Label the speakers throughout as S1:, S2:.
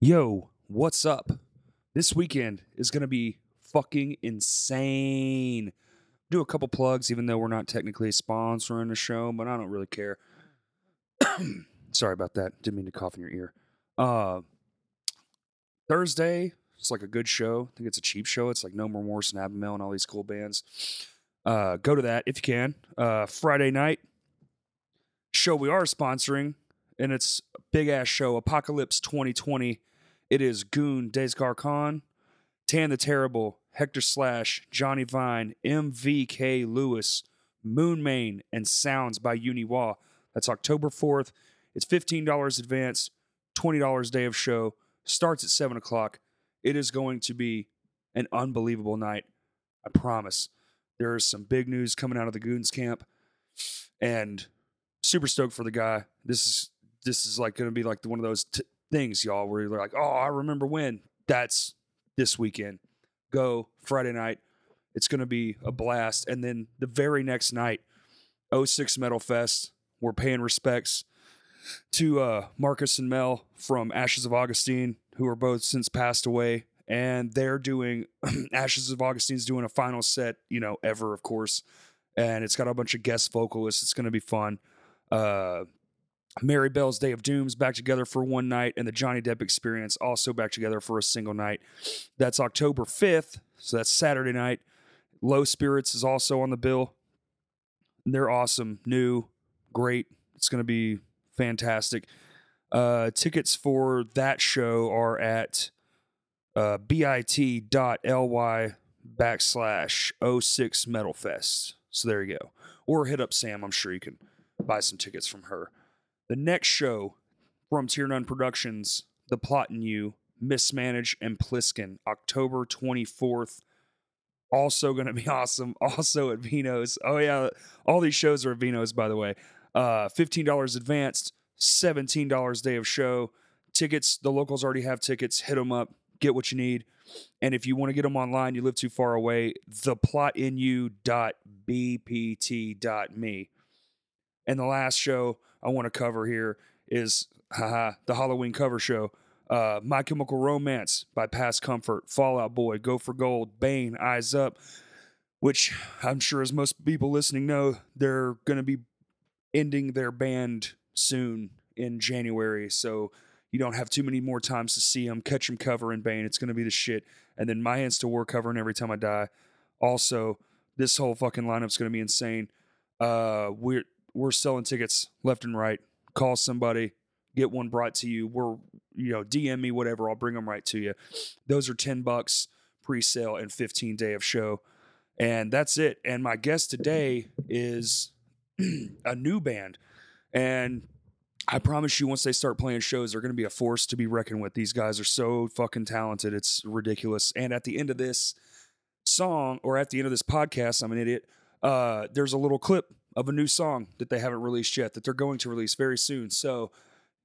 S1: Yo, what's up? This weekend is going to be fucking insane. Do a couple plugs, even though we're not technically sponsoring the show, but I don't really care. Sorry about that. Didn't mean to cough in your ear. Uh, Thursday, it's like a good show. I think it's a cheap show. It's like No More Morse and Abimael and all these cool bands. Uh, go to that if you can. Uh, Friday night, show we are sponsoring, and it's a big ass show, Apocalypse 2020. It is Goon, Desgar Khan, Tan the Terrible, Hector Slash, Johnny Vine, MVK Lewis, Moonmane, and Sounds by Uniwa. That's October 4th. It's $15 advance, $20 day of show. Starts at 7 o'clock. It is going to be an unbelievable night. I promise. There is some big news coming out of the Goons camp. And super stoked for the guy. This is this is like going to be like one of those t- things, y'all, where you're like, oh, I remember when. That's this weekend. Go Friday night. It's going to be a blast. And then the very next night, 06 Metal Fest. We're paying respects to uh, Marcus and Mel from Ashes of Augustine, who are both since passed away. And they're doing Ashes of Augustine's doing a final set, you know, ever, of course. And it's got a bunch of guest vocalists. It's going to be fun. Uh, Mary Bell's Day of Doom's back together for one night, and the Johnny Depp Experience also back together for a single night. That's October 5th, so that's Saturday night. Low Spirits is also on the bill. They're awesome, new, great. It's going to be fantastic. Uh, tickets for that show are at uh, bit.ly backslash 06 Metal Fest. So there you go. Or hit up Sam, I'm sure you can buy some tickets from her. The next show from Tier None Productions, The Plot and You, Mismanage and Pliskin, October 24th. Also going to be awesome. Also at Vino's. Oh, yeah. All these shows are at Vino's, by the way. Uh, $15 advanced, $17 day of show. Tickets, the locals already have tickets. Hit them up, get what you need. And if you want to get them online, you live too far away, theplotinu.bpt.me. And the last show I want to cover here is haha, the Halloween cover show. Uh, My Chemical Romance by Past Comfort, Fallout Boy, Go for Gold, Bane, Eyes Up, which I'm sure, as most people listening know, they're going to be ending their band soon in January. So you don't have too many more times to see them. Catch them covering Bane. It's going to be the shit. And then My Hands to War covering Every Time I Die. Also, this whole fucking lineup's going to be insane. Uh, we're we're selling tickets left and right. Call somebody, get one brought to you. We're you know DM me whatever. I'll bring them right to you. Those are ten bucks pre-sale and fifteen day of show, and that's it. And my guest today is a new band, and I promise you, once they start playing shows, they're going to be a force to be reckoned with. These guys are so fucking talented; it's ridiculous. And at the end of this song, or at the end of this podcast, I'm an idiot. Uh, there's a little clip of a new song that they haven't released yet that they're going to release very soon. So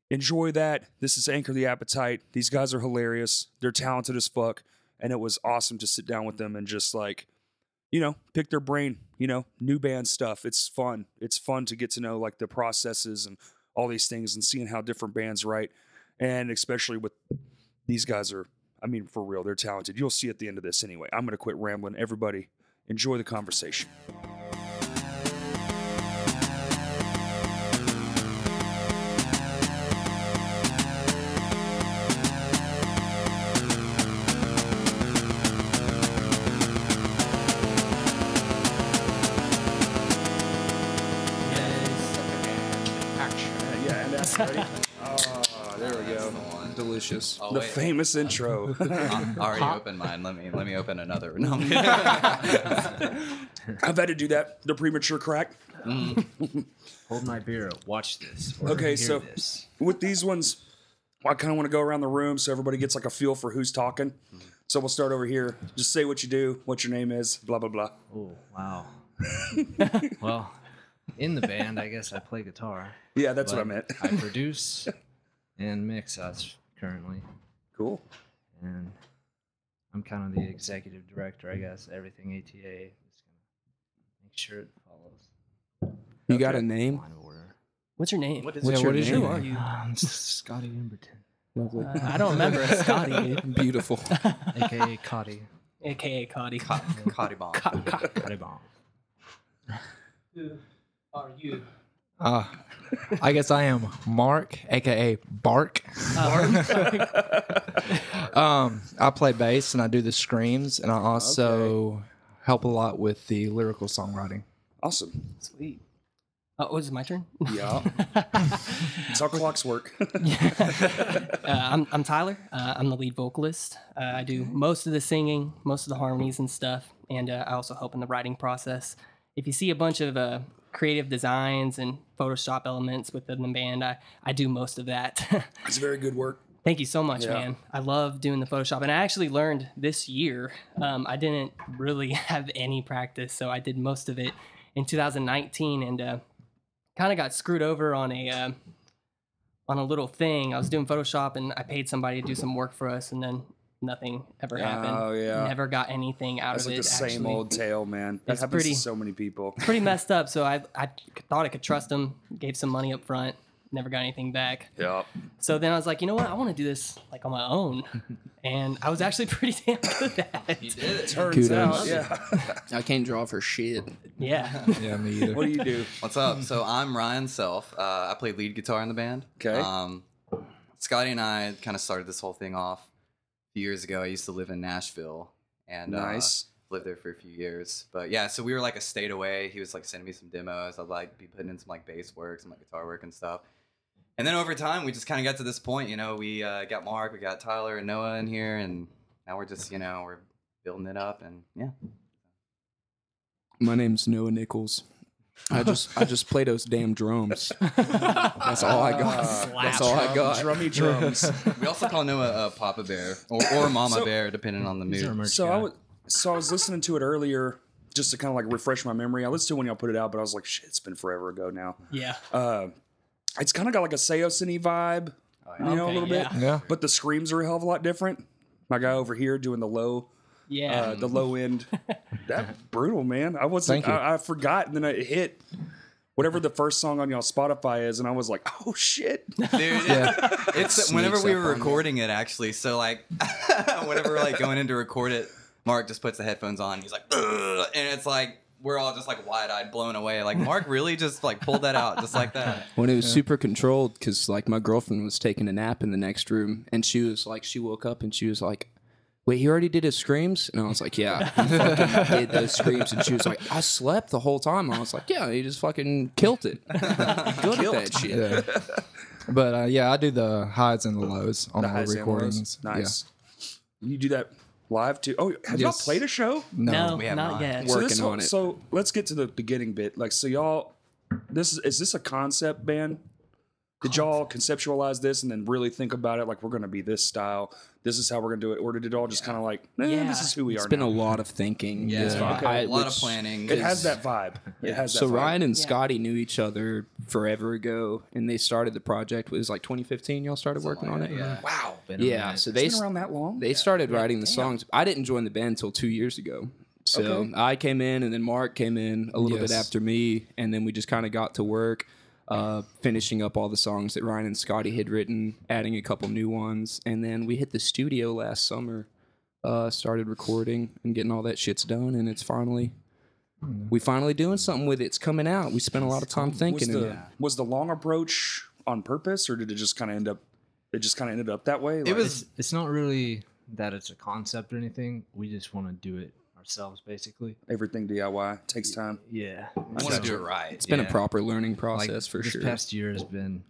S1: enjoy that. This is Anchor the Appetite. These guys are hilarious. They're talented as fuck, and it was awesome to sit down with them and just like you know, pick their brain, you know, new band stuff. It's fun. It's fun to get to know like the processes and all these things and seeing how different bands write. And especially with these guys are, I mean, for real, they're talented. You'll see at the end of this anyway. I'm going to quit rambling. Everybody, enjoy the conversation. Uh, Yeah, and that's ready. Oh, there we go.
S2: Delicious.
S1: The famous intro.
S2: I Oh, already opened mine. Let me let me open another. No. I'm kidding.
S1: I've had to do that. The premature crack.
S3: Hold my beer. Watch this. or
S1: Okay,
S3: hear
S1: so-
S3: this.
S1: with these ones, I kind of want to go around the room so everybody gets like a feel for who's talking. So we'll start over here. Just say what you do, what your name is, blah blah blah.
S3: Oh wow. well, in the band, I guess I play guitar.
S1: Yeah, that's what I
S3: but
S1: meant.
S3: I produce and mix us currently,
S1: cool.
S3: and I'm kind of the executive director. I guess everything ATA. Just gonna make sure it follows
S4: You got a name?
S3: line of order.
S4: What's your name?
S5: What is
S4: yeah,
S5: your
S4: what is
S5: name?
S4: your
S5: Are
S4: name?
S5: you
S3: Um, Scotty Emberton.
S4: Lovely.
S5: Uh, I don't remember a Scotty,
S4: Beautiful.
S3: aka Cotty.
S5: aka Cotty.
S2: Co- Cotty bomb.
S5: Cock, cock.
S3: Cotty bomb.
S5: Who are you?
S4: Uh, I guess I am Mark, aka Bark.
S6: Uh-huh.
S4: Um, I play bass and I do the screams, and I also help a lot with the lyrical songwriting.
S1: Awesome.
S5: Sweet. Oh, was it my turn?
S1: Yeah. It's how clocks work.
S5: Uh, I'm, I'm Tyler. Uh, I'm the lead vocalist. Uh, I do most of the singing, most of the harmonies and stuff, and uh, I also help in the writing process. If you see a bunch of uh, creative designs and Photoshop elements within the band, I, I do most of that.
S1: it's very good work.
S5: Thank you so much,
S1: Yeah.
S5: man. I love doing the Photoshop, and I actually learned this year. Um, I didn't really have any practice, so I did most of it in 2019, and uh, kind of got screwed over on a uh, on a little thing. I was doing Photoshop, and I paid somebody to do some work for us, and then nothing ever happened.
S1: Oh, yeah.
S5: never got anything out
S1: That's
S5: of
S1: like
S5: it.
S1: the same
S5: actually.
S1: old tale, man. That
S5: It's
S1: happens
S5: pretty-
S1: to so many people.
S5: Pretty messed up. So I I thought I could trust them. Gave some money up front. Never got anything back.
S1: Yeah.
S5: So then I was like, you know what? I want to do this like on my own. And I was actually pretty damn good at
S2: You
S5: it.
S2: did it.
S1: Turns
S4: Kudos.
S1: out, yeah.
S6: I can't draw for shit.
S5: Yeah.
S4: Yeah, me either.
S1: what do you do?
S2: What's up? So I'm Ryan Self. Uh, I play lead guitar in the band.
S1: 'Kay.
S2: Um, Scotty and I kind of started this whole thing off a few years ago. I used to live in Nashville and
S1: nice.
S2: uh, lived there for a few years. But yeah, so we were like a state away. He was like sending me some demos. I'd like be putting in some like bass work, some like guitar work and stuff. And then over time, we just kind of got to this point. You know, we uh, got Mark, we got Tyler and Noah in here, and now we're just you know we're building it up and yeah.
S6: My name's Noah Nichols. I just I just play those damn drums. That's all I got. That's all I got.
S1: Drummy Uh, drums.
S2: We also call Noah uh, Papa Bear or, or Mama
S1: So-
S2: Bear, depending on the
S3: He's our
S2: mood.
S3: merch
S1: so I
S3: guy.
S1: was so I was listening to it earlier just to kind of like refresh my memory. I listened to it when y'all put it out, but I was like, shit, it's been forever ago now.
S5: Yeah.
S1: Uh, it's kind of got like a Seosini vibe, you know, a
S5: Okay,
S1: little bit.
S5: yeah.
S4: Oh, Yeah.
S1: But the screams are a hell of a lot different. My guy over here doing the low,
S5: Yeah.
S1: uh, the low end. that brutal, man. I wasn't.
S4: Thank you.
S1: I, I forgot, and then it hit whatever the first song on y'all Spotify is, and I was like, oh shit.
S2: Dude, it's whenever we were recording it, actually. So like, whenever we're like going in to record it, Mark just puts the headphones on. He's like, "Ugh," and it's like we're all just like wide eyed, blown away. Like Mark really just like pulled that out, just like that.
S6: When it was super controlled, because like my girlfriend was taking a nap in the next room, and she was like, she woke up and she was like, "Wait, he already did his screams?" And I was like, "Yeah, he fucking did those screams." And she was like, "I slept the whole time." I was like, "Yeah, he just fucking killed it. Good at that shit."
S4: Yeah. But uh, yeah, I do the highs and the lows on
S1: The
S4: the all
S1: highs and lows.
S4: recordings.
S1: Nice. You do that live too. Oh, have y'all
S4: Yes.
S1: played a show?
S4: Yeah. No.
S5: no,
S2: we have
S5: not,
S2: not.
S5: yet.
S6: Work.
S1: so this
S6: Working
S1: whole-
S6: on it.
S1: So let's get to the beginning bit. Like, so y'all, this is, is this a concept band? Did y'all conceptualize this and then really think about it? Like, we're gonna be this style. This is how we're gonna do it. Or did it all just kind of like, eh,
S5: Yeah.
S1: this is who we
S6: It's
S1: are?
S6: been a
S1: now.
S6: lot of thinking.
S2: Yeah,
S6: It's fine.
S1: Okay.
S6: I-
S2: a lot of
S6: which-
S2: planning.
S1: it has that vibe. It has that.
S6: So
S1: vibe.
S6: Ryan and
S5: Yeah.
S6: Scotty knew each other forever ago, and they started the project. It was like 2015. Y'all started working on it.
S2: Yeah.
S1: Wow,
S3: Been a
S6: Yeah,
S3: minute.
S6: so they
S1: it's been around that long.
S6: they started writing the songs. I didn't join the band until two years ago. So
S1: Okay.
S6: I came in, and then Mark came in a little bit
S4: Yes.
S6: after me, and then we just kind of got to work, uh, finishing up all the songs that Ryan and Scotty had written, adding a couple new ones, and then we hit the studio last summer, uh, started recording and getting all that shit's done, and it's finally. We finally doing something with it. It's coming out. We spent a lot of time
S1: was
S6: thinking.
S1: the
S6: and-
S1: was the long approach on purpose, or did it just kind of end up? It just kind of ended up that way.
S2: It was
S3: it's not really that it's a concept or anything. We just want to do it ourselves, basically.
S1: everything DIY takes time.
S3: Yeah.
S2: I want to do it right.
S6: It's been a proper learning process for
S3: this
S6: sure.
S3: past year has been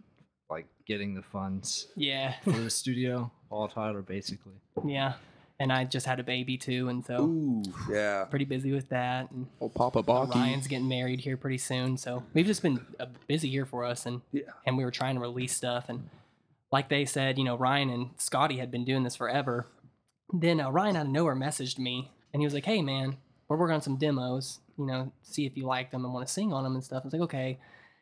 S3: like getting the funds
S5: Yeah.
S3: for the studio, all Tyler basically.
S5: Yeah. And I just had a baby too, and so
S1: Ooh, yeah.
S5: pretty busy with that. And
S6: Old Papa
S5: Ryan's getting married here pretty soon, so we've just been a busy year for us, and
S1: Yeah.
S5: and we were trying to release stuff, and like they said, you know, Ryan and Scotty had been doing this forever. Then uh, Ryan out of nowhere messaged me, and he was like, "Hey man, we're working on some demos, you know, see if you like them and want to sing on them and stuff." I was like, "Okay,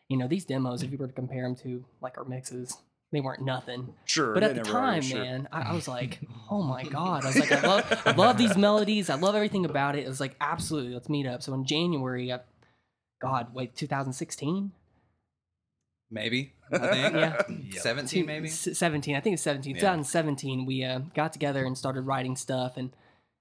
S5: you know, these demos, if you were to compare them to like our mixes, they weren't nothing."
S1: Sure.
S5: But
S1: they
S5: at the
S1: never are,
S5: time,
S1: sure.
S5: man, I, I was like, oh my God. I was like, I love, I love these melodies. I love everything about it. It was like, absolutely, let's meet up. So in January, I, God, wait, 2016?
S2: maybe. I think.
S5: Yeah.
S2: Seventeen, maybe.
S5: S- 17 i think it's 17
S2: Yeah.
S5: 2017 we uh, got together and started writing stuff and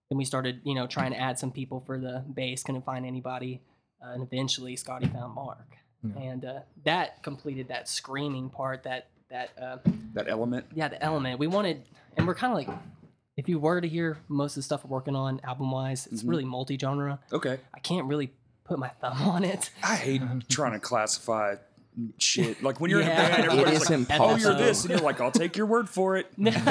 S5: then we started you know trying to add some people for the bass couldn't find anybody uh, and eventually scotty found mark
S3: Yeah.
S5: and uh, that completed that screaming part that that uh,
S1: That element.
S5: yeah the element we wanted and we're kind of like if you were to hear most of the stuff we're working on album wise it's
S1: Mhm.
S5: really multi-genre
S1: Okay.
S5: i can't really put my thumb on it
S1: I hate trying to classify shit. Like when you're
S5: Yeah.
S1: in a band,
S5: It
S1: everybody's like, "Oh,
S4: is
S1: you're
S4: impossible.
S1: this," and you're like, "I'll take your word for it."
S2: yeah.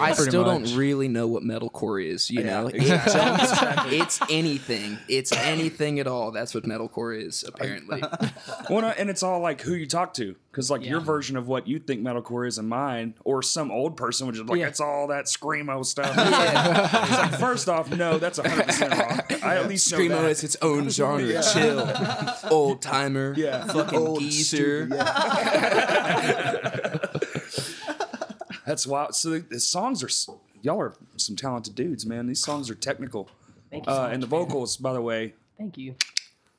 S4: I
S3: Pretty
S4: still
S3: much.
S4: don't really know what metalcore is. You
S1: Yeah,
S4: know,
S1: exactly.
S4: It's- it's anything. It's anything at all. That's what metalcore is, apparently.
S1: Well, no, and it's all like who you talk to, because like your
S5: Yeah.
S1: version of what you think metalcore is and mine, or some old person would just be like,
S5: Yeah.
S1: "It's all that screamo stuff." It's like, first off, no, that's 100 percent wrong. I at least know
S4: Screamo
S1: that.
S4: is its own genre. Chill, old timer,
S1: Yeah.
S4: fucking
S1: Old
S4: geezer.
S1: That's wild. So the, the songs are s- y'all are some talented dudes, man. These songs are technical,
S5: thank you so
S1: uh,
S5: much,
S1: and the
S5: man.
S1: vocals, by the way,
S5: thank you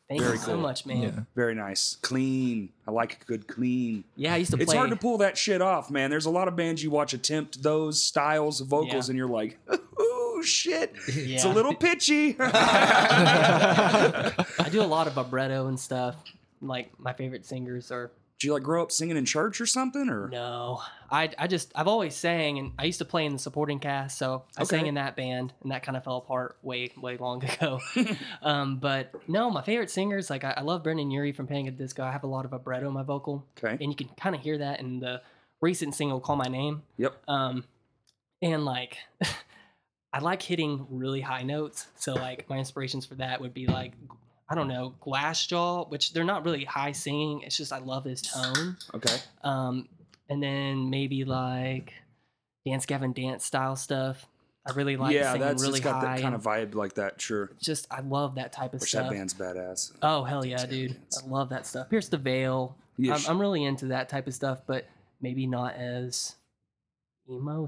S5: thank
S1: Very
S5: you so
S1: cool.
S5: much man yeah.
S1: very nice, clean. I like a good clean.
S5: i used to
S1: It's
S5: play
S1: hard to pull that shit off, man. There's a lot of bands you watch attempt those styles of vocals,
S5: Yeah.
S1: and you're like, "Ooh, shit, it's a
S5: Yeah.
S1: little pitchy."
S5: I do a lot of vibrato and stuff. Like my favorite singers are
S1: Did you like grow up singing in church or something? Or
S5: no. I I just I've always sang and I used to play in the supporting cast, so I sang
S1: Okay.
S5: in that band and that kind of fell apart way way long ago. um, but no, my favorite singers like I, I love Brendan Urie from Panic at the Disco. I have a lot of vibrato in my vocal,
S1: okay,
S5: and you can kind of hear that in the recent single "Call My Name."
S1: Yep.
S5: Um, and like. I like hitting really high notes. So like my inspirations for that would be like I don't know, Glassjaw, which they're not really high singing. It's just I love his tone.
S1: okay,
S5: Um, and then maybe like Dance Gavin Dance style stuff. I really like
S1: yeah,
S5: singing
S1: that's
S5: really
S1: it's got
S5: high.
S1: that kind of
S5: and
S1: vibe like that. Sure,
S5: just I love that type of
S1: which
S5: stuff.
S1: that band's badass.
S5: Oh hell yeah,
S1: Gavin
S5: dude!
S1: Dance.
S5: I love that stuff. Pierce the Veil.
S1: Yeah,
S5: I'm, I'm really into that type of stuff, but maybe not as emo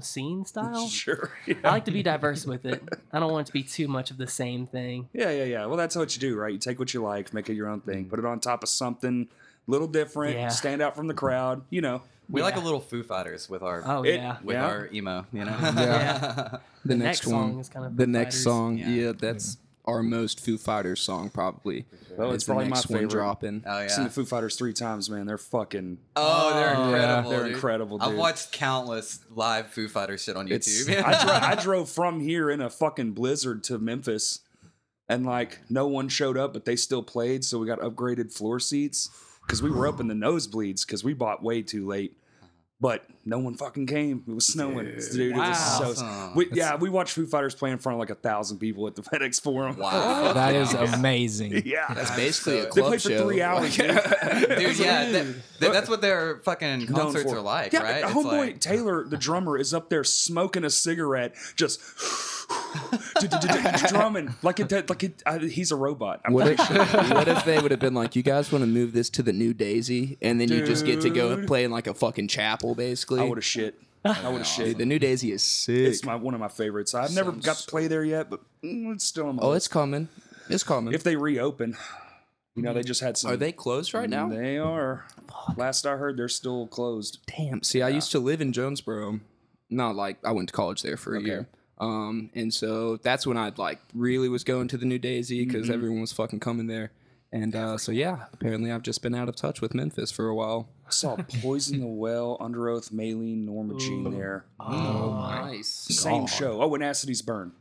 S5: scene style.
S1: sure. Yeah.
S5: I like to be diverse with it. I don't want it to be too much of the same thing.
S1: yeah, yeah, yeah. Well, that's what you do, right? You take what you like, make it your own thing, put it on top of something little different,
S5: Mm. Yeah.
S1: stand out from the crowd. You know,
S2: We like a
S5: Yeah.
S2: little Foo Fighters with our
S5: Oh
S1: It-
S5: yeah.
S2: with
S1: Yeah.
S2: our emo, you know.
S5: Yeah.
S4: The next
S5: song
S4: one.
S5: is kind of
S4: The
S5: Foo
S4: next
S5: Fighters.
S4: song.
S2: Yeah.
S4: Yeah, that's our most Foo Fighters song, probably.
S1: Well, it's
S4: Is the
S1: probably my
S4: next one
S1: favorite.
S4: dropping.
S2: Oh
S1: I've seen
S2: yeah.
S1: the Foo Fighters three times, man. They're fucking.
S2: Oh, they're
S1: Yeah,
S2: incredible.
S1: they're
S2: dude.
S1: incredible,
S2: I've
S1: dude.
S2: watched countless live Foo Fighters shit on
S1: It's,
S2: YouTube.
S1: I, dro- I drove from here in a fucking blizzard to Memphis, and like no one showed up, but they still played. So we got upgraded floor seats because we were up in the nosebleeds because we bought way too late. But no one fucking came. It was snowing, dude. it was so.
S2: Awesome.
S1: We, yeah, we watched Foo Fighters play in front of like a thousand people at the FedEx Forum.
S2: Wow.
S3: That is amazing.
S1: yeah,
S4: That's basically a
S1: they
S2: so-
S4: club
S1: played for
S4: show.
S1: three hours.
S4: Like,
S1: dude.
S2: Dude, yeah, that, that- that's what their fucking
S1: known
S2: concerts
S1: for.
S2: are like,
S1: yeah, oh
S2: right? It's
S1: Homeboy
S2: like-
S1: Taylor, the drummer, is up there smoking a cigarette, just drumming like it. Like it, I, he's a robot. I'm
S4: What
S1: pretty
S4: if, what if they would have been like, you guys want to move this to the new Daisy, and then you just get to go
S1: Dude.
S4: play in like a fucking chapel, basically?
S1: I would have shit. I would have
S4: Dude,
S1: shit.
S4: the new Daisy is sick.
S1: It's my one of my favorites. I've never got to play there yet, but mm, it's still on my
S4: oh,
S1: list.
S4: it's coming. It's coming.
S1: If they reopen, you know, they just had some.
S4: Are they closed right now?
S1: They are. Last I heard, they're still closed.
S4: Damn. See, I used to live in Jonesboro. Not like I went to college there for a year. Um, and so that's when I like really was going to the New Daisy because
S1: Mm-hmm.
S4: everyone was fucking coming there. And uh, so yeah, apparently I've just been out of touch with Memphis for a while.
S1: I saw Poison the Well, Under Oath, Maylene, Norma Jean there.
S5: Oh,
S4: Nice.
S1: Same show. Oh, and Acidity's Burn.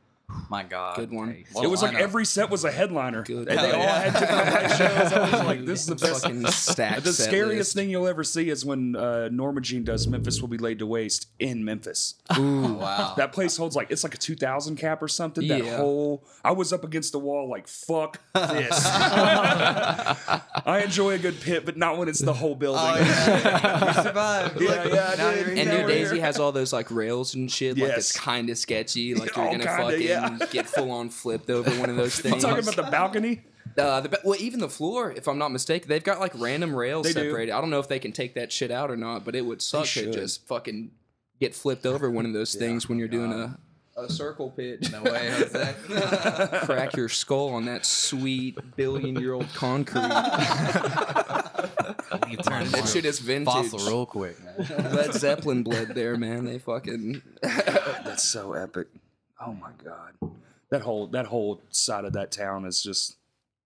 S2: my God.
S4: Good one.
S2: What
S1: it
S2: a
S1: was like
S2: lineup.
S1: every set was a headliner.
S4: Good.
S1: They, they
S2: Hell
S1: all
S2: yeah.
S1: had different like, shows. I was like, this is the best.
S4: Fucking stacked.
S1: The
S4: set
S1: scariest
S4: list.
S1: thing you'll ever see is when uh, Norma Jean does "Memphis Will Be Laid to Waste" in Memphis.
S2: Wow.
S1: That place holds like it's like a two thousand cap or something. That
S4: Yeah.
S1: whole I was up against the wall like fuck this. I enjoy a good pit, but not when it's the whole building.
S2: Oh, yeah. you survived.
S1: Yeah,
S2: Look,
S1: yeah, I
S2: now
S1: did.
S2: you're
S4: And
S1: Yeah,
S4: New
S1: we're
S4: Daisy
S1: here.
S4: has all those like rails and shit. Like it's
S1: Yes.
S4: kind of sketchy. Like you're
S1: Oh,
S4: gonna
S1: kinda,
S4: fucking
S1: yeah.
S4: get full on flipped over one of those things.
S1: I'm talking about the balcony.
S4: Uh, the, ba- well, even the floor, if I'm not mistaken, they've got like random rails
S1: They do.
S4: separated. I don't know if they can take that shit out or not, but it would suck to
S1: should.
S4: just fucking get flipped over one of those things when you're doing a, a circle pitch.
S2: No way, Jose.
S4: Crack your skull on that sweet billion year old concrete.
S2: Leave turn
S4: That shit is vintage.
S2: fossil real quick, man.
S4: Led Zeppelin bled there, man. They fucking.
S1: That's so epic. Oh my god. That whole that whole side of that town is just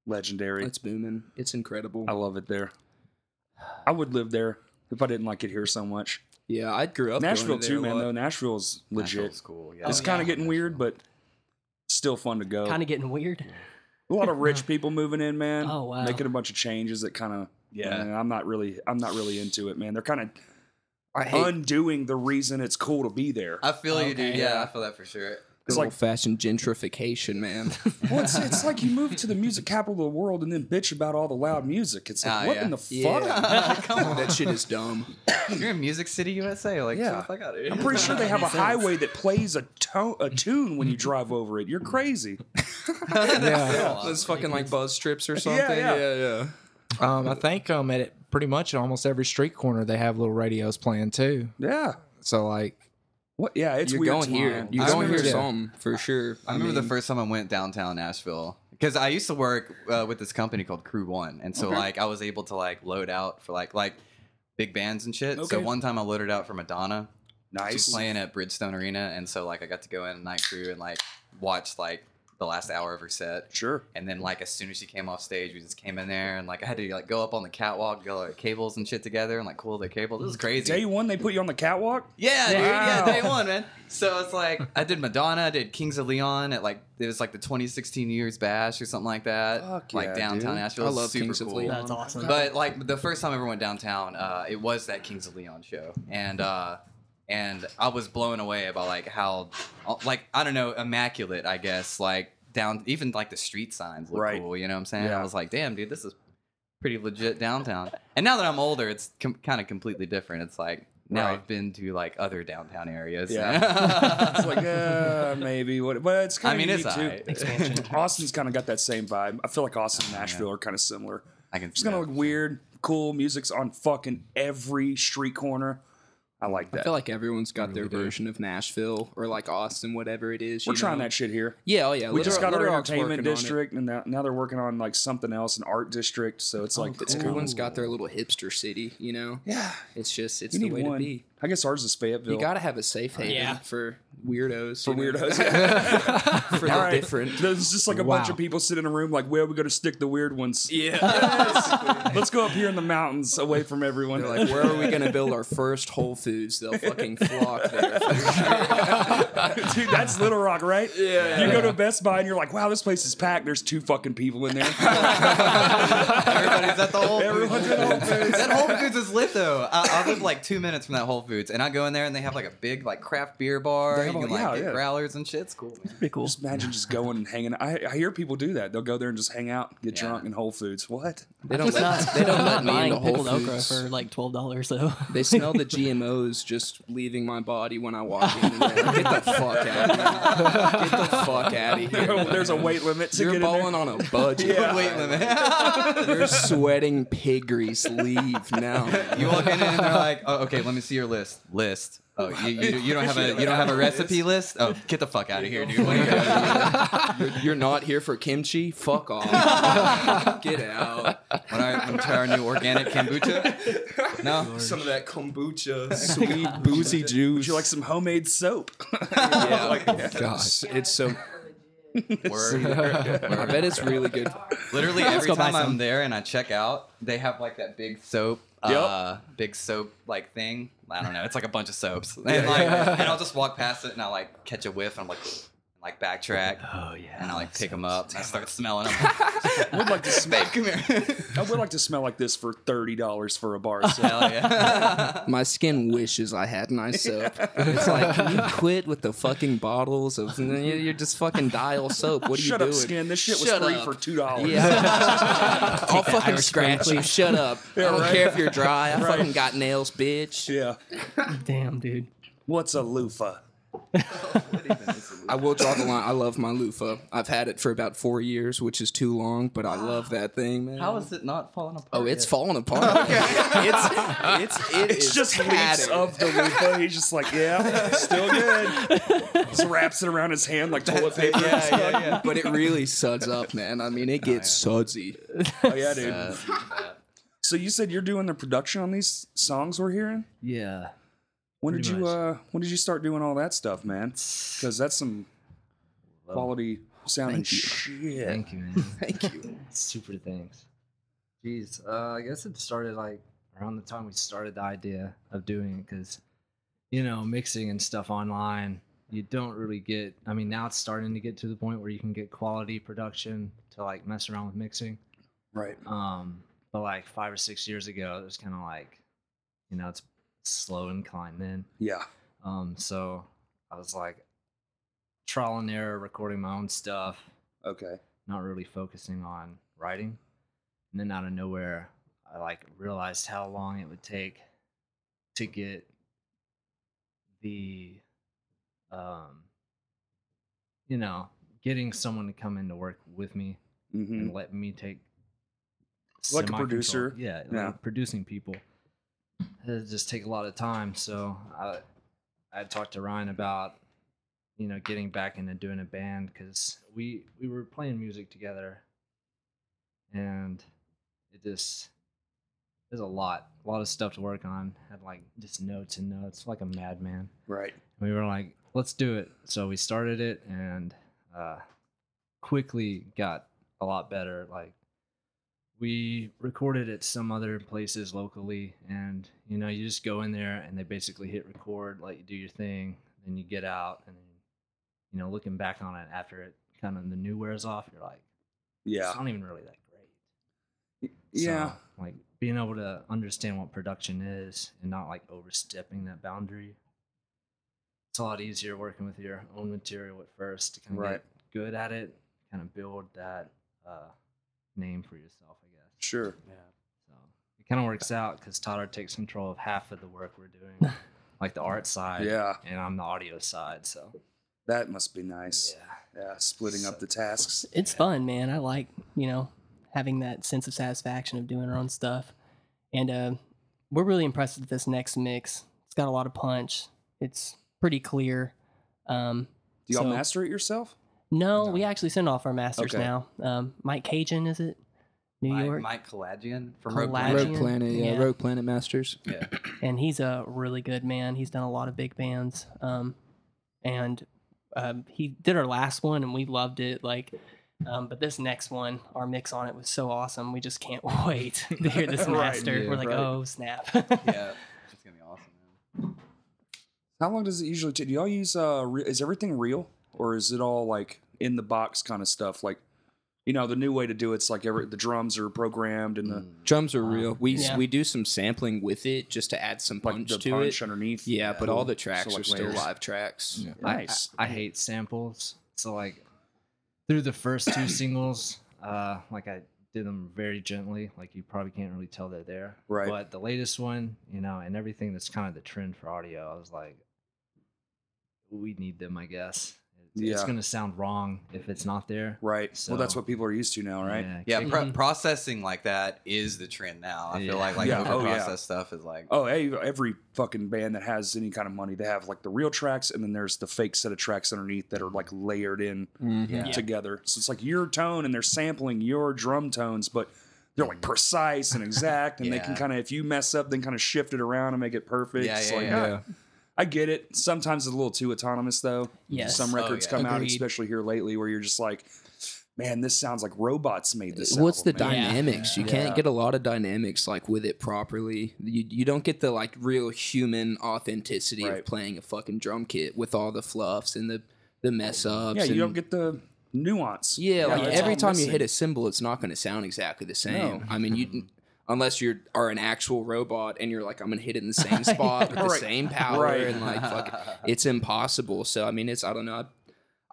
S1: legendary.
S4: it's booming. It's incredible.
S1: I love it there. I would live there if I didn't like it here so much.
S4: Yeah, I grew up going
S1: Nashville
S4: to
S1: too,
S4: there a
S1: man.
S4: lot.
S1: Though Nashville's legit.
S2: Nashville's cool. Yeah,
S1: it's
S5: Oh,
S1: kind
S5: yeah.
S1: of getting weird, but still fun to go.
S5: Kind of getting weird.
S1: a lot of rich people moving in, man.
S5: Oh, wow.
S1: making a bunch of changes that kind of.
S2: Yeah.
S1: man, I'm not really. I'm not really into it, man. They're kind of
S4: I hate
S1: undoing the reason it's cool to be there.
S2: I feel you, dude.
S5: Okay.
S2: Yeah, I feel that for sure.
S1: It's
S4: good
S1: like-
S4: old fashioned gentrification, man.
S1: Well, it's, it's like you move to the music capital of the world and then bitch about all the loud music. It's like,
S2: Ah,
S1: what
S2: yeah.
S1: in the fuck?
S2: Come on,
S4: that shit is dumb.
S2: you're in Music City, USA. Like,
S1: Yeah.
S2: yeah, fuck out of here.
S1: I'm pretty sure they have a
S5: Makes sense.
S1: highway that plays a, to- a tune when you drive over it. You're crazy.
S2: yeah.
S4: That's fucking like buzz trips or something.
S1: yeah.
S4: yeah. yeah.
S3: Um, I think um, at it, pretty much at almost every street corner they have little radios playing too.
S1: Yeah.
S3: So like,
S1: What? Yeah, it's
S4: you're
S1: weird.
S4: going here. You're
S2: I
S4: going
S2: remember-
S4: here
S3: Yeah.
S4: something for sure.
S2: I remember the
S4: mean,
S2: first time I went downtown Nashville because I used to work uh, with this company called Crew One, and so like I was able to like load out for like like big bands and shit. So
S1: Okay.
S2: one time I loaded out for Madonna,
S1: nice.
S2: She's playing at Bridgestone Arena, and so like I got to go in at night crew and like watch like the last hour of her set.
S1: Sure.
S2: And then like as soon as she came off stage, we just came in there and like I had to like go up on the catwalk, go like cables and shit together, and like cool the cables.
S1: Mm.
S2: It was crazy.
S1: Day one, they put you on the catwalk?
S2: Yeah, dude. Yeah,
S1: Wow.
S2: day one, man. So it's like I did Madonna, I did Kings of Leon at like it was like the 2016 New Year's Bash or something like that.
S1: Fuck
S2: like
S1: yeah,
S2: downtown
S1: dude.
S2: Nashville.
S4: I
S2: It was
S4: love
S2: super
S4: Kings of
S2: cool.
S4: Leon.
S5: That's awesome.
S1: Uh-huh.
S2: But like the first time I ever went downtown, uh, it was that Kings of Leon show, and uh, and I was blown away by like how, uh, like I don't know, immaculate, I guess. Like down, even like the street signs look
S1: Right.
S2: cool. You know what I'm saying?
S1: Yeah.
S2: I was like, damn, dude, this is pretty legit downtown. and now that I'm older, it's com- kind of completely different. It's like now
S1: Right.
S2: I've been to like other downtown areas.
S1: Yeah. It's like, uh, maybe. What? But it's kind
S2: I
S1: of
S2: mean, it's all
S1: too.
S2: right.
S5: Expansion.
S1: Austin's kind of got that same vibe. I feel like Austin and Nashville are kind of similar.
S2: I can.
S1: It's gonna
S2: yeah.
S1: look weird, cool. Music's on fucking every street corner. I like
S4: I
S1: that.
S4: feel like everyone's got their version of Nashville or like Austin, whatever it is.
S1: We're
S4: you
S1: trying
S4: know?
S1: that shit here.
S4: Yeah, oh yeah.
S1: We just
S4: Little-
S1: got our
S4: Little Rock's
S1: entertainment
S4: working on it.
S1: district, and now, now they're working on like something else, an art district. So
S4: Oh,
S1: it's like it's kind
S4: Everyone's
S1: of
S4: got their little hipster city, you know.
S1: yeah.
S4: It's just it's
S1: You
S4: the
S1: need
S4: way
S1: one.
S4: to be.
S1: I guess ours is Fayetteville.
S4: You gotta have a safe haven
S5: Yeah.
S4: for weirdos.
S1: for
S4: you know?
S1: weirdos.
S4: for the different.
S1: There's just like a bunch of
S3: Wow.
S1: people sitting in a room, like, where are we gonna stick the weird ones?
S4: Yeah.
S1: Let's go up here in the mountains, away from everyone.
S4: They're like, where are we gonna build our first Whole Foods? They'll fucking flock there.
S1: Dude, that's Little Rock, right? Yeah. You go to Best Buy and you're like, wow, this place is packed. There's two fucking people in there.
S2: Everybody's at the Whole Foods.
S1: Everyone's at Whole Foods.
S2: that Whole Foods is lit though. I, I live like two minutes from that Whole Foods, and I go in there and they have like a big like craft beer bar.
S1: They
S2: You
S1: have
S2: can
S1: all-
S2: like
S1: yeah,
S2: get
S1: yeah.
S2: growlers and shit. It's cool. Man.
S5: Pretty cool.
S1: Just imagine just going and hanging. I, I hear people do that. They'll go there and just hang out, get
S2: Yeah.
S1: drunk in Whole Foods. What?
S4: They don't let, they don't let
S5: I'm not
S4: me
S5: buying
S4: into Whole
S5: pickled okra
S4: Foods.
S5: for like twelve dollars though.
S4: They smell the GMOs just leaving my body when I walk in. They're like, Get the fuck out of here. Get the fuck out of here.
S1: Oh, There's a weight limit to
S4: You're
S1: get in
S4: balling
S1: there.
S4: on a budget.
S1: Yeah.
S2: Wait a minute.
S4: You're sweating pig grease. Leave now.
S2: you walk in and they're like, "Oh, okay, let me see your list. List. Oh, you, you, you don't have a you don't have a recipe list. Oh, get the fuck out of here, dude. What are you doing?
S4: You're, you're not here for kimchi. Fuck off. Get out.
S2: When I when I try our new organic kombucha, no,
S4: Some of that kombucha, sweet boozy juice.
S1: Would you like some homemade soap?
S4: Yeah.
S3: gosh,
S4: It's so.
S2: word.
S4: I bet it's really good.
S2: Literally every
S5: go buy
S2: time I'm
S5: some.
S2: there and I check out, they have like that big soap, uh, big soap like thing. I don't know. It's like a bunch of soaps, and, like, and I'll just walk past it and I like catch a whiff and I'm like, like backtrack. Oh yeah. And I like pick them up and I start smelling them.
S1: would like to smell.
S2: Babe, come here.
S1: I would like to smell like this for thirty dollars for a bar. of soap.
S2: Hell yeah.
S4: My skin wishes I had nice soap. It's like, can you quit with the fucking bottles of? You're just fucking dial soap. What are
S1: Shut
S4: you
S1: up,
S4: doing?
S1: skin. This shit was
S4: Shut
S1: free
S4: up.
S1: for two dollars.
S4: Yeah. I'll
S5: that
S4: fucking
S5: Irish
S4: scratch
S5: cream.
S4: you. Shut up. I don't
S1: right.
S4: care if you're dry. I fucking got nails, bitch.
S1: Yeah.
S5: Damn, dude.
S1: What's a loofah?
S4: I will draw the line. I love my loofah. I've had it for about four years, which is too long, but I love that thing, man.
S2: How is it not falling apart?
S4: Oh, it's
S2: yet?
S4: falling apart. It's it's it
S1: It's
S4: is
S1: just leaves
S4: tattered.
S1: of the loofah. He's just like, yeah, still good. Just wraps it around his hand like toilet paper.
S2: Yeah, yeah, yeah.
S4: Oh, but it really suds up, man. I mean, it gets sudsy.
S1: Oh yeah, dude. So you said you're doing the production on these songs we're hearing.
S3: Yeah.
S1: When
S3: Pretty
S1: did you
S3: much.
S1: uh when did you start doing all that stuff, man? Because that's some
S3: Well,
S1: quality sound and
S4: thank you.
S1: shit.
S3: Thank you, man.
S4: Thank you.
S3: Super thanks. Jeez, uh, I guess it started like around the time we started the idea of doing it because, you know, mixing and stuff online, you don't really get. I mean, now it's starting to get to the point where you can get quality production to like mess around with mixing.
S1: Right.
S3: Um, but like five or six years ago, it was kind of like, you know, it's slow incline then.
S1: Yeah.
S3: Um, so I was like trial and error, recording my own stuff,
S1: Okay.
S3: not really focusing on writing. And then out of nowhere, I like realized how long it would take to get the, um, you know, getting someone to come in to work with me
S1: hmm
S3: and let me
S1: Like
S3: take
S1: a
S3: semi-control-
S1: producer.
S3: Yeah, like
S1: Yeah.
S3: producing people. It just take a lot of time. So I I talked to Ryan about you know getting back into doing a band because we we were playing music together, and it just there's a lot a lot of stuff to work on. Had like just notes and notes like a madman
S1: Right.
S3: we were like, let's do it. So we started it and uh, quickly got a lot better. Like we recorded at some other places locally, and you know, you just go in there and they basically hit record, let you do your thing, then you get out, and then, you know, looking back on it after it kind of the new wears off, you're like,
S1: Yeah.
S3: it's not even really that great.
S1: Yeah.
S3: So, like being able to understand what production is and not like overstepping that boundary. It's a lot easier working with your own material at first to kind of
S1: Right.
S3: get good at it, kind of build that uh, name for yourself, I guess.
S1: Sure.
S3: So it kind of works out because Todd takes control of half of the work we're doing, like the art side,
S1: Yeah.
S3: and I'm the audio side. So
S1: That must be nice.
S3: yeah.
S1: Yeah. Splitting up the tasks.
S5: It's fun, man. I like, you know, having that sense of satisfaction of doing our own stuff. And uh, we're really impressed with this next mix. It's got a lot of punch. It's pretty clear. Um,
S1: Do y'all
S5: So-
S1: master it yourself?
S5: no, we actually send off our masters
S1: Okay.
S5: now. Um, Mike Cajun, is it? New
S2: Mike,
S5: York.
S2: Mike Collagian from Rogue Planet.
S5: Collagian. Imagine-
S4: Rogue Planet, yeah,
S5: yeah.
S4: Rogue Planet Masters.
S2: Yeah.
S5: and he's a really good man. He's done a lot of big bands, um, and um, he did our last one, and we loved it. Like, um, but this next one, our mix on it was so awesome. We just can't wait to hear this
S1: Right,
S5: master.
S4: yeah,
S5: We're like,
S4: right.
S5: oh snap!
S2: yeah. It's gonna be awesome. Man.
S1: How long does it usually take? Do y'all use uh? Re- is everything real or is it all like in the box kind of stuff? Like, you know, the new way to do it's like every the drums are programmed and the
S4: Mm,
S2: Mm.
S4: Drums are
S3: Wow.
S4: real. We
S5: Yeah.
S4: we do some sampling with it just to add some
S1: like
S4: punch
S1: the
S4: to
S1: punch
S4: it.
S1: underneath.
S4: Yeah, but all the
S1: Cool.
S4: tracks
S1: So,
S4: are
S1: like,
S4: still
S1: layers.
S4: live tracks.
S7: Yeah.
S3: I-
S1: Nice.
S3: I, I hate samples. So like through the first two singles, uh, like I did them very gently. Like you probably can't really tell they're there.
S1: Right.
S3: But the latest one, you know, and everything that's kind of the trend for audio, I was like, we need them, I guess. It's, it's
S1: Yeah.
S3: gonna sound wrong if it's not there.
S1: Right. well, that's
S3: So-
S1: what people are used to now, right?
S2: Yeah,
S3: kick-
S2: pro- processing like that is the trend now. I
S3: Yeah.
S2: feel like like
S1: Yeah,
S2: over
S1: oh, yeah.
S2: processed stuff is like
S1: Oh, hey, every fucking band that has any kind of money, they have like the real tracks, and then there's the fake set of tracks underneath that are like layered in
S2: Yeah.
S1: together. So it's like your tone, and they're sampling your drum tones, but they're like precise and exact, and they can
S2: Yeah.
S1: kind of, if you mess up, then kind of shift it around and make it perfect.
S2: Yeah,
S1: It's
S2: yeah,
S1: like,
S2: yeah.
S1: ah, I get it. Sometimes it's a little too autonomous, though.
S5: Yes.
S1: Some
S2: Oh,
S1: records
S2: yeah.
S1: come out,
S5: Agreed.
S1: especially here lately, where you're just like, man, this sounds like robots made this.
S4: What's the
S1: album, man."
S5: man. Yeah.
S4: dynamics? You can't
S1: Yeah.
S4: get a lot of dynamics like with it properly. You you don't get the like real human authenticity
S1: Right.
S4: of playing a fucking drum kit with all the fluffs and the the mess ups.
S1: Yeah,
S4: and,
S1: you don't get the nuance.
S4: Yeah, like
S1: that's
S4: every
S1: all
S4: time you
S1: missing.
S4: hit a cymbal, it's not going to sound exactly the same.
S1: No.
S4: I mean, you unless you are an actual robot and you're like, I'm going to hit it in the same spot with the
S1: Right.
S4: same power
S1: Right.
S4: and like, fuck, it. it's impossible. So I mean, it's I don't know. I,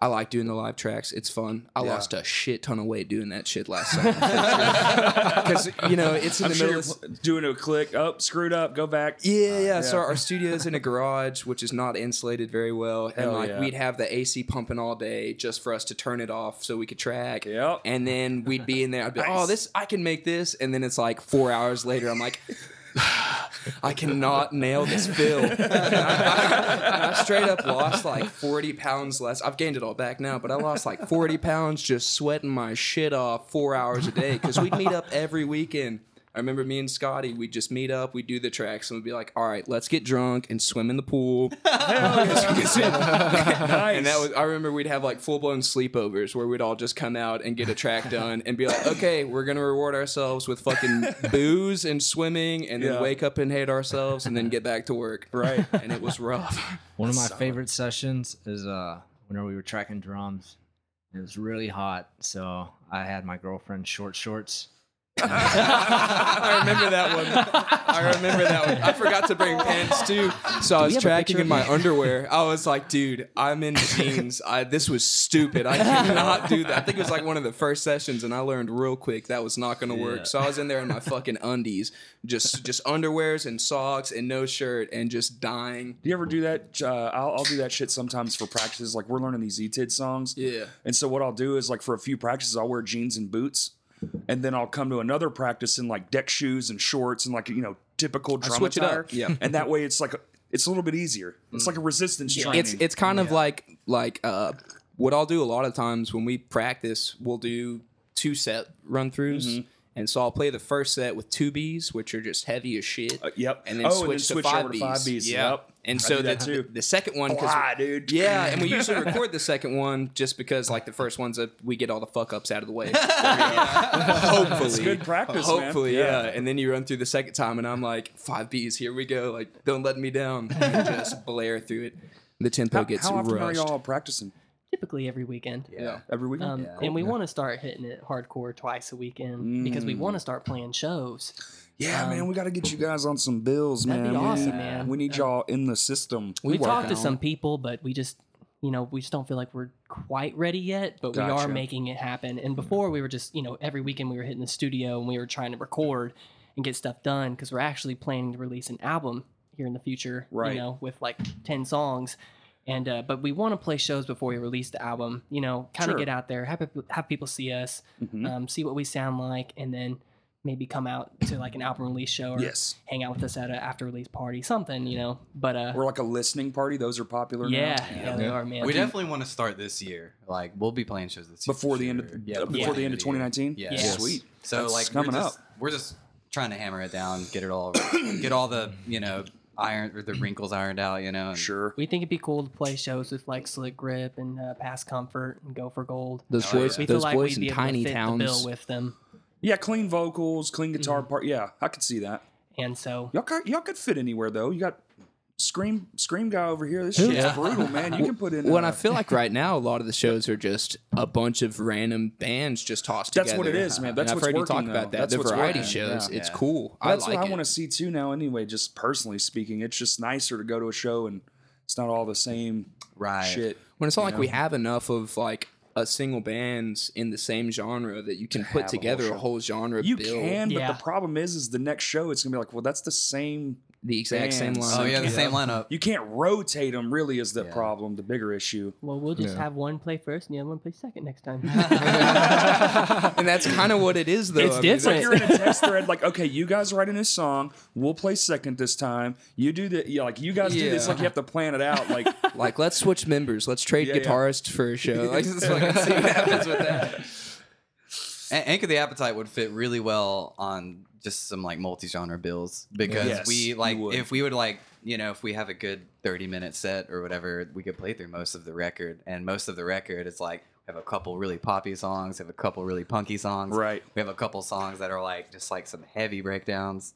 S4: I like doing the live tracks. It's fun. I
S1: Yeah.
S4: lost a shit ton of weight doing that shit last summer because you know it's in
S1: I'm
S4: the
S1: sure
S4: middle.
S1: you're
S4: of
S1: pl- Uh, doing a click. Oh, screwed up. Go back.
S4: yeah, yeah. So our studio is in a garage, which is not insulated very well,
S1: Hell
S4: and like
S1: yeah.
S4: we'd have the AC pumping all day just for us to turn it off so we could track.
S1: Yep.
S4: And then we'd be in there. I'd be like, oh, this I can make this, and then it's like four hours later. I'm like. I cannot nail this bill. And I, I- I straight up lost like 40 pounds less. I've gained it all back now, but I lost like 40 pounds just sweating my shit off four hours a day because we'd meet up every weekend I remember me and Scotty, we'd just meet up, we'd do the tracks, and we'd be like, all right, let's get drunk and swim in the pool. And that was, I remember we'd have like full blown sleepovers where we'd all just come out and get a track done and be like, okay, we're going to reward ourselves with fucking booze and swimming and then
S1: Yeah.
S4: wake up and hate ourselves and then get back to work.
S1: right.
S4: And it was rough.
S3: One of my favorite sessions is uh whenever we were tracking drums. It was really hot, so I had my girlfriend short shorts.
S4: I remember that one. I remember that one. I forgot to bring pants too, so I was tracking in my underwear. I was like, "Dude, I'm in jeans. I, this was stupid. I cannot do that." I think it was like one of the first sessions, and I learned real quick that was not going to work. So I was in there in my fucking undies, just just underwears and socks and no shirt, and just dying.
S1: Do you ever do that? Uh, I'll, I'll do that shit sometimes for practices. Like we're learning these E ETID songs.
S4: Yeah.
S1: And so what I'll do is like for a few practices, I'll wear jeans and boots, and then I'll come to another practice in like deck shows and shorts and like you know typical drum
S4: switch it up,
S1: attire.
S4: yeah. Mm.
S1: And that way it's like a, it's a little bit easier. It's like a resistance training.
S4: it's it's kind of like like uh what I'll do a lot of times when we practice, we'll do two set run throughs.
S1: Mm-hmm.
S4: And so I'll play the first set with two Bs, which are just heavy as shit.
S1: Uh, yep.
S4: And then
S1: Oh, and
S4: switch,
S1: then switch
S4: to, five
S1: over to
S4: Bs.
S1: five Bs,
S4: Yeah.
S1: yep.
S4: And
S1: I
S4: so
S1: do
S4: the,
S1: that too.
S4: the second one, because
S1: Fly, dude.
S4: yeah, and we usually record the second one just because like the first one's a, we get all the fuck ups out of the way. Hopefully,
S1: It's good practice, man.
S4: Hopefully, yeah. And then you run through the second time, and I'm like, five Bs, here we go. Like, don't let me down. And just blare through it. The tempo
S1: How,
S4: gets
S1: how often
S4: rushed.
S1: are y'all practicing?
S5: Typically every weekend.
S2: yeah.
S1: Every weekend.
S5: Um, And we want to start hitting it hardcore twice a weekend because we want to start playing shows.
S1: yeah, man. We got to get you guys on some bills,
S5: um, That'd
S1: man.
S5: be
S1: We
S5: awesome,
S1: need-
S5: man.
S1: We need y'all in the system.
S5: We
S4: work
S5: talked to
S4: out.
S5: some people, but we just, you know, we just don't feel like we're quite ready yet. But we are
S1: Gotcha. Mm-hmm.
S5: making it happen. And before we were just, you know, every weekend we were hitting the studio and we were trying to record and get stuff done because we're actually planning to release an album here in the future.
S1: Right.
S5: You know, with like ten songs. And uh, but we want to play shows before we release the album. You know, kind of
S1: Sure.
S5: get out there, have peop- have people see us,
S1: Mhm.
S5: um, see what we sound like, and then maybe come out to like an album release show or
S1: Yes.
S5: hang out with us at an after release party, something, you know. But uh,
S1: We're like a listening party. Those are popular now.
S5: yeah, yeah, they are, man.
S2: We definitely want to start this year. Like we'll be playing shows this year
S1: Before
S2: for
S1: the end of
S2: sure.
S1: uh, before the end of
S2: year.
S1: 2019.
S2: Yeah,
S5: Yes.
S1: Sweet.
S2: So
S1: That's
S2: like
S1: coming
S2: we're just,
S1: up.
S2: we're just trying to hammer it down, get it all, get all the you know iron or the wrinkles ironed out. You know, and-
S1: Sure.
S5: we think it'd be cool to play shows with like Slick Grip and uh, Past Comfort and Go for Gold.
S4: Those
S2: Oh, yeah.
S4: boys,
S5: We feel
S4: those
S5: like
S4: boys
S5: we'd
S4: in
S5: be able to
S4: tiny
S5: fit the bill
S4: towns.
S5: with them,
S1: Yeah, clean vocals,
S5: Mm-hmm.
S1: clean guitar part. Yeah, I could see that.
S5: and so
S1: Y'all could, y'all could fit anywhere though. You got scream scream guy over here. This shit's
S2: Yeah.
S1: brutal, man. You can put in.
S4: Well, and
S1: uh,
S4: I feel like right now a lot of the shows are just a bunch of random bands just tossed
S1: That's
S4: together.
S1: what it is, man. That's what's
S4: Uh, and I've heard you
S1: working,
S4: talk about
S1: though.
S4: that.
S1: That's
S4: the
S1: what's
S4: variety
S1: working.
S4: shows,
S2: Yeah.
S4: it's
S2: Yeah.
S4: cool.
S1: that's
S4: I like
S1: what I
S4: it.
S1: want to see too now. Anyway, just personally speaking, it's just nicer to go to a show and it's not all the same
S2: right.
S1: shit.
S4: when it's not like we have enough of like a single bands in the same genre that you can put
S1: have a whole
S4: together a
S1: show.
S4: whole genre.
S1: You
S4: bill,
S1: can, but
S5: Yeah.
S1: the problem is, is the next show it's gonna be like, well, that's the same.
S4: the exact same
S1: bands.
S4: line.
S2: Oh yeah, the same lineup.
S1: You can't rotate them. Really, is the
S2: Yeah.
S1: problem the bigger issue?
S5: well, we'll just have one play first and the other one play second next time.
S4: and that's kind of what it is though.
S5: It's
S4: I mean,
S5: different.
S1: You're in a text thread, like, okay, you guys write a new song. We'll play second this time. You do the, yeah, like, you guys do this.
S4: Yeah.
S1: Like, you have to plan it out. Like,
S4: Like let's switch members. Let's trade
S1: Yeah, yeah.
S4: guitarists for a show. Like, let's fucking see what happens with that.
S2: An- Anchor the Appetite would fit really well on just some like multi-genre bills because
S1: Yes,
S2: we
S1: you
S2: like
S1: would.
S2: if we would like you know if we have a good 30 minute set or whatever we could play through most of the record and most of the record is like we have a couple really poppy songs have a couple really punky songs
S1: Right.
S2: we have a couple songs that are like just like some heavy breakdowns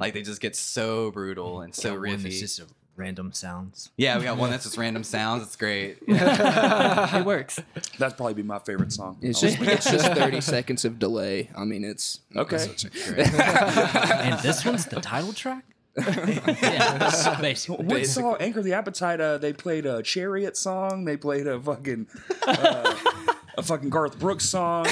S2: like they just get so brutal and so
S3: That one is
S2: riffy
S3: just a random sounds.
S2: yeah we got one that's just random sounds it's great
S5: it works.
S1: that'd probably be my favorite song.
S5: Oh.
S4: It's just it's just thirty seconds of delay. I mean, it's
S1: okay.
S3: and this one's the title track.
S5: Yeah, basically.
S1: What song? Anchor the Appetite. Uh, they played a Chariot song. They played a fucking uh, a fucking Garth Brooks song.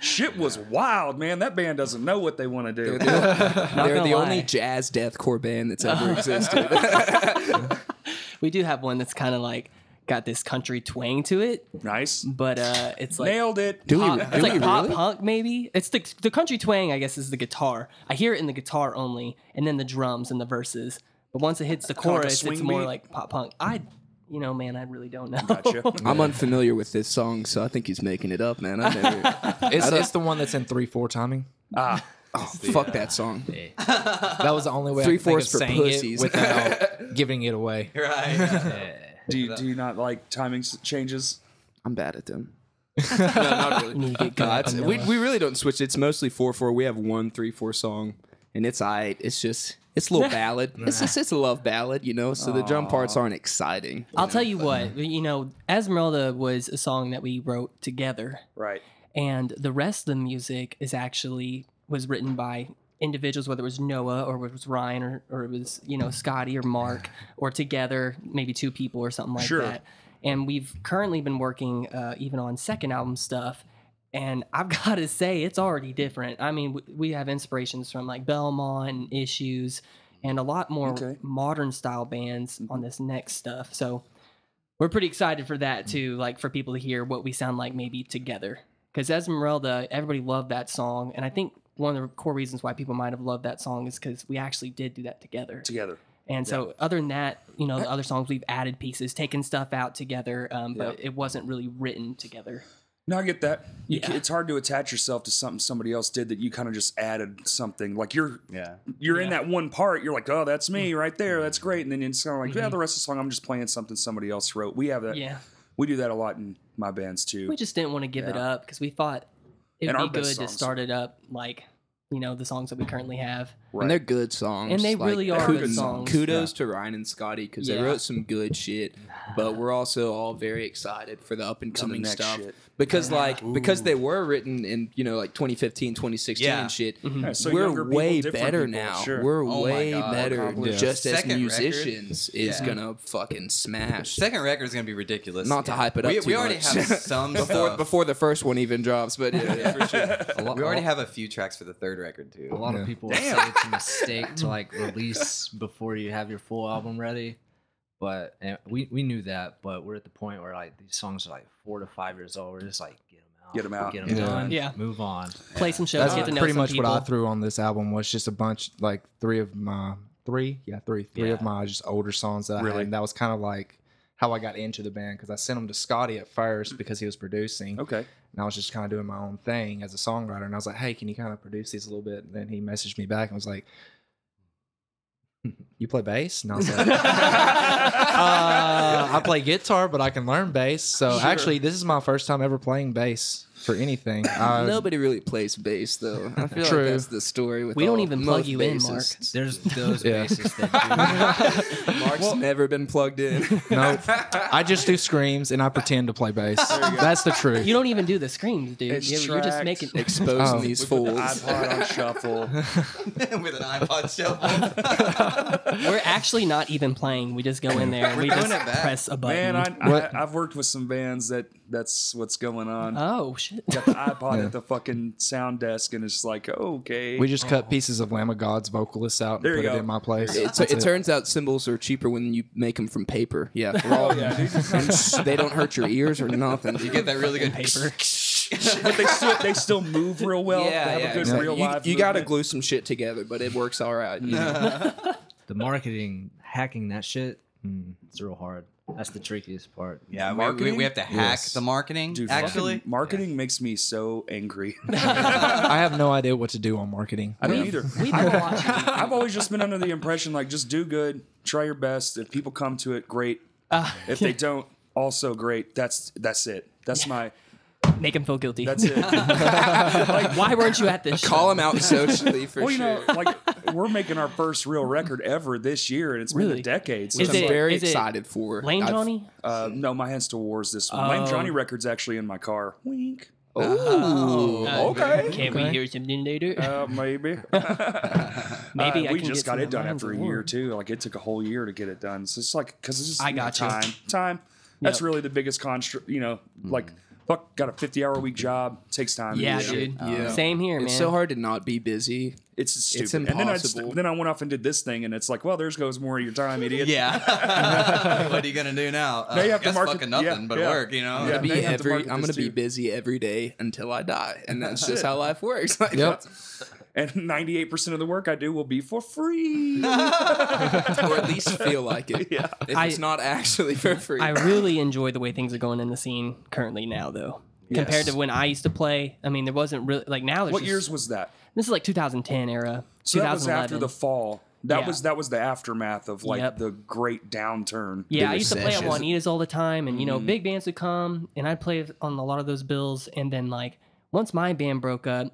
S1: Shit was wild, man. That band doesn't know what they want to do.
S4: they're
S5: gonna lie.
S4: the only jazz deathcore band that's ever existed.
S5: We do have one that's kind of like got this country twang to it,
S1: Nice.
S5: but uh, it's like
S1: Nailed it.
S4: Do we,
S5: pop,
S4: do
S5: it's like
S4: we
S5: pop
S4: really?
S5: punk maybe it's the, the country twang i guess is the guitar i hear it in the guitar only and then the drums and the verses but once it hits the
S1: like a
S5: chorus it's
S1: swing
S5: more
S1: beat?
S5: like pop punk i you know, man, I really don't know.
S1: Gotcha.
S4: I'm unfamiliar with this song, so I think he's making it up, man. I never.
S8: It's, it's the one that's in three four timing.
S1: Ah,
S4: oh, fuck that song.
S8: That was the only way I could think of
S4: Three-fourths for
S8: saying
S4: pussies.
S8: it without giving it away.
S2: Right. yeah.
S1: do you, do you not like timing s- changes?
S4: I'm bad at them. no, not really. Nah, it's- Uh, we, we really don't switch. It's mostly four four. We have one three four song, and it's I. It's just it's a little ballad. It's just it's a love ballad, you know. So the drum parts aren't exciting.
S5: I'll tell you what, you know, Esmeralda was a song that we wrote together,
S1: Right.
S5: and the rest of the music is actually was written by individuals, whether it was Noah or it was Ryan or, or it was you know Scotty or Mark or together, maybe two people or something like
S1: Sure.
S5: that. And we've currently been working uh, even on second album stuff. And I've got to say, it's already different. I mean, we, we have inspirations from like Belmont and Issues and a lot more
S1: Okay. Mm-hmm.
S5: modern style bands on this next stuff. So we're pretty excited for that
S1: Mm-hmm.
S5: too, like for people to hear what we sound like maybe together. Because Esmeralda, everybody loved that song. And I think one of the core reasons why people might have loved that song is because we actually did do that together.
S1: Together.
S5: And so, other than that, you know, the other songs we've added pieces, taken stuff out together, um, but it wasn't really written together.
S1: No, I get that. You ca-
S5: Yeah.
S1: It's hard to attach yourself to something somebody else did that you kind of just added something. Like you're
S2: Yeah.
S1: you're in
S5: Yeah.
S1: that one part. You're like, oh, that's me right there. That's
S4: Mm-hmm.
S1: great. And then it's kind of like, yeah, the rest of the song, I'm just playing something somebody else wrote. We have that.
S5: Yeah.
S1: We do that a lot in my bands too.
S5: We just didn't want to give it up because we thought it
S1: And
S5: would
S1: our
S5: be
S1: best
S5: good to
S1: songs.
S5: start it up like, you know, the songs that we currently have.
S1: right.
S4: And they're good songs.
S5: And they
S4: Like,
S5: really are
S1: They're
S5: good,
S1: good
S5: songs.
S4: Kudos to Ryan and Scotty because they
S5: Yeah.
S4: wrote some good shit, but we're also all very excited for the up and
S1: the
S4: coming
S1: next
S4: stuff
S1: shit.
S4: because like because they were written in you know like 2015, 2016
S2: Yeah.
S4: and shit.
S5: Mm-hmm.
S1: Yeah, so younger
S4: we're
S1: people,
S4: way
S1: different
S4: better
S1: people,
S4: now.
S1: Sure.
S4: We're
S2: Oh my
S4: way
S2: God.
S4: better
S1: Accomplished.
S4: just as
S2: Second record.
S4: musicians is
S2: Yeah.
S4: gonna fucking smash.
S2: Second record is gonna be ridiculous.
S4: Not to hype it up
S2: We,
S4: too
S2: we already
S4: much.
S2: have some
S4: before
S2: stuff.
S4: before the first one even drops, but yeah, yeah, for sure.
S3: A lot,
S2: we already
S3: a
S2: have a few tracks for the third record
S3: A
S2: too.
S3: lot of people say it's a mistake to like release before you have your full album ready, but and we we knew that. But we're at the point where like these songs are like four to five years old. We're just like get them out,
S1: Get 'em out.
S3: get them
S8: Yeah.
S3: done,
S5: Yeah.
S3: move on.
S5: Play some shows,
S8: That's
S5: get to know
S8: pretty
S5: some
S8: much
S5: people.
S8: what I threw on this album was just a bunch like three of my three yeah three three of
S3: Yeah.
S8: my just older songs that I
S1: Really?
S8: had. And that was kind of like how I got into the band because I sent them to Scotty at first because he was producing
S1: Okay.
S8: and I was just kind of doing my own thing as a songwriter and I was like hey can you kind of produce these a little bit and then he messaged me back and was like you play bass and I was like uh, I play guitar, but I can learn bass. So actually, this is my first time ever playing bass for anything.
S1: Uh,
S8: I-
S4: Nobody really plays bass though. I feel
S8: True.
S4: like that's the story with
S5: We don't
S4: all-
S5: even plug
S4: most
S5: you in, Mark.
S4: bassists.
S3: There's those
S8: Yeah.
S3: bases that
S4: Mark's never been plugged in.
S8: Nope. I just do screams and I pretend to play bass. That's the truth.
S5: You don't even do the screams, dude.
S1: It's
S5: You- you're just
S1: tracked.
S5: making.
S4: Exposing
S8: Oh.
S4: these
S1: Um, Put the
S4: fools.
S1: iPod on shuffle.
S2: with an iPod shuffle.
S5: We're actually not even playing. We just go in there and we
S2: doing
S5: just
S2: it back.
S5: press a button.
S1: Man, I,
S8: What-
S1: I, I've worked with some bands that that's what's going on.
S5: oh shit!
S1: Got the iPod at the fucking sound desk, and it's just like, okay.
S8: We just cut pieces of Lamb of God's vocalists out and
S1: There
S8: put
S1: you
S8: it
S1: go.
S8: in my place.
S4: It,
S8: That's
S4: it turns out cymbals are cheaper when you make them from paper. Yeah,
S1: Oh,
S4: we're all- And they don't hurt your ears or nothing.
S2: you get that really good paper.
S1: but they still, they still move real well.
S4: Yeah,
S1: they have
S4: yeah,
S1: a good
S4: exactly.
S1: real
S4: you,
S1: life.
S4: you gotta
S1: movement.
S4: glue some shit together, but it works all right. you know?
S3: the marketing hacking that shit.
S8: Hmm.
S3: mm, it's real hard. That's the trickiest part.
S2: Yeah, we, we,
S1: Marketing?
S2: we have to hack
S8: Yes.
S2: the marketing.
S1: Dude,
S2: actually,
S1: fucking marketing makes me so angry.
S8: I have no idea what to do on marketing.
S1: I don't either.
S5: We've been watching.
S1: I've always just been under the impression like just do good, try your best. If people come to it, great.
S5: Uh,
S1: if they don't, also great. That's that's it. That's my
S5: Make him feel guilty.
S1: that's it.
S5: Why weren't you at this? show?
S4: Call them out socially for
S1: well, you
S4: sure.
S1: know, like we're making our first real record ever this year, and it's been
S5: Really?
S1: a decade. So
S5: Is
S1: I'm
S4: I'm
S5: it-
S1: like,
S4: very
S5: is it
S4: excited for
S5: Lane
S4: I've-
S5: Johnny.
S1: uh, no, my hands to wars this one. Lame
S5: Oh.
S1: Johnny record's actually in my car. Wink.
S4: Oh,
S1: Oh,
S4: Ooh, okay.
S5: Can Uh, we hear something later?
S1: Uh, maybe.
S5: Maybe
S1: Uh,
S5: I
S1: we
S5: can
S1: just got
S5: get some
S1: it done
S5: lines
S1: after a
S5: award.
S1: year too. Like it took a whole year to get it done. So it's like because it's just
S5: I
S1: you know,
S5: gotcha.
S1: time, time. That's
S5: Yep. Mm.
S1: really the biggest construct. You know, like fuck, got a fifty-hour week job. Takes time. to
S5: Yeah,
S1: do shit.
S5: dude.
S4: Yeah.
S5: Same here, man.
S4: It's so hard to not be busy.
S1: It's stupid.
S4: It's
S1: And then I just,
S4: impossible.
S1: then I went off and did this thing, and it's like, well, there's goes more of your time, idiot.
S2: yeah. what are you gonna do now? Uh,
S1: you have to
S2: guess
S1: market-
S2: fucking nothing
S1: yeah,
S2: but
S1: yeah.
S2: work. You know.
S1: Yeah.
S4: Be
S1: now you have to
S4: every,
S1: market
S4: I'm
S1: this
S4: gonna be
S1: too.
S4: busy every day until I die, and that's just how life works. Like,
S8: Yep.
S1: and 98% of the work I do will be for free.
S4: or at least feel like it.
S1: Yeah.
S4: If
S5: I-
S4: it's not actually for free.
S5: I really enjoy the way things are going in the scene currently now, though. Compared to when I used to play, I mean, there wasn't really like now. There's
S1: what
S5: just-
S1: years was that?
S5: This is like 2010 era.
S1: So that was after the fall. That
S5: Yeah.
S1: was that was the aftermath of like
S5: Yep.
S1: the great downturn.
S5: Yeah, I
S8: bigger
S5: used to play at
S8: sessions.
S5: Juanita's all the time, and you
S1: Mm-hmm.
S5: know, big bands would come, and I'd play on a lot of those bills. And then, like, once my band broke up,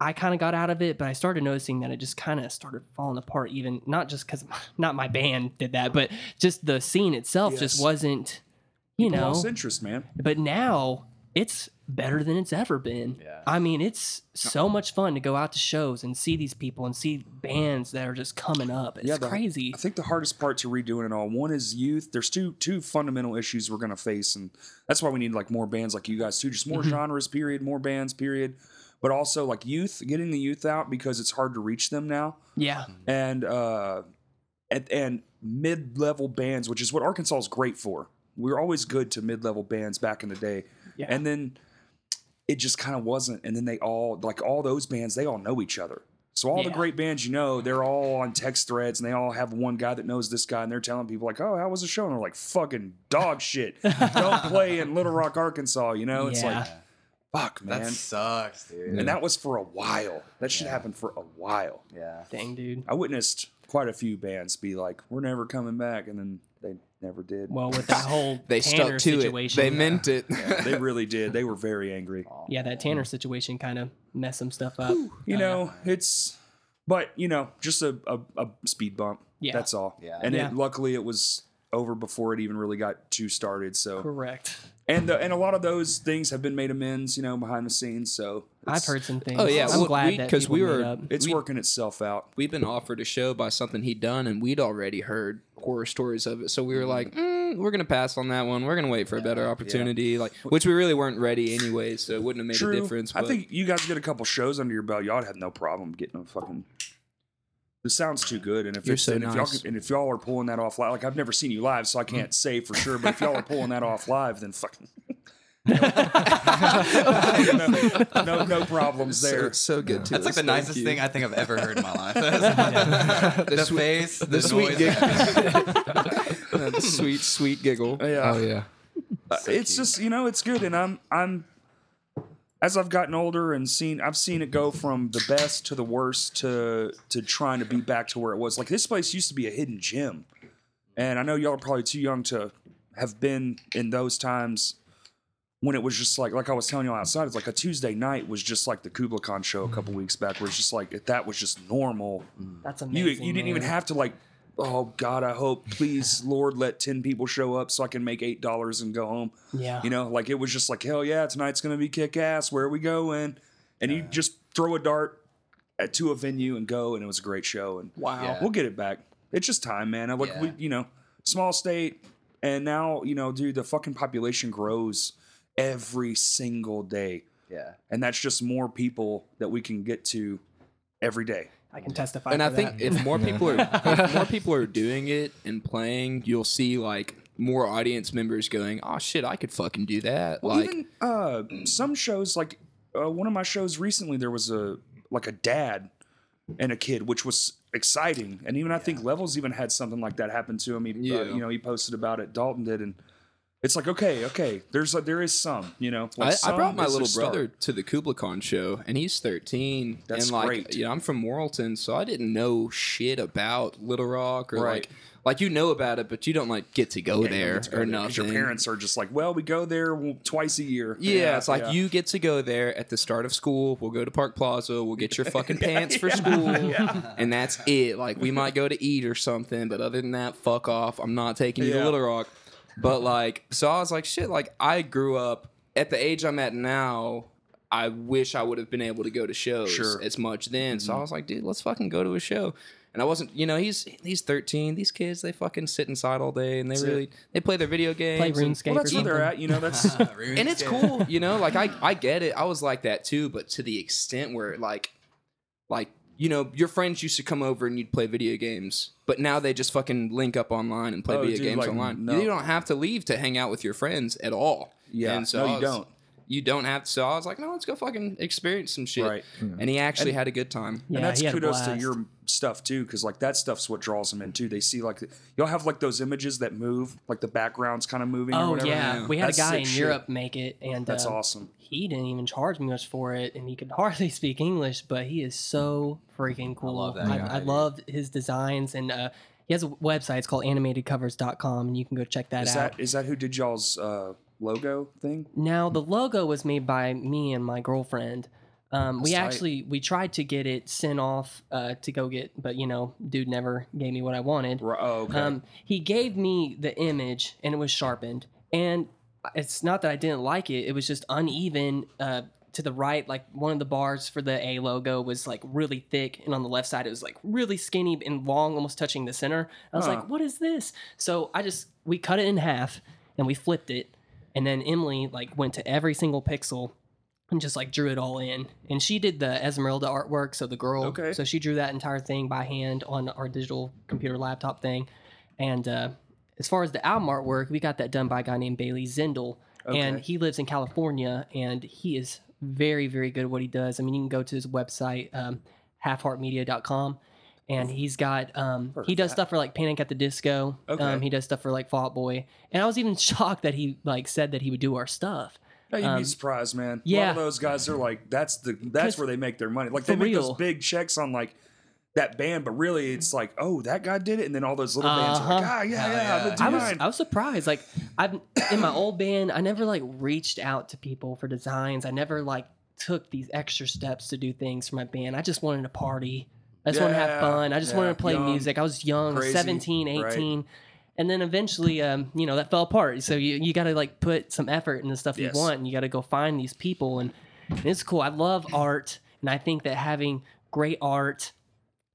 S5: I kind of got out of it, but I started noticing that it just kind of started falling apart. Even not just because not my band did that, but just the scene itself
S1: Yes.
S5: just wasn't, you
S1: People
S5: know.
S1: lost interest, man.
S5: But now it's better than it's ever been.
S2: Yeah.
S5: I mean, it's so much fun to go out to shows and see these people and see bands that are just coming up. It's
S1: Yeah, the-
S5: crazy.
S1: I think the hardest part to redoing it all one is youth. There's two two fundamental issues we're gonna face, and that's why we need like more bands like you guys too. Just more genres, period. More bands, period. But also like youth, getting the youth out because it's hard to reach them now,
S5: Yeah.
S1: and uh, and, and mid level bands, which is what Arkansas is great for. We were always good to mid level bands back in the day,
S5: Yeah.
S1: and then it just kind of wasn't. And then they all like all those bands, they all know each other. So all the
S5: Yeah.
S1: great bands you know, they're all on text threads and they all have one guy that knows this guy and they're telling people like, "Oh, how was the show?" And they're like, "Fucking dog shit. Don't play in Little Rock, Arkansas." You know, it's like,
S5: Yeah.
S1: "Fuck, man."
S2: That sucks, dude.
S1: and that was for a while. That shit happened for a while.
S2: yeah.
S5: Dang, dude.
S1: I witnessed quite a few bands be like, "We're never coming back," and then they never did.
S5: Well, with that whole
S4: they
S5: Tanner
S4: stuck to
S5: situation, uh,
S4: it. They meant it.
S1: they really did. They were very angry.
S5: yeah, that Tanner situation kind of messed some stuff up.
S1: you
S5: Uh,
S1: know, it's but you know, just a, a, a speed bump.
S5: Yeah.
S1: That's all.
S2: Yeah.
S1: And
S5: Yeah.
S1: It, luckily it was over before it even really got too started. So
S5: Uh, correct.
S1: and the, and a lot of those things have been made amends, you know, behind the scenes. So
S5: I've heard some things.
S4: Oh, yeah,
S5: I'm
S4: well,
S5: glad
S4: we-
S5: that
S4: 'cause
S5: people
S4: we
S5: made
S4: were-
S5: up.
S1: it's
S4: We-
S1: working itself out.
S4: We've been offered a show by something he'd done, and we'd already heard horror stories of it. So
S1: Mm-hmm.
S4: we were like, mm, "We're gonna pass on that one. We're gonna wait for a better opportunity." Like, which we really weren't ready anyway, so it wouldn't have made
S1: True.
S4: a difference.
S1: I
S4: but-
S1: think you guys get a couple shows under your belt. Y'all had no problem getting a fucking. The sound's too good, and if
S4: You're
S1: it's,
S4: so
S1: and if y'all
S4: nice. Mm.
S1: can- and if y'all are pulling that off live, like I've never seen you live, so I can't say for sure. But if y'all are pulling that off live, then fucking no, no, no problems
S4: so,
S1: there.
S4: so good. To
S2: That's like
S4: us.
S2: the
S4: Thank
S2: nicest
S4: you.
S2: thing I think I've ever heard in my life. the
S4: sweet-
S2: face, the, noise.
S4: sweet gig. That sweet, sweet giggle.
S1: Yeah.
S8: yeah.
S1: Uh, it's just you know it's good, and I'm I'm as I've gotten older and seen I've seen it go from the best to the worst to to trying to be back to where it was. Like this place used to be a hidden gem, and I know y'all are probably too young to have been in those times when it was just like like I was telling y'all outside. It's like a Tuesday night was just like the Kubla Khan show a couple weeks back, where it's just like that was just normal.
S5: That's
S1: You
S5: amazing.
S1: you didn't even
S5: man.
S1: have to like. Oh God! I hope, please, Lord, let ten people show up so I can make eight dollars and go home.
S5: Yeah.
S1: You know, like it was just like, hell yeah, tonight's gonna be kick ass. Where are we going? And you just throw a dart at to a venue and go, and it was a great show. And
S4: Wow.
S2: Yeah.
S1: we'll get it back. It's just time, man. I like
S2: Yeah.
S1: we, you know, small state, and now you know, dude, the fucking population grows every single day,
S2: Yeah.
S1: and that's just more people that we can get to every day.
S5: I can testify.
S4: and I
S5: for
S4: think
S5: that.
S4: if more people are if more people are doing it and playing, you'll see like more audience members going, "Oh shit, I could fucking do that!"
S1: Well,
S4: like,
S1: even uh, some shows, like uh, one of my shows recently, there was a like a dad and a kid, which was exciting. And even I think Levels even had something like that happen to him. He, uh,
S4: Yeah.
S1: you know, he posted about it. Dalton did, and it's like okay, okay, there's a, there is some, you know. Like
S4: I, I
S1: some
S4: brought my
S1: is a
S4: little
S1: start.
S4: brother to the Kubla Khan show, and he's 13.
S1: That's
S4: and like,
S1: great.
S4: You know, I'm from Morrilton, so I didn't know shit about Little Rock or
S1: Right.
S4: like, like you know about it, but you don't like get to go
S1: Yeah, you
S4: there
S1: get to go
S4: or
S1: 'cause
S4: nothing.
S1: Your parents are just like, well, we go there w- twice a year.
S4: Yeah, it's like
S1: yeah.
S4: you get to go there at the start of school. We'll go to Park Plaza. We'll get your fucking pants for school, and that's it. Like we might go to eat or something, but other than that, fuck off. I'm not taking you
S1: Yeah.
S4: to Little Rock. But like, so I was like, shit. Like I grew up at the age I'm at now. I wish I would have been able to go to shows
S1: Sure. Mm-hmm.
S4: as much then. So I was like, dude, let's fucking go to a show. And I wasn't, you know, he's he's 13. These kids, they fucking sit inside all day and they
S1: That's it.
S4: really they play their video games.
S5: play
S4: and-
S5: RuneScape
S1: Well,
S5: or
S1: that's where
S5: something.
S1: they're at. You know,
S2: Ah,
S1: that's
S4: and it's cool, you know. Like I, I get it. I was like that too, but to the extent where like, like you know, your friends used to come over and you'd play video games, but now they just fucking link up online and play
S1: Oh,
S4: video
S1: dude,
S4: games
S1: like,
S4: online.
S1: no.
S4: You don't have to leave to hang out with your friends at all.
S1: yeah.
S4: And so
S1: no,
S4: I
S1: you
S4: was-
S1: don't.
S4: you don't have. So I was like, no, let's go fucking experience some shit.
S1: Right. Hmm.
S4: And he actually had a good time.
S5: Yeah,
S1: and that's
S5: he had a
S1: kudos to
S5: blast.
S1: your stuff too, because like that stuff's what draws them in too. They see like y'all have like those images that move, like the background's kind of moving. or
S5: Oh
S1: whatever.
S5: yeah, we had
S1: That's
S5: a guy
S1: sick
S5: in
S1: shit.
S5: Europe make it, and
S1: That's
S5: um,
S1: awesome.
S5: He didn't even charge me much for it, and he could hardly speak English, but he is so freaking cool.
S2: love that
S5: I,
S2: guy,
S5: I
S2: dude.
S5: loved his designs, and uh, he has a website. It's called animatedcovers.com, and you can go check that
S1: Is
S5: out.
S1: that is that who did y'all's uh, logo thing?
S5: Now the logo was made by me and my girlfriend. Um, we
S1: That's tight.
S5: actually we tried to get it sent off uh, to go get, but you know, dude never gave me what I wanted.
S1: Ri- Oh, okay.
S5: Um, he gave me the image, and it was sharpened. And it's not that I didn't like it; it was just uneven. Uh, to the right, like one of the bars for the A logo was like really thick, and on the left side it was like really skinny and long, almost touching the center. I was
S1: Huh.
S5: like, "What is this?" So I just we cut it in half and we flipped it, and then Emily like went to every single pixel and just like drew it all in. And she did the Esmeralda artwork, so the girl.
S1: Okay.
S5: So she drew that entire thing by hand on our digital computer laptop thing. And uh, as far as the album artwork, we got that done by a guy named Bailey Zindel, and
S1: Okay.
S5: he lives in California, and he is very very good at what he does. I mean, you can go to his website, um, halfheartmedia.com. And he's got um,
S1: Heard
S5: he
S1: of
S5: does
S1: that.
S5: stuff for like Panic at the Disco.
S1: Okay.
S5: Um, he does stuff for like Fall Out Boy. And I was even shocked that he like said that he would do our stuff.
S1: No, you'd be
S5: um,
S1: surprised, man. A lot
S5: yeah.
S1: of those guys are like, that's the
S5: 'Cause-
S1: that's where they make their money. Like they
S5: For
S1: make
S5: real.
S1: those big checks on like that band, but really it's like, oh, that guy did it, and then all those little bands are like,
S5: Uh-huh.
S1: ah, yeah,
S2: Hell
S1: yeah, I've been
S2: yeah.
S5: I
S1: doing
S5: was
S1: mine.
S5: I was surprised. Like I've in my old band, I never like reached out to people for designs. I never like took these extra steps to do things for my band. I just wanted to party. I just wanted to
S1: Yeah,
S5: have fun. I just wanted
S1: yeah,
S5: to play
S1: young,
S5: music. I was young,
S1: crazy,
S5: 17, 18.
S1: right.
S5: And then eventually, um, you know, that fell apart. So you, you got to like put some effort in the stuff
S1: Yes.
S5: you want and you got to go find these people. And, and it's cool. I love art. And I think that having great art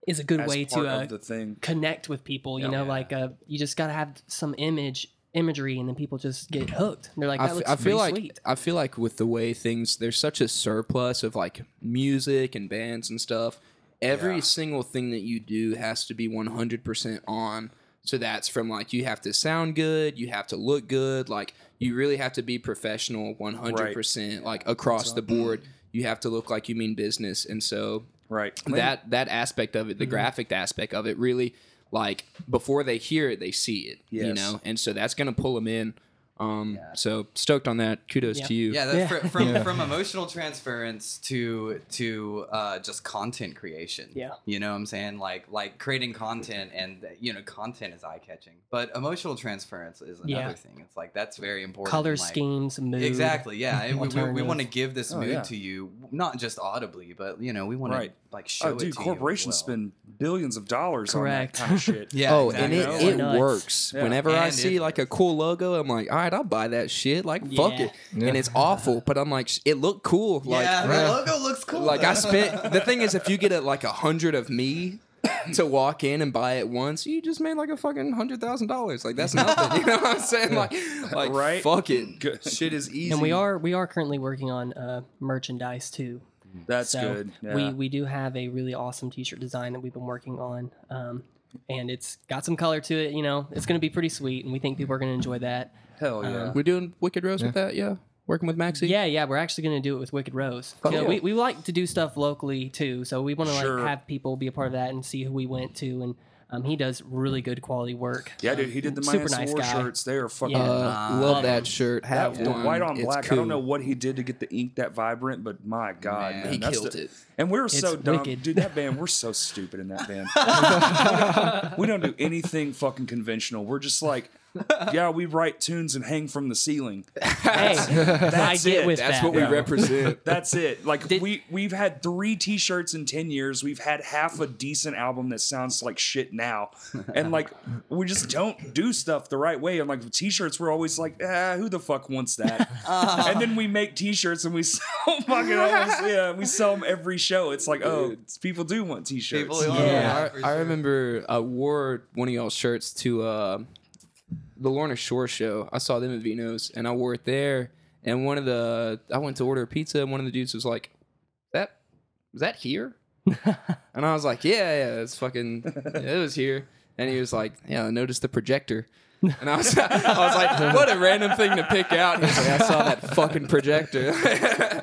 S5: is a good
S1: As
S5: way
S1: part
S5: to uh,
S1: of the thing.
S5: connect with people. You
S1: Yeah.
S5: know, like uh, you just gotta have some image imagery, and then people just get hooked. They're like,
S4: I
S5: that
S4: f-
S5: looks
S4: I feel
S5: pretty
S4: like
S5: sweet.
S4: I feel like with the way things there's such a surplus of like music and bands and stuff. Every
S2: Yeah.
S4: single thing that you do has to be 100% on. So that's from like you have to sound good, you have to look good, like you really have to be professional 100% like across the board. You have to look like you mean business. And so
S1: Right.
S4: that that aspect of it, the graphic aspect of it, really like before they hear it, they see it. You
S1: Yes.
S4: know, and so that's gonna pull them in. Um,
S2: Yeah.
S4: so stoked on that. Kudos
S5: Yeah.
S4: to you.
S2: Yeah, that,
S5: Yeah.
S2: fr- from
S9: Yeah.
S2: from emotional transference to to uh, just content creation.
S5: Yeah.
S2: you know what I'm saying? Like like creating content, and you know, content is eye catching, but emotional transference is another
S5: Yeah.
S2: thing. It's like that's very important.
S5: Color
S2: like-
S5: schemes, mood.
S2: Exactly. Yeah, and we, we, we
S5: alternative.
S2: want to give this
S1: Oh,
S2: mood
S1: yeah.
S2: to you, not just audibly, but you know, we want
S1: Right.
S2: to like show
S1: Oh,
S2: it
S1: dude,
S2: to you as
S1: corporations
S2: well.
S1: spend billions of dollars
S5: Correct.
S1: on that kind of shit.
S2: Yeah.
S4: oh,
S2: exactly.
S4: and
S5: Yeah.
S4: it,
S5: Nuts.
S4: it works.
S1: Yeah.
S4: Whenever I
S2: And
S4: see
S2: it
S4: like a cool logo, I'm like, all right, I'll buy that shit. Like, fuck
S5: Yeah.
S4: it.
S9: Yeah.
S4: And it's awful, but I'm like, sh- it looked cool. Like,
S2: yeah, the
S9: Yeah.
S2: logo looks cool.
S4: like I
S2: though.
S4: spent. The thing is, if you get a, like a hundred of me to walk in and buy it once, you just made like a fucking hundred thousand dollars. Like that's nothing. you know what I'm saying? Like, like
S1: Right?
S4: fuck it.
S1: Good.
S4: Shit is easy.
S5: And we are we are currently working on uh, merchandise too.
S1: That's
S5: so
S1: good. Yeah.
S5: we we do have a really awesome T-shirt design that we've been working on, um, and it's got some color to it. You know, it's gonna be pretty sweet, and we think people are gonna enjoy that.
S1: Hell yeah.
S5: um,
S4: We're doing Wicked Rose with that. Yeah, working with Maxie.
S5: Yeah, yeah, we're actually going to do it with Wicked Rose. You know,
S4: yeah.
S5: we, we like to do stuff locally too, so we want to
S1: Sure.
S5: like have people be a part of that and see who we went to, and um, he does really good quality work.
S1: yeah,
S5: Um,
S1: dude, he did the
S5: super
S1: Miami
S5: nice
S1: War
S5: guy.
S1: shirts. They are fucking
S5: Yeah.
S4: Uh, love
S5: Um,
S4: that shirt.
S1: That
S4: Have
S1: the
S4: one.
S1: white on
S4: Um, It's
S1: black. I
S4: cool.
S1: don't know what he did to get the ink that vibrant, but my god,
S2: Man.
S1: man,
S4: He
S1: that's
S4: killed
S1: the-
S4: it.
S1: And we we're so
S5: It's
S1: dumb,
S5: wicked.
S1: dude. That band, we're so stupid in that band. we don't do anything fucking conventional. We're just like, yeah, we write tunes and hang from the ceiling.
S5: Hey, I
S1: That's
S5: get
S1: it.
S5: with
S4: That's
S5: that.
S4: what we
S1: Yeah.
S4: represent.
S1: That's it. Like
S5: Did-
S1: we we've had three T-shirts in ten years. We've had half a decent album that sounds like shit now, and like we just don't do stuff the right way. And like T-shirts, we're always like, ah, who the fuck wants that?
S2: Uh-huh.
S6: Uh-huh.
S1: and then we make T-shirts and we sell fucking almost, yeah, we sell them every show. It's like, oh, people do want T-shirts.
S2: People who-
S4: Yeah,
S2: Oh, for
S4: I, I
S2: sure.
S4: remember I wore one of y'all's shirts to uh, the Lorna Shore show. I saw them at Vino's, and I wore it there. And one of the I went to order a pizza, and one of the dudes was like, "That was that here?" and I was like, "Yeah, yeah, it's fucking, it was here." And he was like, "Yeah, I noticed the projector."
S6: And I was, I was like, what a random thing to pick out. He's like, I saw that fucking projector.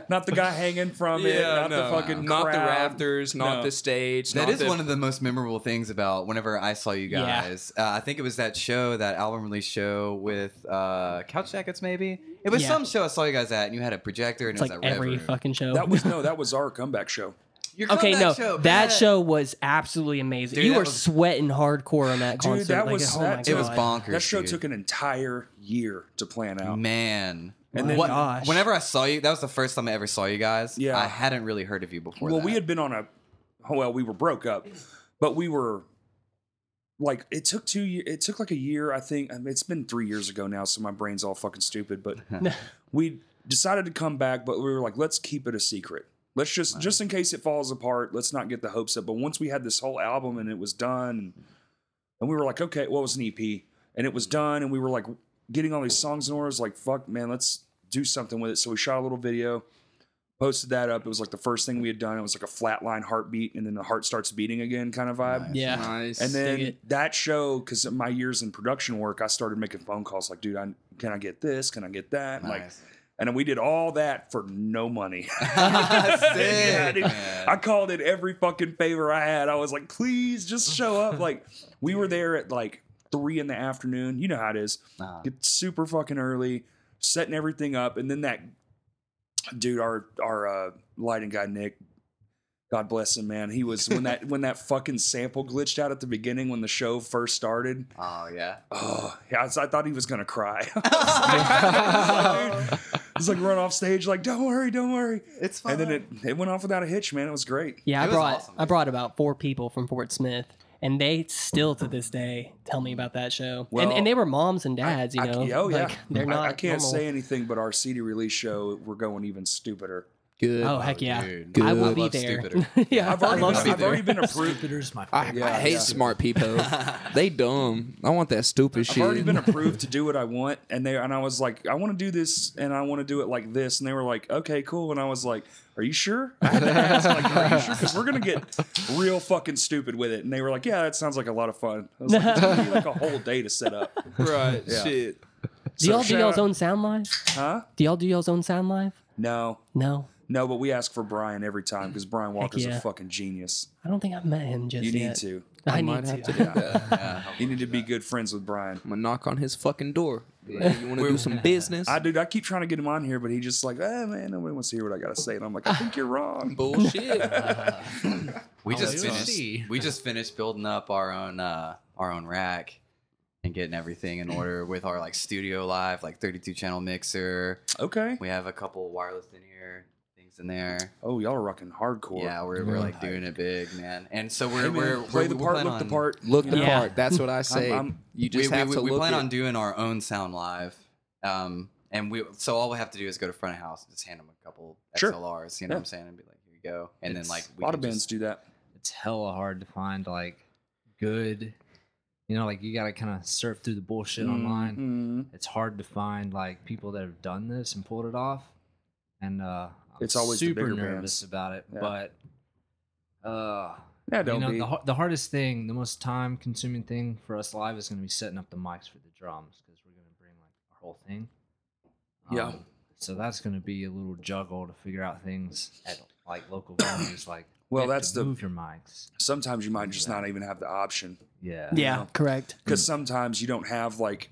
S1: Not the guy hanging from it. Not
S6: no,
S1: the fucking
S6: not the
S1: crowd.
S6: rafters, not
S1: No.
S6: the stage.
S2: That
S6: not
S2: is one of the most memorable things about whenever I saw you
S5: Yeah.
S2: guys. Uh, I think it was that show, that album release show with uh, Couch Jackets, maybe. It was
S5: Yeah.
S2: some show I saw you guys at, and you had a projector, and
S5: It's
S2: it was
S5: like
S2: that red
S5: every
S2: room.
S5: fucking show.
S1: That was no, that was our comeback show.
S2: Your
S5: okay.
S2: comeback
S5: No, that
S2: bet.
S5: show was absolutely amazing.
S2: Dude,
S5: you
S2: that
S5: were
S2: was-
S5: sweating hardcore on that
S1: Dude,
S5: concert.
S1: that
S5: like,
S1: was-
S5: oh
S1: that-
S5: my
S2: It was
S5: God.
S2: bonkers.
S1: That show
S2: dude.
S1: took an entire year to plan out.
S2: man.
S5: And then- Gosh.
S2: whenever I saw you, that was the first time I ever saw you guys.
S1: Yeah.
S2: I hadn't really heard of you before.
S1: Well,
S2: that.
S1: we had been on a oh, well, we were broke up, but we were like it took two years. It took like a year, I think. I mean, it's been three years ago now, so my brain's all fucking stupid. But we decided to come back, but we were like, let's keep it a secret. Let's just just in case it falls apart, let's not get the hopes up. But once we had this whole album and it was done, and we were like, okay, well, it was an EP, and it was
S2: Mm-hmm.
S1: done, and we were like getting all these songs in order. It's like, fuck, man, let's do something with it. So we shot a little video posted that up. It was like the first thing we had done. It was like a flatline heartbeat, and then the heart starts beating again kind of vibe.
S2: Nice.
S5: Yeah.
S6: Nice.
S1: And
S5: Dig
S1: then
S5: it.
S1: that show, because my years in production work, I started making phone calls like, dude, I, can I get this? Can I get that?
S2: Nice.
S1: Like, and then we did all that for no money. Yeah,
S2: Sick,
S1: dude.
S2: man.
S1: I called in every fucking favor I had. I was like, please just show up. Like, we were there at like three in the afternoon. You know how it is.
S2: Nah.
S1: Get super fucking early, setting everything up, and then that dude, our our uh, lighting guy Nick, God bless him, man. He was when that when that fucking sample glitched out at the beginning when the show first started.
S2: Oh yeah.
S1: Oh, yeah, I, was- I thought he was gonna cry. I was like, dude, I was like run off stage, like don't worry, don't worry.
S2: It's fine.
S1: And then it it went off without a hitch, man. It was great.
S5: Yeah,
S2: It
S5: I
S2: was
S5: brought
S2: awesome,
S5: I
S2: dude.
S5: brought about four people from Fort Smith, and they still to this day tell me about that show. and,
S1: Well,
S5: and they were moms and dads,
S1: I-
S5: you know.
S1: oh, yeah.
S5: like, they're
S1: I-
S5: not.
S1: I, can't
S5: normal.
S1: say anything, but our CD release show, we're going even stupider.
S6: good.
S5: Oh heck yeah!
S2: dude.
S5: I
S6: Good.
S5: will
S6: I
S5: be
S2: love
S5: there.
S2: stupider.
S5: yeah,
S1: I've
S5: I
S1: already,
S5: love
S1: been, I've
S5: stupider.
S1: already been approved.
S3: Stupider's my
S6: I,
S1: Yeah,
S6: I hate
S1: yeah.
S6: smart people. they dumb. I want that stupid
S1: I've
S6: shit.
S1: already been approved to do what I want, and they and I was like, I want to do this, and I want to do it like this, and they were like, okay, cool, and I was like, are you sure? I had to ask, like, are you sure? Because we're gonna get real fucking stupid with it, and they were like, yeah, that sounds like a lot of fun. I was like, it's gonna be like a whole day to set up,
S6: right.
S1: Yeah.
S6: Shit.
S5: Do
S1: So
S5: y'all do
S1: shout
S5: y'all's
S1: out-
S5: own sound live?
S1: huh?
S5: Do y'all do y'all's own sound live?
S1: No,
S5: No,
S1: no, but we ask for Brian every time because Brian Walker's
S5: yeah.
S1: a fucking genius.
S5: I don't think I've met him just
S1: You need
S5: yet.
S1: to.
S5: I, need
S6: might
S5: to.
S6: have to do that.
S1: You need to be good friends with Brian.
S6: I'm gonna knock on his fucking door. Hey, you want to do some business?
S1: I dude, I keep trying to get him on here, but he just like, eh, man, nobody wants to hear what I gotta say, and I'm like, I think you're wrong.
S6: Bullshit.
S2: We just
S3: let's see.
S2: finished. We just finished building up our own uh, our own rack and getting everything in order with our like studio live like 32 channel mixer.
S1: Okay.
S2: We have a couple wireless in here things in there.
S1: Oh, y'all are rocking hardcore.
S2: Yeah, we're, we're like doing it big, man. And so we're
S1: Hey, man,
S2: we're
S1: play
S2: we're,
S1: the
S2: we're
S1: part,
S2: planning
S1: look the
S2: on-
S1: part.
S6: Look the
S5: Yeah.
S6: part. That's what I say.
S1: I'm-
S6: you
S2: We,
S6: just
S2: we,
S6: have
S2: we,
S6: to
S2: we
S6: look.
S2: plan
S6: it.
S2: on doing our own sound live. Um, and we so all we have to do is go to front of house and just hand them a couple
S1: Sure.
S2: XLRs. You know
S1: Yeah.
S2: what I'm saying? And be like, here you go. And
S3: It's
S2: then like
S1: A
S2: we
S1: lot
S2: can
S1: of bands
S2: just-
S1: do that.
S3: it's hella hard to find like good you know like you gotta kind of surf through the bullshit online
S1: Mhm.
S3: it's hard to find like people that have done this and pulled it off and uh I'm
S1: It's always the
S3: super
S1: bigger bands.
S3: nervous about it
S1: Yeah.
S3: but uh
S1: Yeah, don't
S3: you know
S1: be.
S3: the, har- the hardest thing the most time consuming thing for us live is going to be setting up the mics for the drums because we're going to bring like our whole thing Um,
S1: Yeah.
S3: so that's going to be a little juggle to figure out things at like local venues like we
S1: Well,
S3: have to
S1: that's the-
S3: move your mics
S1: sometimes you might just not even have the option
S3: yeah
S5: Yeah,
S1: No.
S5: correct.
S1: because
S6: Mm.
S1: sometimes you don't have like,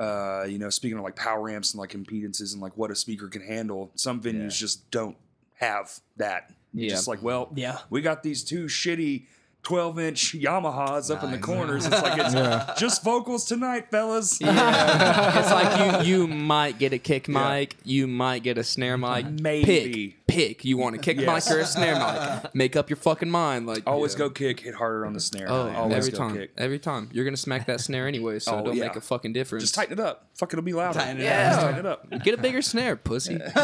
S1: uh, you know, speaking of like power amps and like impedances and like what a speaker can handle. Some venues
S3: Yeah.
S1: just don't have that. You're
S6: Yeah.
S1: Just like, well,
S5: Yeah,
S1: we got these two shitty 12 inch Yamahas up in the
S2: Nice.
S1: corners. It's like, it's just vocals tonight, fellas.
S6: it's like you you might get a kick mic, you might get a snare mic.
S1: Maybe.
S6: Pick, pick. You want a kick
S1: Yes.
S6: mic or a snare mic? Make up your fucking mind. Like
S1: Always
S6: Yeah.
S1: go kick, hit harder on the snare.
S6: Oh,
S1: Always
S6: every
S1: go
S6: time,
S1: kick.
S6: every time you're gonna smack that snare anyway, so
S1: Oh,
S6: don't
S1: yeah.
S6: make a fucking difference.
S1: Just tighten it up. Fuck, it'll be louder.
S2: Tighten it
S1: yeah.
S2: up.
S1: Just tighten it up.
S6: Get a bigger snare, pussy.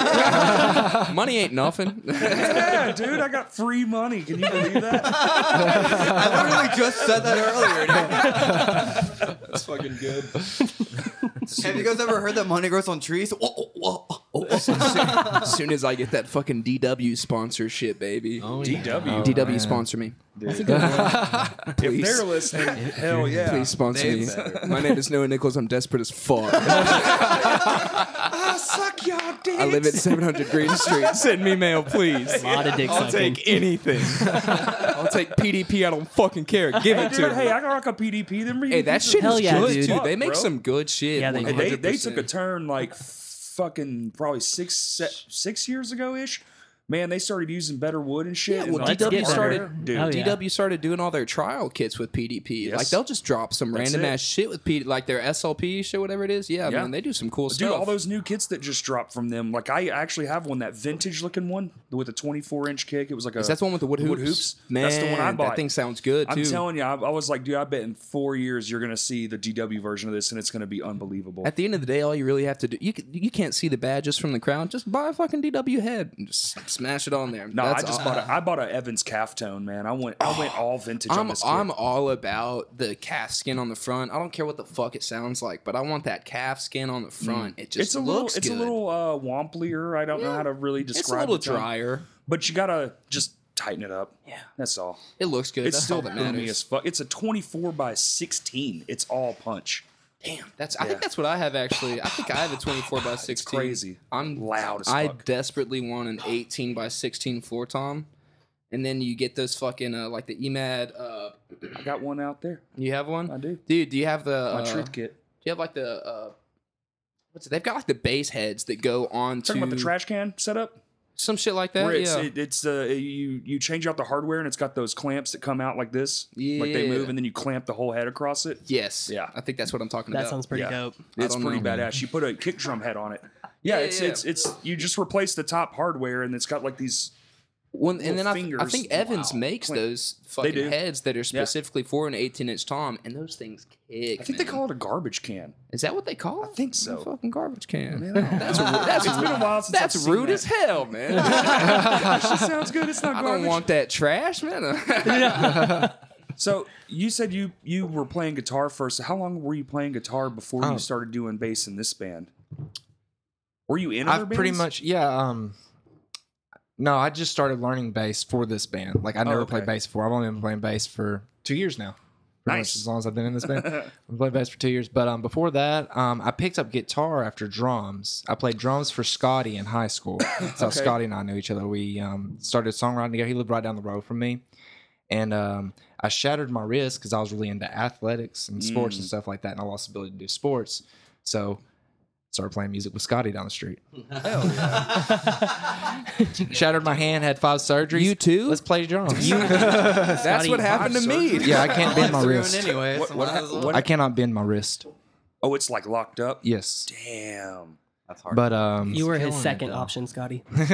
S6: Money ain't nothing.
S1: yeah, dude, I got free money. Can you believe that?
S2: I literally just said that earlier. dude.
S6: That's fucking good.
S2: Have you guys ever heard that money grows on trees? Whoa, whoa, whoa, whoa.
S6: As soon as I get that fucking DW sponsorship, baby.
S3: Oh, yeah.
S1: DW.
S6: DW sponsor me.
S5: That's a good one.
S4: Please.
S1: If they're listening, hell yeah.
S6: Please sponsor
S2: They
S6: me.
S2: better.
S6: My name is Noah Nichols. I'm desperate as fuck. I
S1: suck y'all dicks.
S6: live at 700 Green Street. Send me mail, please.
S5: A lot of dick
S6: I'll
S5: sucking.
S6: take anything. I'll take PDP. I don't fucking care. Give
S1: Hey,
S6: it
S1: dude,
S6: to
S1: hey,
S6: me.
S1: I can rock a PDP. Them
S6: Hey, that shit
S5: Hell
S6: is
S5: yeah,
S6: good,
S5: dude.
S6: too. They
S1: Fuck,
S6: make
S1: bro.
S6: some good shit.
S5: Yeah, they do.
S1: And they, they
S6: 100%.
S1: took a turn like fucking probably six se- six years ago ish. Man, they started using better wood and shit.
S6: Yeah,
S1: and,
S6: well,
S1: like,
S6: DW
S1: harder.
S6: started-
S1: dude.
S5: Oh, yeah.
S4: DW started doing all their trial kits with PDP.
S1: Yes.
S4: Like they'll just drop some
S1: That's
S4: random
S1: it.
S4: ass shit with P, like their SLP shit, whatever it is. Yeah,
S1: Yeah.
S4: man, they do some cool
S1: Dude,
S4: stuff.
S1: all those new kits that just dropped from them. Like I actually have one, that vintage looking one with a 24 inch kick. It was like a
S4: Is that the one with the wood hoops?
S1: wood hoops.
S4: Man,
S1: That's the one I
S4: That
S1: bought.
S4: thing sounds good too.
S1: I'm telling you, I, I was like, dude, I bet in four years you're gonna see the DW version of this, and it's gonna be unbelievable.
S4: At the end of the day, all you really have to do you c- you can't see the badges from the crowd. Just buy a fucking DW head and just s- smash it on there.
S1: no, I
S4: That's
S1: just
S4: all-
S1: bought a, I bought a Evans calf tone, man. I went I went all vintage on
S4: I'm
S1: this. Kit.
S4: I'm all about the calf skin on the front. I don't care what the fuck it sounds like, but I want that calf skin on the front. It just
S1: Mm. it's a little
S4: looks
S1: it's
S4: good.
S1: a little uh, womplier. I don't know how to really describe.
S4: it's a little
S1: the tone,
S4: drier.
S1: but you gotta just tighten it up.
S5: Yeah.
S1: that's all.
S4: It looks good.
S1: It's
S4: That's all
S1: still
S4: that
S1: boomy
S4: matters.
S1: as fuck. It's a 24 by 16. It's all punch.
S4: Damn, that's. I think that's what I have actually. I think I have a 24 by 16.
S1: crazy.
S4: I'm
S1: Loud as
S4: I
S1: fuck.
S4: desperately want an 18 by 16 floor tom, and then you get those fucking uh, like the EMAD. Uh,
S1: I got one out there.
S4: you have one,
S1: I do.
S4: dude? Do you have the?
S1: My
S4: Uh,
S1: truth kit.
S4: Do you have like the? Uh, what's it? They've got like the base heads that go on to
S1: Talking about the trash can setup.
S4: some shit like that.
S1: Where it's
S4: yeah.
S1: it, it's uh, you you change out the hardware and it's got those clamps that come out like this, like they move,
S4: Yeah.
S1: and then you clamp the whole head across it.
S4: yes.
S1: Yeah.
S4: I think that's what I'm talking
S5: That
S4: about.
S5: sounds pretty
S1: Yeah.
S5: dope.
S4: I
S1: It's
S4: don't
S1: pretty
S4: know, man.
S1: badass. You put a kick drum head on it. Yeah,
S4: Yeah,
S1: it's
S4: yeah.
S1: it's it's you just replace the top hardware and it's got like these.
S4: When,
S1: Little
S4: and then I, th- I
S1: fingers.
S4: think Evans
S1: Wow.
S4: makes
S1: Clamp.
S4: those fucking
S1: do.
S4: heads that are specifically for an 18 inch tom, and those things kick.
S1: I think they call it a garbage can.
S4: Is that what they call it? I
S1: think so.
S4: fucking garbage can.
S1: Man, I don't know.
S4: that's that's
S1: it's been a while since
S4: that's
S1: I've seen
S4: rude
S1: that.
S4: as hell, man.
S1: That shit sounds good. It's not
S4: I
S1: garbage.
S4: don't want that trash, man.
S1: So you said you you were playing guitar first. How long were you playing guitar before
S8: Oh.
S1: you started doing bass in this band? Were you in? other
S8: I've pretty
S1: bands?
S8: much yeah. Um, no, I just started learning bass for this band. Like I never played
S1: Oh, okay.
S8: bass before. I've only been playing bass for two years now. Pretty much
S1: Nice.
S8: as long as I've been in this band, I've played bass for two years. But um, before that, um, I picked up guitar after drums. I played drums for Scotty in high school. So
S1: Okay.
S8: Scotty and I knew each other. We um, started songwriting together. He lived right down the road from me, and um, I shattered my wrist because I was really into athletics and sports and stuff like that, and I lost the ability to do sports. So started playing music with Scotty down the street. Shattered my hand, had five surgeries.
S4: You too?
S8: Let's play drums.
S4: that's what happened to me.
S8: yeah, I can't bend my
S2: Ruined
S8: wrist.
S2: anyway. so might as well.
S8: I cannot bend my wrist.
S1: Oh, it's like locked up.
S8: Yes,
S1: Damn.
S2: That's hard.
S8: but um,
S5: You were his
S3: killing it,
S5: second
S3: though.
S5: option, Scotty.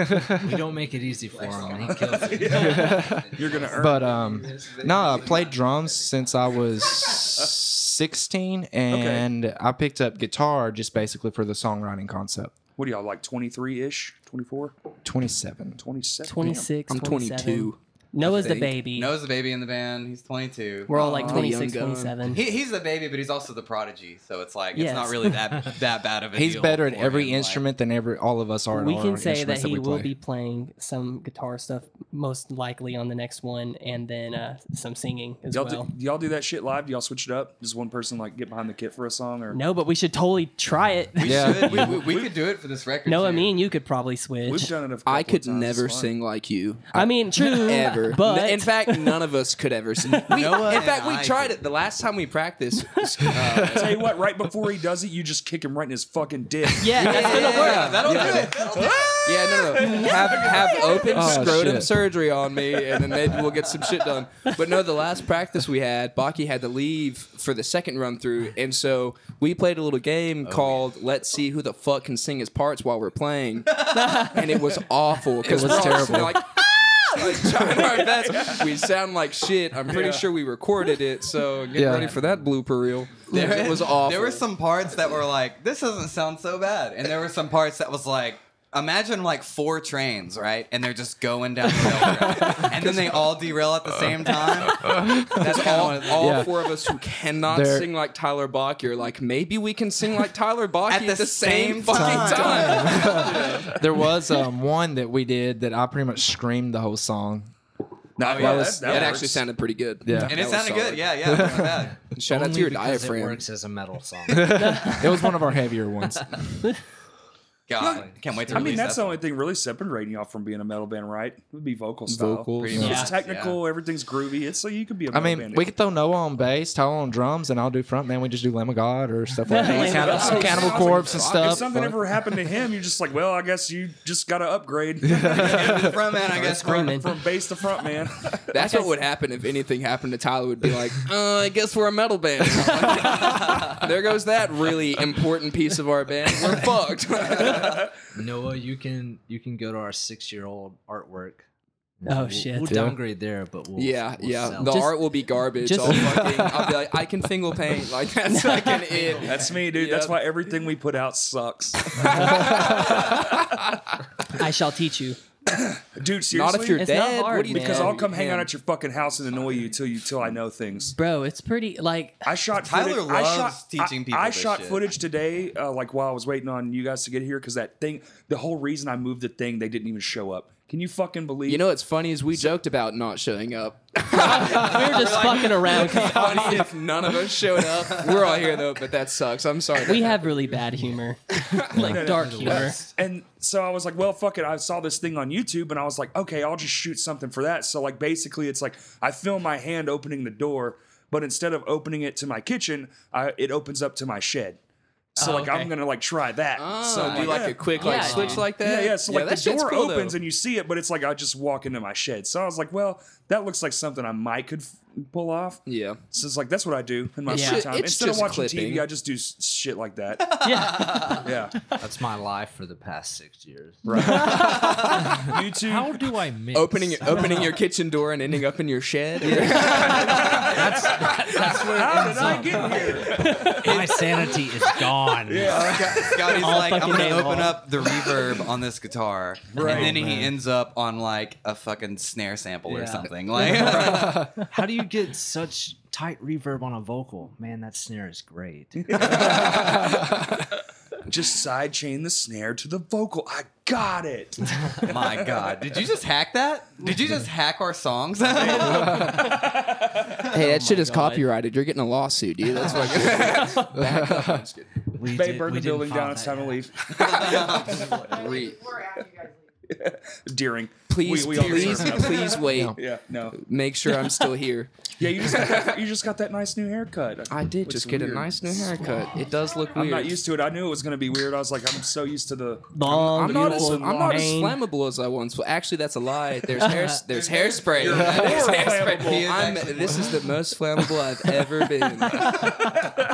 S3: We don't make it easy for him, and he kills it.
S1: You're gonna earn.
S8: but um, no, I played drums since I was sixteen, and I picked up guitar just basically for the songwriting concept.
S1: what do y'all like? Twenty three ish, 24,
S8: Twenty-seven.
S1: 27?
S5: 26,
S4: I'm
S5: 27.
S4: 22.
S5: Noah's the
S4: think.
S5: baby.
S2: Noah's the baby in the band. He's 22.
S5: We're all like
S4: Aw,
S5: 26,
S4: young gun.
S5: 27.
S2: He, he's the baby, but he's also the prodigy. So it's like
S5: Yes.
S2: it's not really that that bad of a.
S8: He's
S2: deal
S8: better at
S2: for
S8: every
S2: him, like-
S8: instrument than every all of us are. at
S5: we
S8: all
S5: can
S8: our
S5: say that
S8: instruments
S5: he
S8: we
S5: will
S8: play.
S5: be playing some guitar stuff most likely on the next one and then uh, some singing as
S1: Y'all
S5: well
S1: do, do y'all do that shit live? Do y'all switch it up? Does one person like get behind the kit for a song or?
S5: no but we should totally try it
S2: We
S8: Yeah.
S2: should. We, we, we could do it for this record.
S5: noah
S2: too.
S5: me and you could probably
S1: We've
S5: switch
S1: done it. A couple
S4: I could
S1: of times. It's
S4: never
S1: fun.
S4: sing like you.
S5: i mean true
S4: Ever.
S5: but
S4: in fact, none of us could ever sing. We,
S2: Noah
S4: in
S2: and
S4: fact, we
S2: I
S4: tried
S2: could.
S4: it the last time we practiced. uh,
S1: Tell you what, right before he does it, you just kick him right in his fucking dick.
S5: yeah, that's gonna
S4: yeah.
S5: work.
S2: That'll do it. That'll do it.
S4: Yeah, no, no. Have have open
S8: Oh,
S4: scrotum
S8: shit.
S4: surgery on me, and then maybe we'll get some shit done. But no, the last practice we had, Baki had to leave for the second run through, and so we played a little game called "Let's see who the fuck can sing his parts while we're playing," and it was awful because
S8: was
S4: we're all
S8: terrible.
S4: sitting there like. "Ah!" Like trying our best. We sound like shit. I'm pretty sure we recorded it, so get
S8: Yeah.
S4: ready for that blooper reel. it was awful.
S2: There were some parts that were like, this doesn't sound so bad. And there were some parts that was like, imagine like four trains, right? And they're just going down the rail track. And then they all derail at the same time. That's all.
S4: Uh. all
S8: Yeah.
S4: four of us who cannot
S8: They're-
S4: sing like Tyler Bach, you're like, maybe we can sing like Tyler Bach
S2: At the same time.
S4: fucking time.
S8: There was um, one that we did that I pretty much screamed the whole song.
S2: No,
S4: That,
S2: yeah,
S4: was,
S1: that- that
S4: Oh, that actually
S1: works.
S4: sounded pretty good.
S8: Yeah.
S2: and
S4: that
S2: it
S4: was
S2: sounded
S4: solid.
S2: good. Yeah, yeah. not bad.
S4: Shout out to
S3: Only
S4: your
S3: because It
S4: diaphragm.
S3: works as a metal song.
S8: it was one of our heavier ones.
S2: God, I can't wait to
S1: I
S2: release
S1: mean, that's
S2: that
S1: the only thing really separating y'all from being a metal band, right? It would be vocal style.
S4: Vocals.
S2: pretty
S5: Yeah.
S1: It's
S2: much,
S1: technical. Everything's groovy. It's like you could be a
S8: I
S1: metal
S8: mean,
S1: band.
S8: we could throw Noah on bass, Tyler on drums, and I'll do front man. We just do Lamb of God or stuff like that.
S5: Lamb
S8: Like
S5: of
S8: cannibal,
S5: God.
S8: some Cannibal Corpse and
S1: if
S8: stuff.
S1: something
S8: Fuck.
S1: ever happened to him, you're just like, well, I guess you just got to upgrade
S2: Yeah. Front man, I guess.
S5: Screaming.
S1: from bass to front, man.
S4: That's what would happen if anything happened to Tyler. Would be like, uh, I guess we're a metal band. there goes that really important piece of our band. We're fucked.
S3: Noah, you can you can go to our six year old artwork.
S5: Oh,
S3: We'll-
S5: shit.
S3: We'll
S8: Yeah.
S3: downgrade there, but we'll
S4: yeah,
S3: we'll
S4: yeah.
S3: sell.
S4: The
S3: Just-
S4: art will be garbage.
S3: just-
S4: I'll, fucking, I'll be like, I can fingle paint. Like that's fucking it.
S1: That's me, dude. That's
S4: Yep.
S1: why everything we put out sucks.
S5: I shall teach you.
S1: Dude, seriously.
S4: Not if you're
S5: It's not
S4: dead.
S5: hard,
S4: what do you
S5: man.
S1: because
S4: do?
S1: I'll come hang
S4: Man.
S1: out at your fucking house and annoy you till you till I know things.
S5: Bro, it's pretty like
S1: I shot
S2: Tyler
S1: footage, I
S2: loves
S1: shot,
S2: teaching
S1: I-
S2: people
S1: I
S2: this
S1: shot
S2: shit.
S1: footage today, uh, like while I was waiting on you guys to get here, because that thing, the whole reason I moved the thing, they didn't even show up. Can you fucking believe?
S4: You know what's funny is we joked about not showing up.
S5: we're just fucking around. 'cause
S4: funny if none of us showed up. We're all here though, but that sucks. I'm sorry.
S5: We have really bad humor, like dark humor.
S1: And so I was like, well, fuck it. I saw this thing on YouTube and I was like, okay, I'll just shoot something for that. So, like, basically, it's like I film my hand opening the door, but instead of opening it to my kitchen, I, it opens up to my shed. So,
S5: Oh,
S1: like,
S5: okay.
S1: I'm going to like try that.
S4: Oh,
S1: so,
S4: do you like
S1: yeah.
S4: a quick like
S5: Yeah.
S4: switch like that?
S1: Yeah, yeah. So like
S4: that
S1: the
S4: shit's
S1: door
S4: cool, though.
S1: opens and you see it, but it's like I just walk into my shed. So I was like, well, that looks like something I might could f- pull off.
S4: yeah.
S1: So it's like that's what I do in my
S5: It's
S1: free
S5: ju-
S1: time.
S4: it's
S1: Instead of
S4: just
S1: watching TV,
S4: clipping.
S1: I just do s- shit like that.
S5: Yeah.
S1: yeah,
S3: That's my life for the past six years.
S1: YouTube.
S3: How do I miss
S4: Opening opening your kitchen door and ending up in your shed.
S1: How did I get here?
S3: My sanity is gone.
S2: Scotty's
S5: All
S2: like, I'm
S5: fucking
S2: gonna
S5: day long.
S2: open up the reverb on this guitar,
S1: Right.
S2: and then he ends up on like a fucking snare sample
S3: Yeah.
S2: or something. Like,
S3: How do you get such tight reverb on a vocal? Man, that snare is great.
S1: Just side chain the snare to the vocal. I got it.
S2: my God, did you just hack that? Did you just hack our songs?
S4: hey, that shit is
S5: Oh God.
S4: copyrighted. You're getting a lawsuit, dude. That's fucking back up. I'm just kidding.
S3: We
S1: Babe,
S3: did-
S1: burn
S3: we
S1: the
S3: didn't
S1: building
S3: file
S1: down. It's
S3: that
S1: time to
S3: yet.
S1: leave.
S4: Re-
S10: We're after you guys leave.
S1: Deering.
S4: please,
S1: We- we all
S4: please,
S1: deserve nothing.
S4: please wait.
S1: Yeah, no.
S4: Make sure I'm still here.
S1: Yeah, you just got that, you just got that nice new haircut.
S4: I did
S1: Looks
S4: just get
S1: weird.
S4: a nice new haircut. It does look
S1: I'm
S4: weird.
S1: not used to it. I knew it was gonna be weird. I was like, I'm so used to the
S5: Long,
S4: I'm not, as,
S5: beautiful,
S4: I'm not as
S5: mane.
S4: flammable as I once was. Actually, that's a lie. There's hair, there's hairspray.
S2: You're
S4: There's
S1: more
S4: hairspray.
S1: flammable.
S2: He is
S4: I'm,
S2: actually
S4: this is the most flammable I've ever been.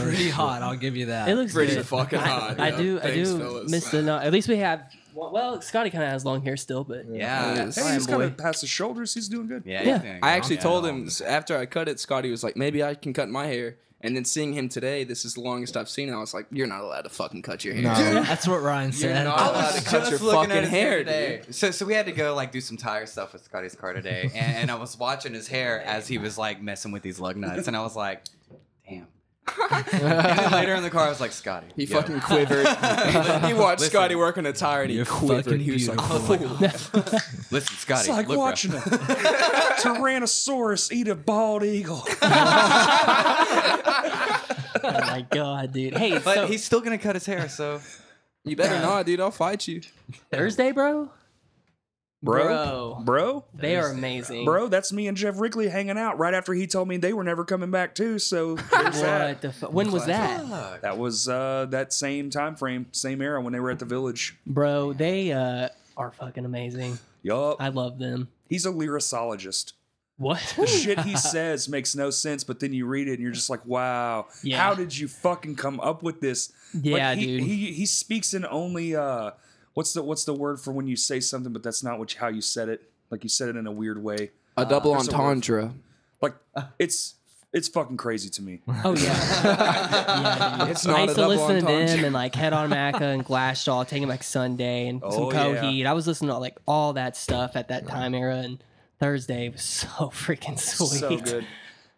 S3: Pretty hot, I'll give you that.
S5: It looks
S4: Pretty
S5: good.
S4: fucking hot.
S5: I
S4: yeah.
S5: do. I
S4: Thanks,
S5: do
S4: fellas.
S5: miss the. No, at least we have. Well, Scotty kind of has long hair still, but
S2: yeah,
S1: Hey, he's
S5: boy.
S1: kind of past his shoulders. He's doing good.
S2: yeah.
S5: Yeah.
S2: he's doing
S4: I
S2: good.
S4: actually
S2: Yeah.
S4: told him s- after I cut it, Scotty was like, maybe I can cut my hair. And then seeing him today, this is the longest I've seen. And I was like, you're not allowed to fucking cut your hair.
S8: No.
S3: That's what Ryan
S4: You're
S3: said.
S4: not allowed to cut your
S2: Just looking at
S4: fucking
S2: his
S4: hair.
S2: today.
S4: dude.
S2: So, so we had to go like do some tire stuff with Scotty's car today, and, and I was watching his hair as he was like messing with these lug nuts, and I was like, damn. and then later in the car, I was like, Scotty,
S4: He
S2: yo.
S4: fucking quivered. he watched
S2: Listen.
S4: Scotty work on a tire and he
S3: You're
S4: quivered.
S3: fucking
S4: He was like,
S3: beautiful.
S4: "Oh."
S2: listen, Scotty,
S1: It's like
S2: look, bro.
S1: watching a Tyrannosaurus eat a bald eagle.
S5: oh my god, dude. Hey,
S2: But
S5: so
S2: he's still gonna cut his hair, so
S4: you better not, dude. I'll fight you.
S5: Thursday, bro.
S1: Bro,
S5: Bro.
S1: bro,
S5: They are amazing,
S1: bro, that's me and Jeff Wrigley hanging out right after he told me they were never coming back too. So there's that.
S5: What the fu- when was that,
S1: That was uh, that same time frame, same era when they were at the village.
S5: bro? They uh, are fucking amazing.
S1: Yup.
S5: I love them.
S1: He's a lyricologist.
S5: What?
S1: The shit he says makes no sense, but then you read it and you're just like, wow,
S5: Yeah.
S1: how did you fucking come up with this? Like,
S5: Yeah,
S1: he,
S5: dude.
S1: He, he speaks in only uh, what's the what's the word for when you say something, but that's not what how you said it. Like you said it in a weird way.
S4: A double
S1: there's a word.
S4: entendre.
S1: Like it's it's fucking crazy to me.
S5: Oh yeah. yeah dude.
S4: It's
S5: I
S4: not a
S5: used to
S4: double
S5: listen to them
S4: entendre.
S5: and like Head on Maca and Glassjaw, Taking Back Sunday, and some
S1: Oh, yeah.
S5: Coheed. I was listening to like all that stuff at that time era, and Thursday was so freaking sweet.
S1: So good.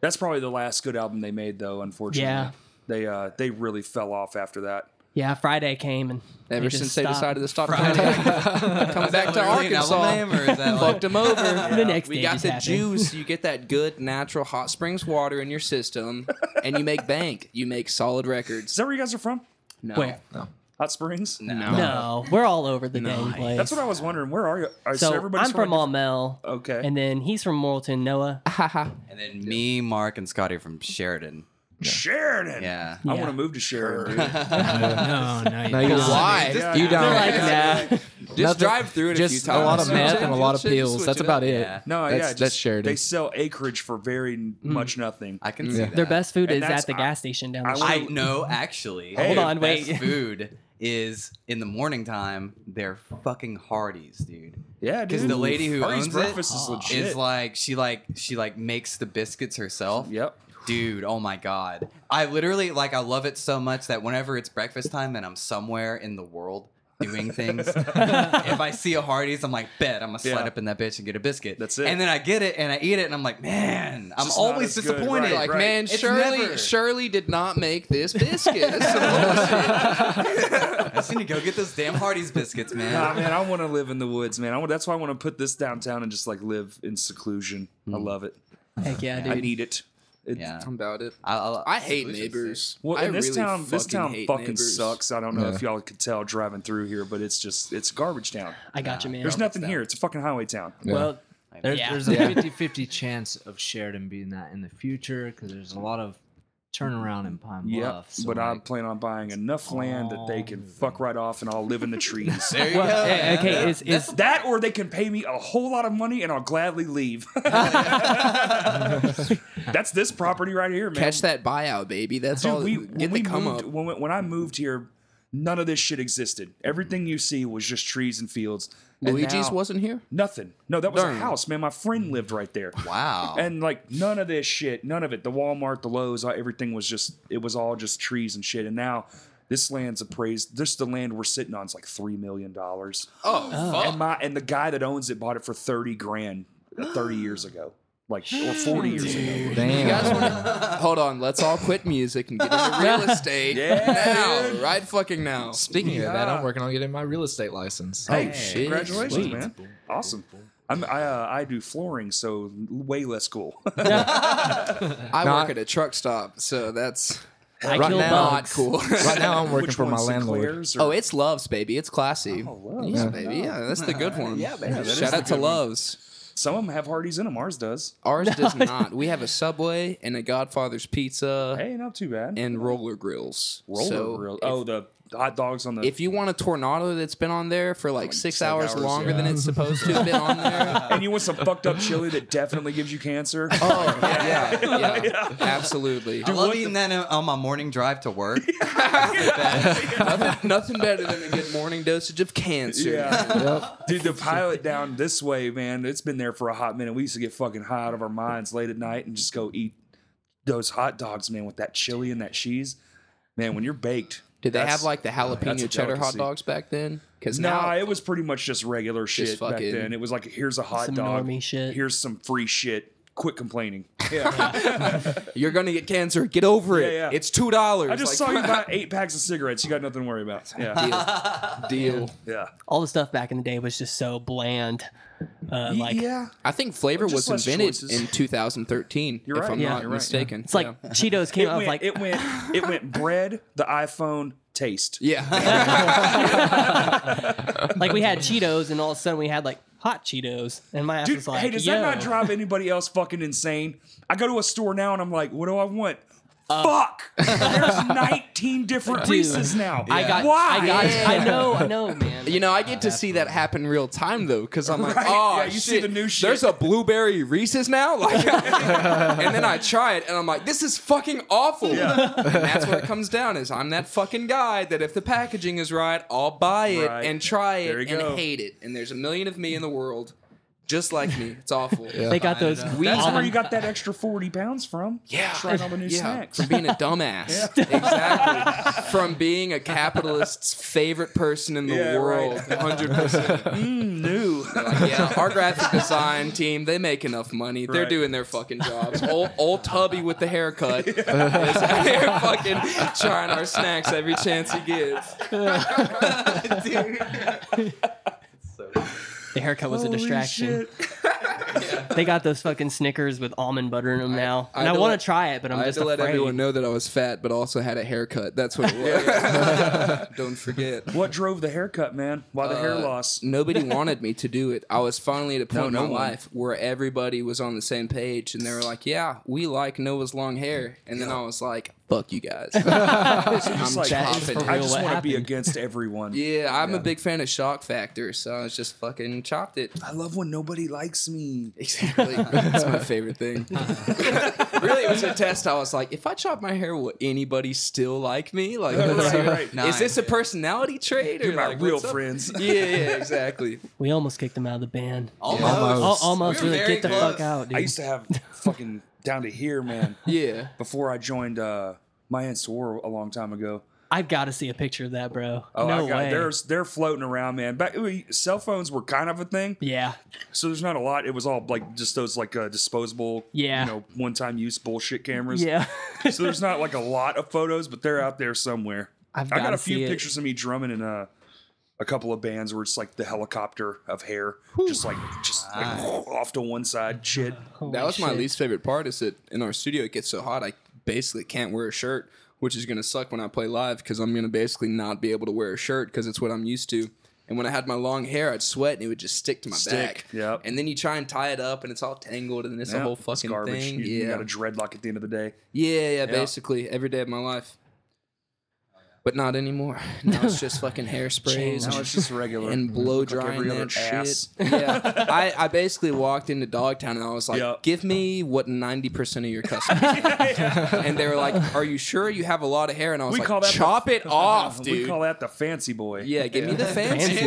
S1: That's probably the last good album they made, though. Unfortunately,
S5: Yeah.
S1: they uh, they really fell off after that.
S5: Yeah, Friday came and
S4: Ever
S5: just
S4: since they
S5: stopped.
S4: decided to stop
S2: Friday.
S4: contacting, come
S2: Is that
S4: back to
S2: literally an
S4: Arkansas,
S2: album name, or is that like-
S4: fucked them over.
S5: The next
S4: we
S5: day
S4: got
S5: just
S4: the
S5: happened.
S4: juice. You get that good natural hot springs water in your system, and you make bank. You make solid
S1: Is
S4: records.
S1: that where you guys are from?
S4: No,
S5: Where?
S1: Hot Springs?
S4: no.
S5: No, we're all over the dang place.
S1: That's what I was wondering. Where are you? All right,
S5: So,
S1: so, everybody's
S5: I'm from
S1: a diff-
S5: Almel,
S1: Okay.
S5: and then he's from Morrilton. Noah,
S2: And then me, Mark, and Scotty from Sheridan.
S1: Sheridan.
S2: Yeah.
S1: I
S5: Yeah.
S1: want to move to Sheridan, dude.
S3: no, no,
S8: No,
S3: you
S8: you
S4: But
S8: don't.
S4: why?
S1: Yeah,
S8: You
S1: I-
S8: don't.
S5: they're like,
S1: yeah.
S5: nah.
S4: Just
S8: Nothing-
S4: drive through it a few
S8: Just a,
S4: times.
S8: lot of
S4: Switch
S8: meth
S4: it-
S8: and a lot of
S4: switch it-
S8: pills.
S4: switch
S8: That's
S4: up.
S8: about it.
S2: Yeah.
S1: No,
S8: that's,
S1: yeah. Just,
S8: that's Sheridan.
S1: They sell acreage for very n- much nothing.
S2: I can see that.
S5: Their best food
S1: And
S5: is
S1: that's-
S5: at the
S1: I-
S5: gas station down the
S1: I
S5: street.
S2: I know, actually.
S1: Hold
S2: their
S5: on,
S2: best
S5: wait.
S2: food is in the morning time. They're fucking Hardee's, dude.
S1: Yeah,
S2: Because
S1: dude.
S2: the lady who
S1: Hardee's
S2: owns
S1: breakfast
S2: it
S1: is
S2: is
S1: legit.
S2: like she like she like makes the biscuits herself.
S1: Yep.
S2: Dude, oh my god. I literally like I love it so much that whenever it's breakfast time and I'm somewhere in the world doing things, if I see a Hardee's, I'm like, bet I'm gonna slide
S1: Yeah.
S2: up in that bitch and get a biscuit.
S1: That's it.
S2: And then I get it and I eat it and I'm like, man, I'm
S1: Just not
S2: always
S1: as good,
S2: disappointed.
S1: right,
S4: Like,
S1: right.
S4: man,
S2: It's
S4: Shirley,
S2: never-
S4: Shirley did not make this biscuit. This is some bullshit.
S2: I just need to go get those damn Hardee's biscuits, man.
S1: Nah, man, I want to live in the woods, man. I want, that's why I want to put this downtown and just like live in seclusion. I love it.
S5: Heck yeah,
S1: I
S5: dude.
S1: need it. It-
S2: Yeah.
S4: I'm about it.
S2: I, I,
S4: I hate
S2: Solutions.
S4: neighbors.
S1: Well,
S4: I
S1: and this
S4: really
S1: town, this
S4: fucking
S1: town
S4: hate
S1: fucking
S4: neighbors.
S1: sucks. I don't know
S8: Yeah.
S1: if y'all could tell driving through here, but it's just it's garbage town.
S5: I got you, man.
S1: There's nothing
S2: town.
S1: here. It's a fucking highway town.
S8: Yeah.
S5: Well,
S3: There,
S5: Yeah.
S3: There's a 50 50 chance of Sheridan being that in the future because there's a lot of turnaround in Pine Bluff.
S1: Yeah,
S3: so,
S1: but I
S3: like,
S1: plan on buying enough land that they can fuck right off, and I'll live in the trees.
S2: There you
S5: well,
S2: go.
S5: eh, okay, is
S1: It's
S5: is
S1: that, or they can pay me a whole lot of money, and I'll gladly leave. That's this property right here, man.
S4: Catch that buyout, baby. That's
S1: Dude,
S4: all.
S1: we,
S4: get
S1: when,
S4: the
S1: we
S4: come
S1: moved,
S4: up.
S1: when, we- when I moved here, none of this shit existed. Everything you see was just trees and fields. And
S4: Luigi's
S1: now-
S4: wasn't here.
S1: Nothing. No, that was
S4: Darn.
S1: a house, man. My friend lived right there.
S2: Wow.
S4: Oh.
S1: And like none of this shit, none of it. The Walmart, the Lowe's, all- everything was just it was all just trees and shit. And now this land's appraised. This the land we're sitting on is like three million dollars.
S4: Oh,
S1: And my and the guy that owns it bought it for thirty grand uh, thirty years ago, like or forty years ago.
S8: Damn.
S4: You guys wanna, hold on, let's all quit music and get into real estate
S1: Yeah,
S4: now, right fucking now.
S8: Speaking of that,
S1: Yeah.
S8: I'm working on getting my real estate license.
S4: Oh shit!
S1: Congratulations,
S4: Sweet.
S1: man! Awesome. I'm, I uh, I do flooring, so way less cool.
S4: I
S8: Not-
S4: work at a truck stop, so that's
S5: I
S8: Right
S5: kill
S8: now-
S4: not
S5: bugs.
S4: cool.
S8: Right now, I'm working
S1: Which
S8: for my
S1: one,
S8: landlord.
S1: Sinclair's or-
S4: oh, it's Loves, baby. It's classy.
S1: Oh, Love's.
S4: yeah,
S8: Yeah.
S4: baby. Yeah, that's the good one. yeah, baby.
S1: that is
S4: Shout
S1: the
S4: out to
S1: good one.
S4: Loves.
S1: some of them have Hardee's in them. Ours does.
S4: Ours does not. We have a Subway and a Godfather's Pizza
S1: Hey, not too bad.
S4: and Roller Grills.
S1: Roller
S4: so
S1: grill.
S4: If,
S1: Oh, the hot dogs on the.
S4: if you want a tornado that's been on there for like six
S1: seven
S4: hours,
S1: hours,
S4: longer
S1: yeah.
S4: than it's supposed to have been on there.
S1: and you want some fucked up chili that definitely gives you cancer.
S4: Oh yeah, yeah, absolutely.
S2: I love eating that on my morning drive to work.
S4: nothing, nothing better than a good morning dosage of cancer.
S1: yeah. Dude, the pilot down this way, man, it's been there for a hot minute. We used to get fucking high out of our minds late at night and just go eat those hot dogs, man, with that chili and that cheese. Man, when you're baked.
S4: Did they
S1: that's-
S4: have like the
S1: that's a
S4: jalapeno cheddar hot
S1: delicacy.
S4: dogs back then? Because
S1: Nah,
S4: now
S1: it was pretty much just regular shit back
S4: fucking-
S1: then. It was like, here's a hot
S5: Some
S1: dog.
S5: normie shit.
S1: Here's some free shit. Quit complaining.
S4: you're gonna get cancer. Get over it.
S1: Yeah, yeah.
S4: It's two dollars.
S1: I just saw you buy eight packs of cigarettes. You got nothing to worry about. Yeah.
S4: deal.
S1: Yeah.
S5: All the stuff back in the day was just so bland. Uh, like
S1: yeah.
S4: I think flavor
S1: Just less
S4: was invented
S1: choices.
S4: in 2013,
S1: You're
S4: if
S1: right,
S4: I'm
S1: yeah,
S4: not
S1: you're right, yeah.
S4: mistaken.
S5: it's like Cheetos came
S1: It went,
S5: out with like
S1: it went it went bread, the iPhone, taste.
S4: yeah.
S5: like we had Cheetos and all of a sudden we had like hot Cheetos and my ass
S1: Dude,
S5: was like,
S1: hey, does
S5: Yo.
S1: that not drive anybody else fucking insane? I go to a store now and I'm like, what do I want? Fuck! There's 19 different
S5: Uh, Dude,
S1: Reese's now.
S5: I got,
S1: why?
S5: I got,
S4: Yeah.
S5: I know, I know, man.
S4: You know, I get to see that happen real time though, because I'm like,
S1: Uh, Right?
S4: oh,
S1: Yeah, you see
S4: shit,
S1: the new shit."
S4: There's a blueberry Reese's now, like, and then I try it, and I'm like, this is fucking awful. And that's what it comes down is I'm that fucking guy that if the packaging is right, I'll buy it
S1: Right.
S4: and try it
S1: There
S4: and
S1: you go.
S4: hate it. And there's a million of me in the world, just like me. It's awful.
S5: they got those.
S2: That's
S5: weed-
S1: That's where you got that extra 40 pounds from.
S4: Yeah.
S1: Trying all the new
S4: Yeah,
S1: snacks.
S4: from being a dumbass. Exactly. From being a capitalist's favorite person in the
S1: Yeah, right.
S4: world. 100%.
S1: Mm, new.
S4: Ooh, they're like, yeah, our graphic design team, they make enough money. They're
S1: Right.
S4: doing their fucking jobs. old, old Tubby with the haircut is out here fucking trying our snacks every chance he gets.
S2: So,
S5: The haircut was a distraction. They got those fucking Snickers with almond butter in them now,
S4: I
S5: and I,
S4: had to
S5: want
S4: let-
S5: to try it, but I'm
S4: I had
S5: just
S4: to
S5: afraid.
S4: let everyone know that I was fat, but also had a haircut. That's what it was. Don't forget.
S1: What drove the haircut, man? Why the
S5: Uh,
S1: hair loss?
S4: Nobody wanted me to do it. I was finally at a point
S1: no
S4: in my
S1: one.
S4: life where everybody was on the same page and they were like, Yeah, we like Noah's long hair. And then I was like, Fuck you guys. I'm
S1: Just like,
S5: That is
S4: chopping
S5: for
S4: it.
S1: I
S5: real
S1: just
S5: what
S1: want to be
S5: happened.
S1: against everyone.
S4: Yeah, I'm a big fan of shock factor, so I was just fucking chopped it.
S1: I love when nobody likes me.
S4: Exactly. That's my favorite thing. really, it was a test. I was like, if I chop my hair, will anybody still like me? Like, what's-
S1: Right, right.
S2: Nine.
S4: is this a personality trait? Or
S1: You're my
S4: like,
S1: real
S4: what's up?
S1: friends.
S4: Yeah, yeah, exactly.
S5: We almost kicked them out of the band.
S2: almost.
S5: Oh, almost
S2: We were
S5: really
S2: very
S5: get the
S2: close.
S5: fuck out, dude.
S1: I used to have fucking down to here, man.
S4: Yeah.
S1: Before I joined uh, my aunt Sore a long time ago.
S5: I've got to see a picture of that, bro.
S1: Oh,
S5: no
S1: I got,
S5: way.
S1: There's, they're floating around, man. Back, we- cell phones were kind of a thing,
S5: Yeah,
S1: so there's not a lot. It was all like just those like uh, disposable,
S5: Yeah.
S1: you know, one-time use bullshit cameras.
S5: yeah.
S1: so there's not like a lot of photos, but they're out there somewhere.
S5: I've
S1: I got
S5: gotta
S1: a few
S5: see it.
S1: pictures of me drumming in a, a couple of bands where it's like the helicopter of hair, just like just like, off to one side, shit.
S4: that was my
S5: shit.
S4: least favorite part is that in our studio it gets so hot I basically can't wear a shirt, which is gonna suck when I play live because I'm gonna basically not be able to wear a shirt because it's what I'm used to. And when I had my long hair, I'd sweat and it would just stick to my back.
S1: yep.
S4: And then you try and tie it up and it's all tangled and it's a
S1: Yeah,
S4: whole
S1: it's
S4: fucking
S1: garbage.
S4: thing.
S1: You,
S4: yeah.
S1: you got a dreadlock at the end of the day.
S4: yeah, yeah, basically every day of my life. But not anymore. Now it's just fucking hairsprays.
S5: Now
S4: and
S1: it's just regular.
S4: and blow
S1: like
S4: drying
S1: every other
S4: that shit.
S1: ass.
S4: Yeah, I, I basically walked into Dogtown and I was like,
S1: Yeah.
S4: "Give me what ninety percent of your customers." have." And they were like, "Are you sure you have a lot of hair?" And I was
S1: We
S4: like,
S1: call that the-
S4: "Chop it off,
S1: we
S4: dude."
S1: call that the fancy boy.
S4: yeah, give me the
S5: Fancy
S4: fancy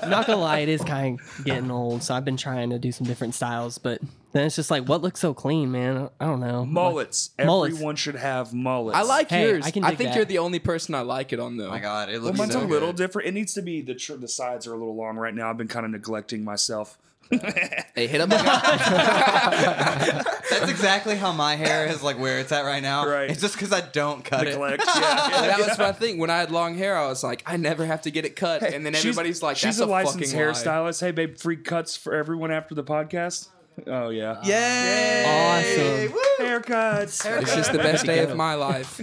S4: one.
S5: not gonna lie, it is kind of getting old. So I've been trying to do some different styles, but then it's just like, what looks so clean, man? I don't know.
S1: Mullets.
S5: Mullets.
S1: Everyone should have mullets.
S4: I like
S5: Hey,
S4: yours. I,
S5: I can dig
S4: think
S5: that.
S4: you're the only person I like it on though.
S2: Oh my god, it
S1: Well,
S2: looks
S1: mine's
S2: so
S1: a little
S2: good.
S1: different. It needs to be the tr- the sides are a little long right now. I've been kind of neglecting myself.
S4: Hey, hit up. my guy.
S2: That's exactly how my hair is like where it's at right now.
S1: Right.
S2: It's just because I don't cut it.
S1: Neglect. yeah, yeah.
S4: that was my thing. When I had long hair, I was like, I never have to get it cut. And then everybody's
S1: she's,
S4: like, That's
S1: she's a,
S4: fucking
S1: licensed
S4: hairstyle.
S1: hairstylist. Hey, babe, free cuts for everyone after the podcast. Oh yeah,
S4: Yay!
S5: Awesome.
S1: haircuts.
S4: It's just the best day of my life.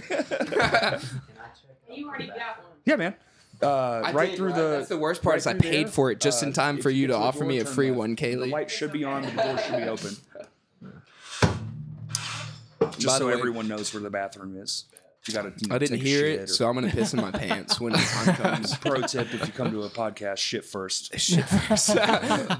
S10: You already got one.
S1: Yeah, man. Uh,
S4: I
S1: right
S4: did,
S1: through the.
S4: That's the worst part
S1: right
S4: is I
S1: through
S4: paid
S1: there.
S4: for it just
S1: Uh,
S4: in time
S1: if
S4: for you
S1: get
S4: to
S1: the
S4: offer
S1: door,
S4: me a
S1: turn
S4: free
S1: left.
S4: one,
S1: The
S4: Kaylee.
S1: light should be on. The door should be open. Just
S4: By the
S1: so
S4: way-
S1: everyone knows where the bathroom is. You gotta. you know,
S4: I didn't
S1: take a
S4: hear
S1: shit
S4: it,
S1: or-
S4: so I'm gonna piss in my pants when the time comes.
S1: Pro tip: If you come to a podcast, shit first.
S4: Shit first.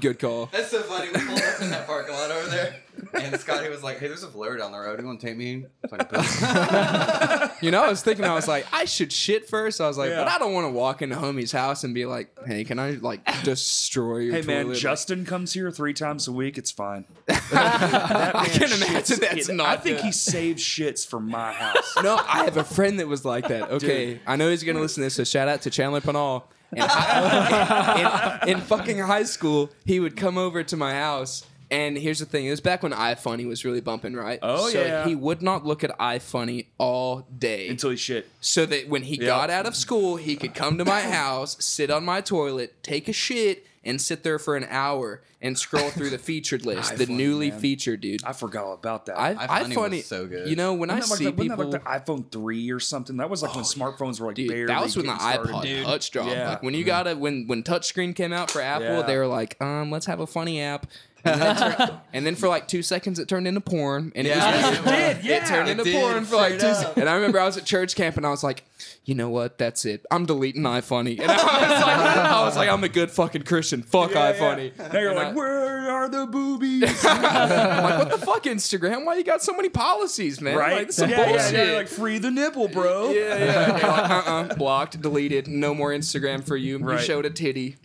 S4: Good call.
S2: That's so funny. We pulled up in that parking lot over there, and Scotty was like, "Hey, there's a blur down the road. You want to take me?" Fucking poop.
S4: You know, I was thinking, I was like, I should shit first. I was like,
S1: Yeah.
S4: but I don't want to walk into homie's house and be like, hey, can I like destroy your
S1: Hey man,
S4: toilet?
S1: Justin comes here three times a week. It's fine.
S4: I
S1: Man,
S4: can
S1: shits
S4: imagine that's
S1: it.
S4: not.
S1: I think
S4: good.
S1: he saves shits from my house.
S4: No, I have a friend that was like that. Okay, I know he's gonna listen to this, so shout out to Chandler Panal. In, hi- in, in fucking high school, he would come over to my house. And here's the thing: it was back when iFunny was really bumping, right?
S1: Oh,
S4: so
S1: yeah.
S4: he would not look at iFunny all day
S1: until he shit.
S4: so that when he
S1: Yeah.
S4: got out of school, he could come to my house, sit on my toilet, take a shit, and sit there for an hour and scroll through the featured list, the
S1: iFunny,
S4: newly
S1: man.
S4: featured, dude.
S1: I forgot all about that.
S4: I,
S2: iFunny
S4: iFunny,
S2: was so good.
S4: You know, when I
S1: Wasn't that
S4: see
S1: like the, wasn't
S4: people, Oh,
S1: that like the iPhone three or something? That was like when smartphones were like
S4: Dude,
S1: barely
S4: that was when the
S1: getting started.
S4: iPod Touch dropped.
S1: Yeah.
S4: Like when you got it, when when touchscreen came out for Apple,
S1: Yeah.
S4: they were like, um, let's have a funny app. And then, it tur- and then for like two seconds, it turned into porn, and
S2: Yeah.
S4: it, was
S2: It did,
S4: it turned
S2: It
S4: into
S2: did,
S4: porn for like two.
S2: straight
S4: se-
S2: up.
S4: And I remember I was at church camp, and I was like, you know what? That's it. I'm deleting iFunny. And I was like, I was like, I'm a good fucking Christian. Fuck iFunny.
S1: Now you're
S4: And
S1: like,
S4: I-
S1: where are the boobies? right?
S4: I'm like, what the fuck, Instagram? Why you got so many policies, man? Like, this is
S1: yeah,
S4: bullshit.
S1: Yeah, yeah, like free the nipple, bro.
S4: Yeah, yeah. You're like, uh-uh, blocked, deleted, no more Instagram for you. You
S1: Right.
S4: showed a titty.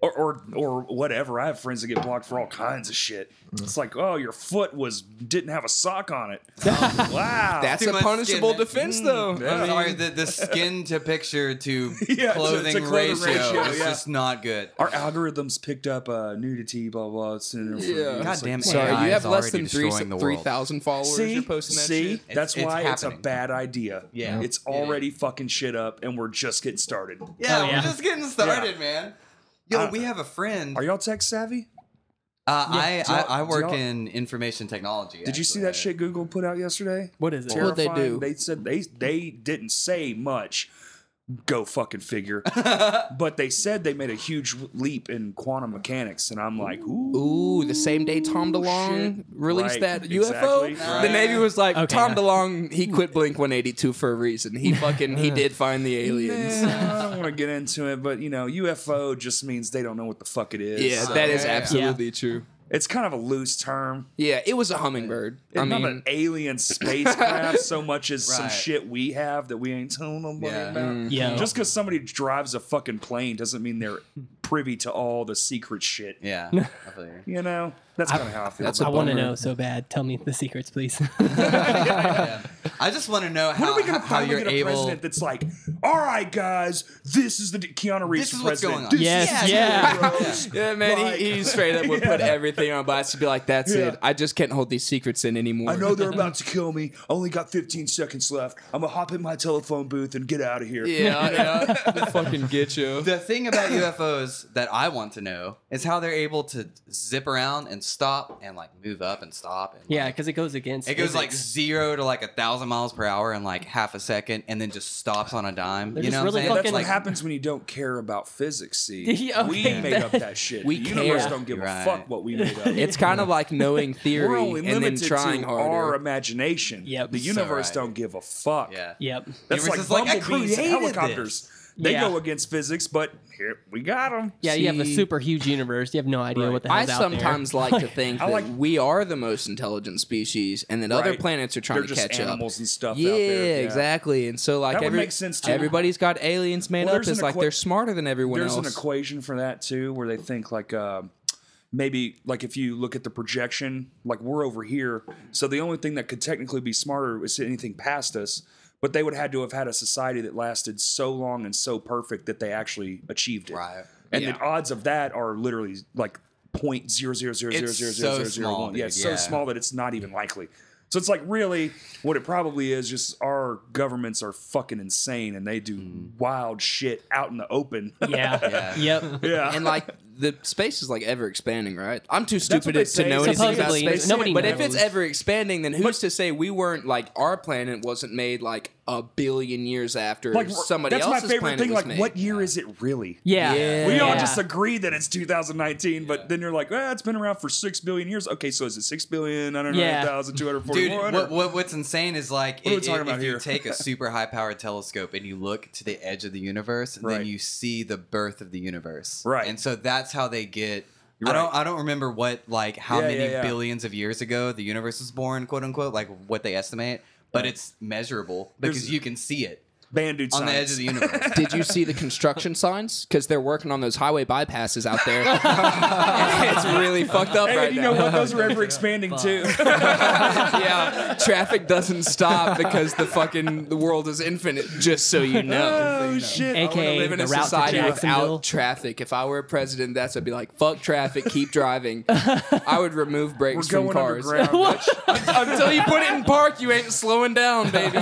S1: or, or or whatever. I have friends that get blocked for all kinds of shit. It's like, oh, your foot was didn't have a sock on it. Oh, wow,
S4: That's
S2: Too
S4: a
S2: much
S4: punishable
S2: skin.
S4: defense, though.
S1: yeah.
S4: I mean,
S2: Sorry, the, the skin to picture to
S1: Yeah, to- to
S2: clothing
S1: clothing
S2: ratio,
S1: ratio,
S2: is
S1: yeah.
S2: just not good.
S1: our algorithms picked up uh, nudity, blah blah. It's in there for
S4: Yeah.
S1: you.
S4: God
S1: It's like,
S2: damn it.
S4: sorry,
S2: AI
S4: you have
S2: is
S4: less
S2: already
S4: than three
S2: destroying the
S4: three
S2: world.
S4: thousand followers.
S1: See,
S4: You're posting that
S1: see,
S4: shit.
S1: that's
S2: It's- it's
S1: why it's, a
S2: happening.
S1: bad idea.
S2: Yeah.
S1: it's already fucking shit up, and we're just getting started.
S2: Yeah,
S5: Oh, yeah.
S2: Uh, we're just getting started, man. Yo, we have a friend.
S1: Uh, Are y'all tech savvy?
S2: uh, I,
S1: Do y'all-
S2: I I
S1: do
S2: work
S1: y'all-
S2: in information technology.
S1: Did you see that shit Google put out yesterday?
S5: What is it?
S4: What would they
S1: Terrifying.
S4: do?
S1: They said they they didn't say much. Go fucking figure. but they said they made a huge leap in quantum mechanics, and I'm like, ooh,
S4: Ooh, the same day Tom DeLong released
S1: Right,
S4: that
S1: exactly,
S4: UFO,
S1: right.
S4: the Navy was like,
S5: Okay,
S4: Tom
S5: yeah.
S4: DeLong, he quit Blink 182 for a reason. He fucking he did find the aliens.
S1: nah, I don't want to get into it, but you know, UFO just means they don't know what the fuck it is.
S4: Yeah,
S1: So
S4: that is
S2: yeah.
S4: absolutely true.
S1: it's kind of a loose term.
S4: Yeah, it was a hummingbird.
S1: It's
S4: I
S1: not an
S4: mean,
S1: alien spacecraft so much as some
S2: Right.
S1: shit we have that we ain't telling nobody
S2: Yeah.
S1: about.
S4: Mm.
S5: Yeah.
S1: Just because somebody drives a fucking plane doesn't mean they're privy to all the secret shit.
S2: Yeah. I feel you.
S1: You know, that's kind of how I feel.
S4: That's
S1: about
S5: I want to
S4: bummer.
S5: know so bad. Tell me the secrets, please.
S2: Yeah. I just want to know
S1: When
S2: how,
S1: are we going to
S2: how
S1: finally
S2: you're
S1: get a
S2: able.
S1: president that's like, all right, guys, this is the d- Keanu Reeves
S2: This is
S1: for
S2: what's
S1: president.
S2: going on."
S1: This
S5: yes.
S2: Yeah,
S5: yeah.
S4: yeah, man,
S1: like-
S4: he, he straight up would put
S1: Yeah.
S4: everything on blast and be like, that's
S1: Yeah.
S4: it. I just can't hold these secrets in anymore.
S1: I know they're about to kill me. I only got 15 seconds left. I'm going to hop in my telephone booth and get out of here.
S4: Yeah, yeah. They fucking get you.
S2: The thing about UFOs that I want to know is how they're able to zip around and stop and like move up and stop. And,
S5: Yeah,
S2: like,
S5: because it goes against.
S2: it goes like
S5: physics.
S2: zero to like a thousand miles per hour in like half a second, and then just stops on a dime.
S5: They're
S2: you
S5: just
S2: know, what I'm
S5: really
S1: That's
S2: saying?
S5: fucking-
S1: what
S2: like,
S1: happens when you don't care about physics, see.
S5: Yeah,
S1: we
S5: okay,
S1: made
S5: that-
S1: up that shit.
S4: We
S1: the universe
S4: care.
S1: don't give a
S2: Right.
S1: fuck what we made up.
S4: It's kind of like knowing
S1: We're
S4: theory
S1: only
S4: and then
S1: limited
S4: trying
S1: to our
S4: harder.
S1: imagination.
S5: Yep.
S1: The
S5: So
S1: universe
S2: right.
S1: don't give a fuck.
S2: yeah.
S5: Yep.
S1: That's like
S2: Universe is like,
S1: bumblebees
S2: I
S1: and
S2: created this.
S1: helicopters. They
S5: Yeah.
S1: go against physics, but here we got them.
S5: Yeah, you have a
S4: See-
S5: super huge universe. You have no idea what the
S4: I
S5: hell's out there.
S4: sometimes like to think
S1: I
S4: that
S1: like-
S4: we are the most intelligent species, and that other
S1: Right.
S4: planets are trying
S1: They're
S4: to
S1: just
S4: catch
S1: animals
S4: up.
S1: and stuff
S4: yeah,
S1: out there.
S4: exactly. And so, like,
S1: That would
S4: every,
S1: make sense, too.
S4: everybody's got aliens made
S1: Well,
S4: up.
S1: there's
S4: It's
S1: an
S4: like
S1: equa-
S4: they're smarter than everyone
S1: There's
S4: else.
S1: an equation for that too, where they think like uh, maybe like if you look at the projection, like we're over here, so the only thing that could technically be smarter is anything past us. But they would had to have had a society that lasted so long and so perfect that they actually achieved it.
S2: Right.
S1: And
S4: Yeah.
S1: the odds of that are literally like point zero zero zero zero
S2: It's
S1: zero zero zero
S2: so
S1: zero
S2: small,
S1: one. Yeah,
S2: dude,
S1: it's so
S2: yeah.
S1: small that it's not even likely. So it's like really what it probably is just our governments are fucking insane and they do
S2: Hmm.
S1: wild shit out in the open.
S5: Yeah.
S2: Yeah.
S5: Yep.
S1: yeah.
S4: and like the space is like ever expanding, right? I'm too
S1: That's what
S4: stupid
S1: they
S4: to
S1: say.
S4: know anything about
S5: Supposedly,
S4: space.
S5: nobody
S4: but if
S5: knows.
S4: it's ever expanding, then who's to say we weren't like our planet wasn't made like a billion years after
S1: like
S4: somebody
S1: that's my
S4: else's
S1: favorite
S4: planet
S1: thing.
S4: was
S1: Like,
S4: made?
S1: what year is it really?
S5: Yeah.
S4: Yeah.
S1: We all
S5: Yeah.
S1: just agree that it's 2019, but then you're like, well, it's been around for six billion years. Okay, so is it six billion nine hundred nine thousand two hundred
S2: Dude,
S1: forty-one?
S2: what, what, what's insane is like
S1: What are we
S2: i-
S1: talking
S2: i-
S1: about
S2: if
S1: here?
S2: you take a super high powered telescope and you look to the edge of the universe, and
S1: Right.
S2: then you see the birth of the universe.
S1: Right.
S2: And so that's how they get.
S1: Right.
S2: I don't. I don't remember what like how
S1: Yeah,
S2: many
S1: yeah, yeah.
S2: billions of years ago the universe was born, quote unquote, like what they estimate, but it's measurable because
S1: There's-
S2: you can see it
S1: Bandit
S2: on
S1: science.
S2: the edge of the universe.
S4: Did you see the construction signs? Because they're working on those highway bypasses out there. it's really fucked up
S1: Hey,
S4: right
S1: you
S4: now.
S1: know what? Those are ever expanding too.
S4: yeah, traffic doesn't stop because the fucking the world is infinite. Just so you know.
S1: oh shit!
S4: I wanna
S5: AKA
S4: live in
S5: the
S4: a
S5: route to
S4: society
S5: Jacksonville.
S4: without traffic. If I were a president, that's I'd be like, fuck traffic, keep driving. I would remove
S1: We're
S4: brakes from
S1: going
S4: cars.
S1: underground. bitch.
S4: Until you put it in park, you ain't slowing down, baby.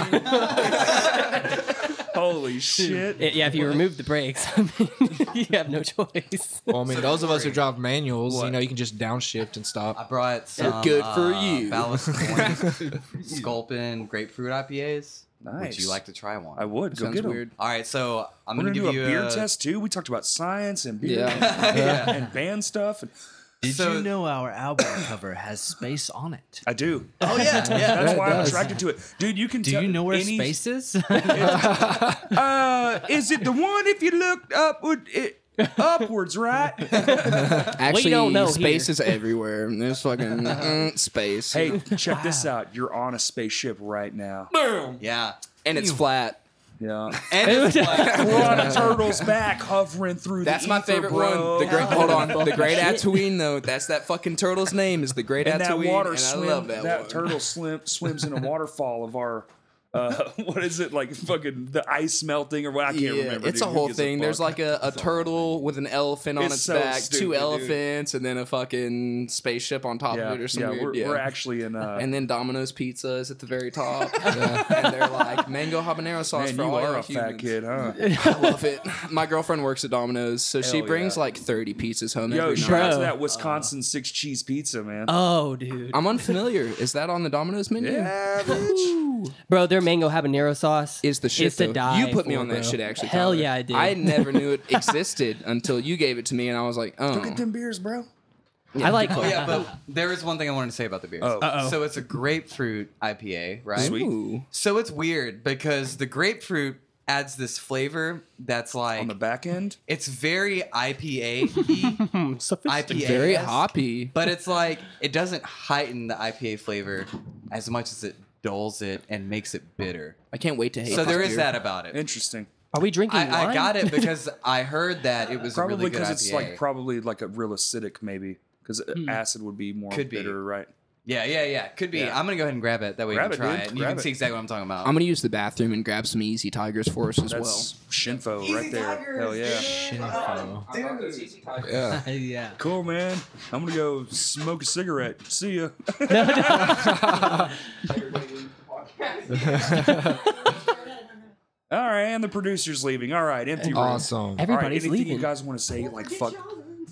S1: Holy shit!
S5: Yeah, if you remove the brakes, I mean, you have no choice.
S8: Well, I mean, those of us who drive manuals, you know, you can just downshift and
S2: I
S8: stop.
S2: brought some
S4: good for
S2: uh,
S4: you.
S2: Ballast Point Sculpin grapefruit IPAs. Would
S1: Nice.
S2: you like to try one?
S1: I would go
S4: Sounds
S1: get 'em.
S4: weird.
S2: All right, so I'm
S1: We're
S2: gonna,
S1: gonna
S2: give
S1: do a
S2: you
S1: beer
S2: a
S1: test too. We talked about science and beer
S4: Yeah.
S2: yeah.
S1: and band stuff. And
S3: Did
S2: So-
S3: you know our album cover has space on it?
S1: I do.
S2: Oh yeah, yeah.
S1: That's why I'm attracted to it, dude. You can.
S3: Do
S1: tell
S3: you know where
S1: any-
S3: space is?
S1: Uh, is it the one if you looked upward, it, upwards, right?
S4: Actually,
S5: don't know
S4: space
S5: here.
S4: is everywhere. There's fucking mm, space.
S1: hey, check this out. You're on a spaceship right now.
S2: Yeah.
S4: and it's flat.
S1: Yeah.
S2: And it's like-
S1: We're on a turtle's back hovering through
S4: That's
S1: the
S4: my
S1: ether,
S4: favorite
S1: bro.
S4: one. The great hold on, the great Atouine though. That's that fucking turtle's name is the great
S1: and that
S4: Atouine,
S1: water
S4: and
S1: swim,
S4: I love that, one.
S1: turtle swim, swims in a waterfall of our uh, what is it like fucking the ice melting or what I can't
S4: yeah,
S1: remember.
S4: it's
S1: dude.
S4: a
S1: Who
S4: whole
S1: gives
S4: thing. There's
S1: fuck?
S4: like a, a turtle with an elephant on
S1: It's
S4: its,
S1: so
S4: back,
S1: stupid,
S4: two
S1: dude.
S4: elephants, and then a fucking spaceship on top
S1: yeah,
S4: of it or
S1: yeah,
S4: something.
S1: we're,
S4: yeah.
S1: we're actually in uh,
S4: and then Domino's Pizza is at the very top, and they're like mango habanero sauce
S1: man,
S4: for
S1: you
S4: all
S1: are
S4: y'all
S1: a fat
S4: humans.
S1: kid, huh?
S4: I love it. My girlfriend works at Domino's, so she
S1: Hell
S4: brings
S1: yeah.
S4: like 30 pizzas home
S1: Yo,
S4: every night. Uh,
S1: shout out to
S5: Bro.
S1: that Wisconsin six cheese pizza, man.
S5: Oh, dude,
S4: I'm unfamiliar. Is that on the Domino's menu?
S1: yeah, bitch.
S5: bro, their mango habanero sauce
S4: Is the shit
S5: It's to
S4: though.
S5: die
S4: you put me
S5: for,
S4: on that
S5: bro.
S4: shit actually?
S5: Hell
S4: Tyler.
S5: yeah, I did.
S4: I never knew it existed until you gave it to me, and I was like, oh,
S1: Look at them beers, bro.
S5: I like.
S2: yeah, but there is one thing I wanted to say about the beers.
S1: Oh.
S5: Uh-oh.
S2: So it's a grapefruit IPA, right?
S1: Sweet.
S4: Ooh.
S2: So it's weird because the grapefruit adds this flavor that's like
S1: On the back end,
S2: it's very IPA, IPA,
S4: very hoppy.
S2: but it's like it doesn't heighten the IPA flavor as much as it dulls it and makes it bitter.
S4: I can't wait to hate.
S2: So there
S4: this
S2: is
S4: beer.
S2: that about it.
S1: interesting.
S5: Are we drinking wine?
S2: I, I got it because I heard that it was a
S1: Probably
S2: really good
S1: because
S2: IPA.
S1: it's like probably like a real acidic, maybe because acid would be more
S2: Could be.
S1: bitter, right?
S2: yeah, yeah, yeah. Could be.
S1: Yeah.
S2: I'm gonna go ahead and grab it. That way
S1: Grab
S2: you
S1: it,
S2: can try
S1: dude.
S2: it. And you
S1: Grab
S2: can
S1: it.
S2: see exactly what I'm talking about.
S4: I'm gonna use the bathroom and grab some easy tigers for us as
S1: That's Shinfo
S2: Easy
S1: right there.
S2: Tigers,
S1: Hell yeah.
S4: well.
S3: yeah.
S1: Cool, man. I'm gonna go smoke a cigarette. See ya. All right, and the producer's leaving. All right, empty room.
S8: Awesome.
S1: All right,
S5: Everybody's
S1: anything
S5: leaving.
S1: you guys want to say? Like fuck,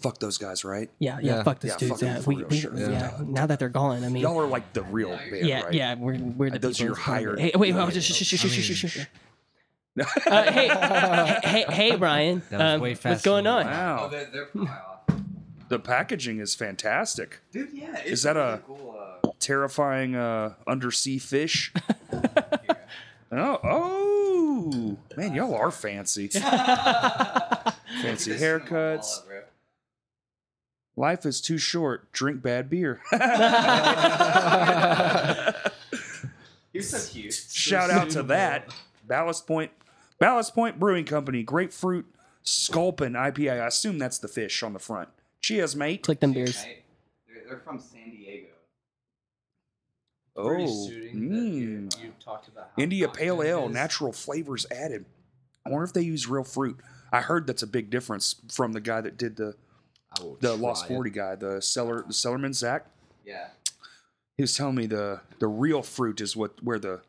S1: fuck those guys, right?
S5: yeah, yeah,
S8: Yeah.
S5: Fuck those
S1: Yeah,
S5: dudes.
S1: fuck 'em
S5: Yeah,
S1: for
S5: we,
S1: real,
S5: we,
S1: sure.
S5: yeah. Now that they're gone, I mean,
S1: Y'all are like the real band,
S5: yeah,
S1: right?
S5: yeah. We're we're the
S1: Those are your
S5: people.
S1: hired-
S5: Hey, wait, wait, just, sh- sh- sh- sh- sh- sh- sh- uh, hey, hey, hey, hey, Brian.
S3: That was
S5: um,
S3: way
S5: what's
S3: faster
S5: going
S3: than
S5: on?
S2: Oh,
S1: Wow,
S2: they're, they're
S1: Hmm. the packaging is fantastic.
S2: Dude, yeah. It's
S1: Is that
S2: really
S1: a-
S2: cool,
S1: Terrifying uh, undersea fish. oh, oh, man, y'all are fancy. fancy
S2: This is gonna
S1: haircuts.
S2: fall out, bro.
S1: Life is too short. Drink bad beer.
S2: You're so cute.
S1: Shout out to that. Ballast Point Ballast Point Brewing Company, Grapefruit Sculpin IPA. I assume that's the fish on the front. Cheers, mate.
S5: Click them beers.
S2: Right? They're, they're from San Diego.
S1: Oh, mm.
S3: Oh,
S1: India Pale Ale, natural flavors added. I wonder if they use real fruit. I heard that's a big difference from the guy that did the the Lost Forty guy, the seller, the cellarman Zach.
S2: Yeah.
S1: He was telling me the the real fruit is what where the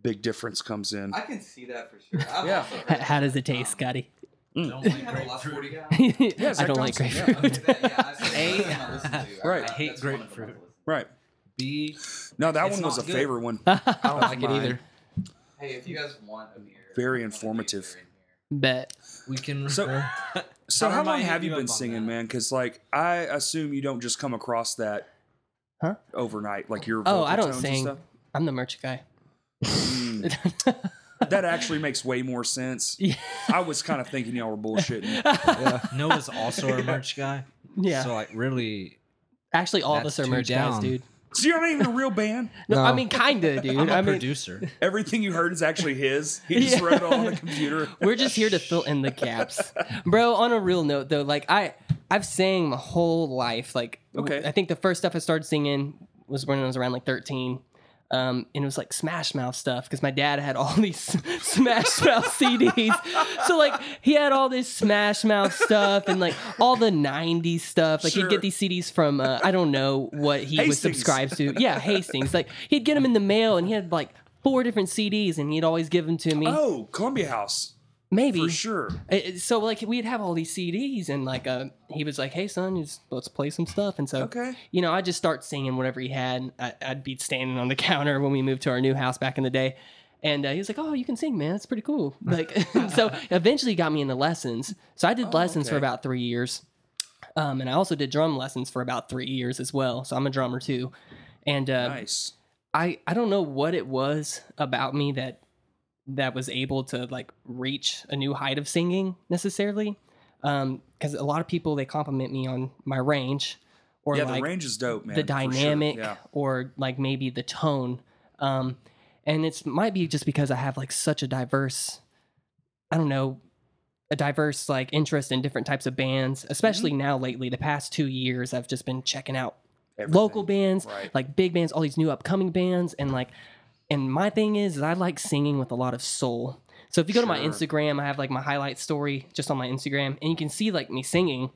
S1: big difference comes in.
S2: I can see that for sure. I've
S1: Yeah.
S2: also heard
S5: H- how does it taste, Scotty?
S2: that. You have a lot of 40 guys?
S5: I
S1: Zach
S5: don't like
S1: Johnson, yeah.
S5: grapefruit.
S2: Yeah, yeah, I've seen it. That's what I listen to. I-
S1: Right.
S2: I-
S1: I
S3: hate
S2: that's one of them I
S3: grapefruit.
S2: listen
S1: Right.
S3: B.
S1: No, that
S3: It's
S1: one was a
S3: not good.
S1: favorite one.
S8: I don't like it either.
S2: to. Hey, if you guys want a beer,
S1: Very
S2: one of these,
S1: informative.
S2: they're in here.
S5: Bet.
S3: We can.
S1: So-
S3: refer-
S1: So
S3: I
S1: how long
S3: might
S1: have you
S3: hit you
S1: been
S3: up on
S1: singing,
S3: that.
S1: man? Because like I assume you don't just come across that,
S5: Huh?
S1: Overnight, like your
S5: Oh,
S1: vocal
S5: I don't
S1: tones and
S5: sing.
S1: stuff. Mm.
S5: I'm the merch guy.
S1: That actually makes way more sense.
S5: Yeah.
S1: I was kind of thinking y'all were bullshitting.
S3: Noah's also a merch guy.
S5: Yeah.
S3: So like really,
S5: Actually, all of us
S3: That's
S5: are
S3: two
S5: merch guys,
S3: down.
S5: dude.
S1: so you're not even a real band.
S5: No, I
S8: No.
S5: mean, kinda, dude.
S3: I'm a
S5: I mean,
S3: producer.
S1: Everything you heard is actually his. He just
S5: Yeah.
S1: wrote it all on the computer.
S5: We're just here to fill in the gaps, bro. On a real note, though, like I, I've sang my whole life. Like, w-
S1: Okay.
S5: I think the first stuff I started singing was when I was around like 13, um, and it was like Smash Mouth stuff because my dad had all these Smash Mouth CDs. So like he had all this Smash Mouth stuff and like all the 90s stuff. Like
S1: Sure.
S5: he'd get these CDs from uh, I don't know what he was
S1: Hastings.
S5: subscribed to. Yeah, Hastings. Like he'd get them in the mail, and he had like. Four different CDs, and he'd always give them to me.
S1: Oh, Columbia House
S5: Maybe
S1: for sure.
S5: it- it- so like we'd have all these CDs and like uh, he was like, "Hey son, you just, let's play some stuff." And so
S1: Okay.
S5: you know, I just start singing whatever he had. and I, I'd be standing on the counter when we moved to our new house back in the day, and uh, he was like, "Oh, you can sing, man. That's pretty cool." Like so, eventually he got me into lessons. So I did lessons for
S1: Oh, okay.
S5: about three years, um, and I also did drum lessons for about three years as well. So I'm a drummer too, and uh,
S1: Nice.
S5: I I don't know what it was about me that that was able to like reach a new height of singing necessarily. Um, because a lot of people they compliment me on my range or
S1: Yeah,
S5: like
S1: the range is dope, man.
S5: the
S1: for sure.
S5: dynamic
S1: Yeah.
S5: or like maybe the tone. Um, and it's might be just because I have like such a diverse, I don't know, a diverse like interest in different types of bands.
S1: Mm-hmm.
S5: Especially now lately, the past two years, I've just been checking out local bands,
S2: Right.
S5: like big bands, all these new upcoming bands, and like, and my thing is, is I like singing with a lot of soul. So if you go to my
S2: Sure.
S5: Instagram, I have like my highlight story just on my Instagram, and you can see like me singing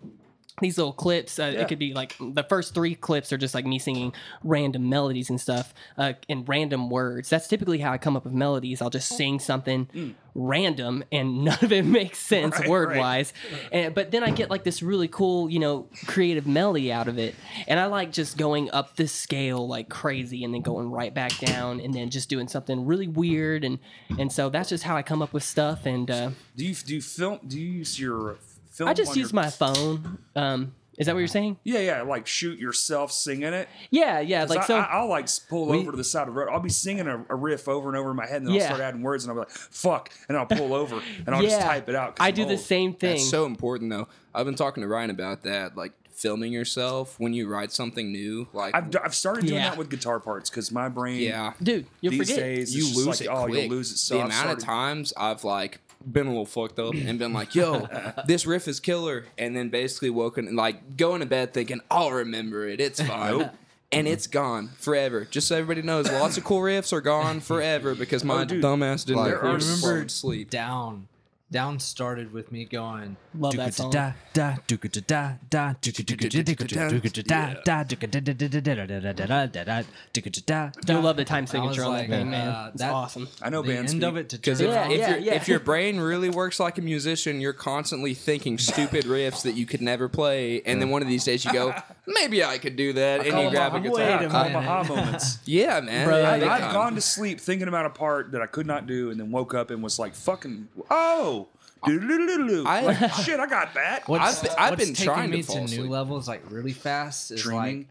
S5: these little clips. Uh, It could be like the first three clips are just like me singing random melodies and stuff uh, in random words. That's typically how I come up with melodies. I'll
S2: Oh.
S5: just sing something
S2: Mm.
S5: random and none of it makes sense word wise. And but then I get like this really cool, you know, creative melody out of it. And I like just going up the scale like crazy and then going right back down and then just doing something really weird and and so that's just how I come up with stuff and uh,
S1: Do you do you film? Do you use your film?
S5: I just
S1: on
S5: use
S1: your,
S5: my phone. Um is that what you're saying?
S1: Yeah, yeah. Like shoot yourself singing it.
S5: Yeah, yeah.
S1: 'Cause
S5: Like
S1: I,
S5: so,
S1: I, I'll like s- pull over to the side of the road. I'll be singing a, a riff over and over in my head, and then
S5: Yeah.
S1: I'll start adding words, and I'll be like, "Fuck," and I'll pull over and I'll just
S5: Yeah.
S1: type it out. 'cause
S5: I
S1: I'm
S5: do the
S1: old.
S5: same thing.
S4: That's so important though. I've been talking to Ryan about that, like filming yourself when you write something new. Like
S1: I've, d- I've started doing
S5: Yeah.
S1: that with guitar parts because my brain.
S4: yeah,
S5: Dude, you'll
S1: These
S5: forget.
S1: days
S4: you
S1: it's just
S4: lose
S1: like,
S4: it.
S1: Oh,
S4: quick.
S1: you'll lose it. So
S4: the
S1: I've
S4: amount
S1: started-
S4: of times I've like been a little fucked up and been like, "Yo, this riff is killer," and then basically woken and like going to bed thinking, "I'll remember it. It's fine." And it's gone forever. Just so everybody knows, lots of cool riffs are gone forever because my
S1: Oh, dude.
S4: dumbass didn't
S8: Like,
S1: I
S4: record
S1: remember-
S4: remember sleep.
S3: Down. Down started with me going.
S5: Love that song.
S3: "Duka-da-da, da, duka-da-da, da, duka-da-da, duka-da-da, duka-da-da, da, duka-da-da-da-da-da-da-da-da-da, duka-da-da,
S5: You'll
S3: da."
S5: love the time
S3: I was
S5: signature on that
S3: like,
S5: thing, man.
S3: uh,
S5: it's
S3: that-
S5: awesome.
S1: I know
S3: The
S1: bands.
S3: end of it to
S4: Because
S3: turn
S5: Yeah,
S3: off.
S4: if, your-
S5: yeah.
S4: if your brain really works like a musician, you're constantly thinking stupid riffs that you could never play, and then one of these days you go, maybe I could do that, and you grab a
S3: "Wait a
S4: guitar.
S1: I call them
S3: minute.
S1: aha moments.
S4: Yeah, man.
S5: Bro,
S4: Yeah,
S1: I,
S4: big
S1: I've
S4: time.
S1: gone to sleep thinking about a part that I could not do, and then woke up and was like, "Fucking oh, doo-doo-doo-doo-doo."
S4: I-
S1: like, shit, I got that."
S3: What's-
S4: I've been- I've
S3: what's
S4: been
S3: taking
S4: trying to
S3: me
S4: fall
S3: new
S4: asleep.
S3: levels like really fast is like
S1: Dreaming.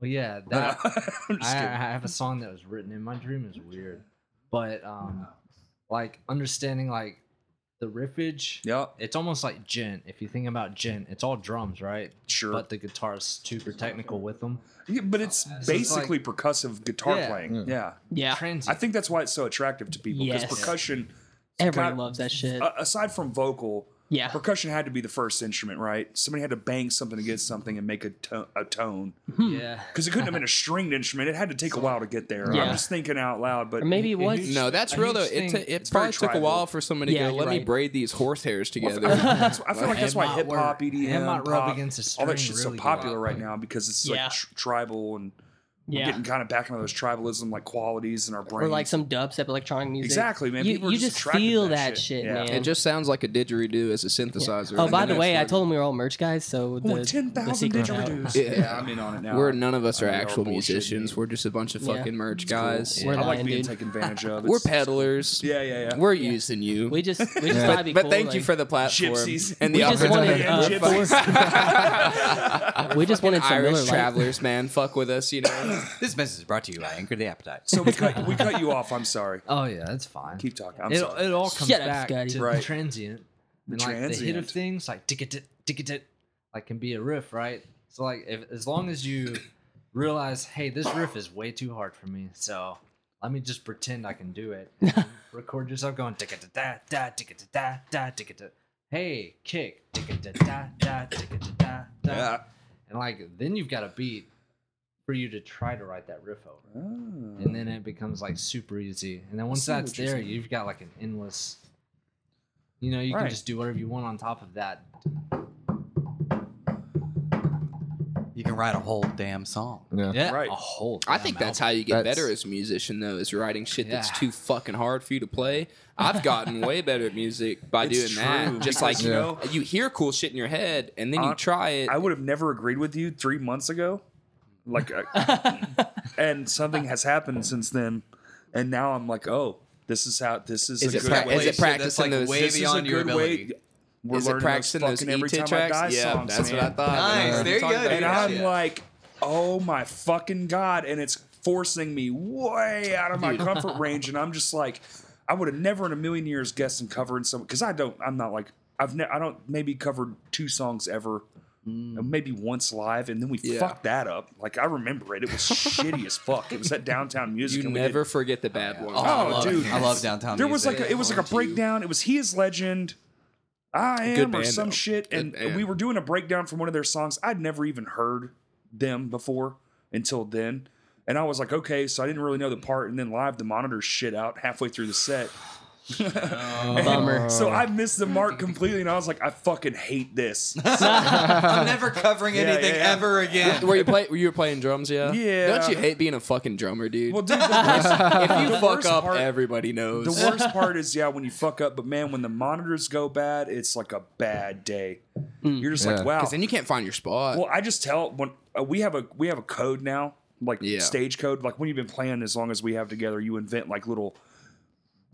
S3: well yeah that
S1: I'm just
S3: I, I
S1: kidding.
S3: have a song that was written in my dream is weird but um like understanding like the riffage
S1: Yeah,
S3: it's almost like gent if you think about gent it's all drums right
S1: sure.
S3: but the guitar is super technical with them
S1: Yeah, but it's basically percussive guitar
S3: Yeah.
S1: playing. Yeah.
S5: Yeah.
S1: I
S3: transit
S1: think that's why it's so attractive to people because
S5: Yes.
S1: percussion,
S5: Everyone
S1: got-
S5: loves that shit.
S1: uh, aside from vocal,
S5: yeah.
S1: percussion had to be the first instrument, right? Somebody had to bang something against something and make a, to- a tone
S3: yeah
S1: because it couldn't have been a stringed instrument. It had to take a while to get there.
S5: Uh-huh. Yeah.
S1: I'm just thinking out loud, but
S5: Or maybe
S3: you-
S5: it was.
S3: you-
S4: No, that's
S3: I
S4: real though.
S3: think
S4: It,
S3: it's
S4: t-
S3: thing-
S4: it
S1: it's
S4: probably
S1: very
S4: took a
S1: tribal.
S4: while for someone to
S5: Yeah,
S4: go.
S5: you're
S4: Let me
S5: right.
S4: braid these horse hairs together.
S1: That's- I feel like that's
S3: It
S1: why
S3: might
S1: hip hop,
S3: work. It
S1: EDM,
S3: might rub
S1: pop,
S3: against a
S1: all that
S3: string
S1: shit's
S3: really
S1: so
S3: good.
S1: popular right now because it's
S5: Yeah.
S1: like tr- tribal and we're
S5: yeah.
S1: getting kind of back into those tribalism like qualities in our brains.
S5: Or like some dubstep electronic music.
S1: Exactly, man.
S5: You,
S1: People are
S5: you
S1: just
S5: just
S1: attracted to
S5: feel
S1: that
S5: that
S1: shit.
S5: shit,
S1: Yeah.
S5: man.
S4: it just sounds like a didgeridoo as a synthesizer.
S5: oh,
S4: And
S5: by
S4: then
S5: the
S4: it's
S5: way, I
S4: like-
S5: told him we were all merch guys, so the,
S1: oh, 10,000
S5: the secret out.
S1: didgeridoos.
S4: Yeah.
S1: I'm in on it now.
S4: We're none of us
S1: I
S4: are
S1: know y'all
S4: actual
S1: bullshitting
S4: musicians.
S1: me.
S4: We're just a bunch of
S5: Yeah.
S4: fucking merch guys.
S5: We're
S1: I like
S5: lying,
S1: being
S5: dude.
S1: taken advantage of.
S4: We're
S1: It's-
S4: peddlers.
S1: Yeah, yeah, yeah.
S4: We're using you.
S5: We just, we just thought
S4: but,
S5: it'd be
S4: but
S5: cool,
S4: thank you
S5: like-
S4: for the platform
S1: Gypsies.
S4: and
S5: We
S4: the
S5: just
S4: opportunity.
S5: wanted,
S1: And
S5: uh, We just wanted some
S4: Irish
S5: Miller Lite.
S4: travelers, man, fuck with us, you know.
S2: This message is brought to you by Anchor the Appetite.
S1: so we cut, we cut you off. I'm sorry.
S3: oh yeah that's fine
S1: Keep talking. I'm
S3: it,
S1: sorry.
S3: it all comes
S5: Shut up,
S3: back
S5: Scotty.
S3: to
S1: Right.
S3: the transient.
S1: The
S3: and, like, The hit
S1: transient.
S3: of things, like dicka dicka like can be a riff, right? So like, if, as long as you realize, hey, this riff is way too hard for me, so let me just pretend I can do it. and record yourself going dicka da da dicka da da dicka da. Hey, kick dicka da da dicka da da.
S1: Yeah.
S3: And like, then you've got a beat for you to try to write that riff over
S1: Oh.
S3: and then it becomes like super easy. And then once
S1: see
S3: that's
S1: what you're
S3: there,
S1: saying.
S3: you've got like an endless. You know, you
S1: Right.
S3: can just do whatever you want on top of that.
S2: You can write a whole damn song.
S3: Yeah,
S1: Right.
S3: a whole.
S4: I
S3: damn
S4: think that's
S3: album.
S4: how you get
S8: That's-
S4: better as a musician, though, is writing shit that's
S3: Yeah.
S4: too fucking hard for you to play. I've gotten way better at music by
S1: It's
S4: doing
S1: true,
S4: that. Just like
S1: because,
S4: you
S1: you
S4: know,
S1: know-
S4: you hear cool shit in your head, and then you
S1: Uh,
S4: try it.
S1: I would have never agreed with you three months ago. Like, I- and something has happened since then, and now I'm like, oh, this is how this is.
S4: Is
S1: a
S4: it
S1: good
S4: pra-
S1: way.
S4: is it
S1: This
S4: pra-
S2: Shit That's
S4: practicing
S2: like
S4: those-
S2: way
S1: is a
S2: beyond your
S1: good
S2: ability.
S1: way- We're
S4: is it
S1: learning
S4: practicing
S1: those
S4: those
S1: fucking every
S4: ETA
S1: time I die
S4: tracks? Yeah,
S1: songs,
S4: that's
S1: man.
S4: what I thought.
S2: Nice,
S4: man.
S2: there you
S4: Talk
S2: go,
S4: about
S2: dude.
S1: and
S4: that
S1: I'm
S4: shit.
S1: like, oh my fucking god, and it's forcing me way out of my comfort range, and I'm just like, I would have never in a million years guessed and covering some because I don't, I'm not like, I've ne- I don't maybe covered two songs ever maybe once live, and then we
S4: Mm. Yeah.
S1: fucked that up. Like I remember it; it was shitty as fuck. It was at downtown music.
S4: You
S1: and we did-
S4: never forget the bad one.
S2: Oh, I love,
S1: dude.
S2: I love downtown.
S1: there was
S2: music.
S1: like a, it was like a breakdown. It was he is legend. I
S4: Good
S1: am or
S4: band,
S1: some
S4: though.
S1: shit,
S4: Good
S1: and
S4: band.
S1: we were doing a breakdown from one of their songs. I'd never even heard them before until then, and I was like, okay, so I didn't really know the part. And then live, the monitor shit out halfway through the set. And
S5: Bummer.
S1: So I missed the mark completely, and I was like, I fucking hate this.
S2: I'm never covering
S1: Yeah, yeah,
S2: anything
S1: yeah.
S2: ever again.
S4: Were you play? Were you playing drums? Yeah.
S1: Yeah.
S4: Don't you hate being a fucking drummer, dude?
S1: Well, dude, the worst,
S4: if you
S1: the
S4: fuck
S1: worst
S4: up,
S1: part-
S4: everybody
S1: the
S4: knows.
S1: worst part is yeah when you fuck up. But man, when the monitors go bad, it's like a bad day. You're just
S8: Yeah.
S1: like, wow.
S4: Because then you can't find your spot.
S1: Well, I just tell when uh, we have a we have a code now, like
S4: Yeah.
S1: stage code. Like when you've been playing as long as we have together, you invent like little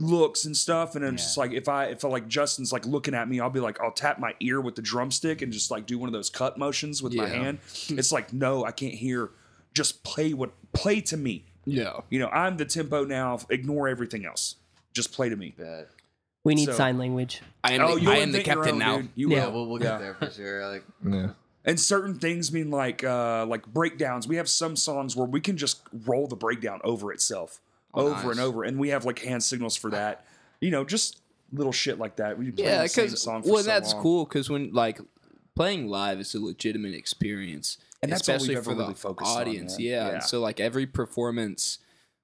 S1: looks and stuff. And I'm just like, if I if I, like Justin's like looking at me, I'll be like, I'll tap my ear with the drumstick and just like do one of those cut motions with my
S4: Yeah.
S1: hand. it's like, no, I can't hear. Just play what play to me.
S4: yeah.
S1: You know, I'm the tempo now. Ignore everything else. Just play to me.
S2: But,
S5: We need
S1: So-
S5: sign language.
S4: I am, the,
S1: you'll
S4: I am the
S1: invent your
S4: captain
S1: own,
S4: now.
S1: dude. You
S5: Yeah.
S2: yeah,
S1: will.
S2: we'll, we'll get there for sure. Like,
S8: Yeah.
S1: And certain things mean like uh like breakdowns. We have some songs where we can just roll the breakdown over itself over
S4: Oh, nice.
S1: and over and we have like hand signals for that. You know, just little shit like that. We play
S4: Yeah,
S1: the same
S4: because
S1: song for
S4: well,
S1: so
S4: that's
S1: long.
S4: cool. Because when like playing live is a legitimate experience,
S1: And that's all
S4: especially
S1: we've ever
S4: for the
S1: really focused on,
S4: audience.
S1: yeah.
S4: yeah. and
S1: Yeah.
S4: so like every performance,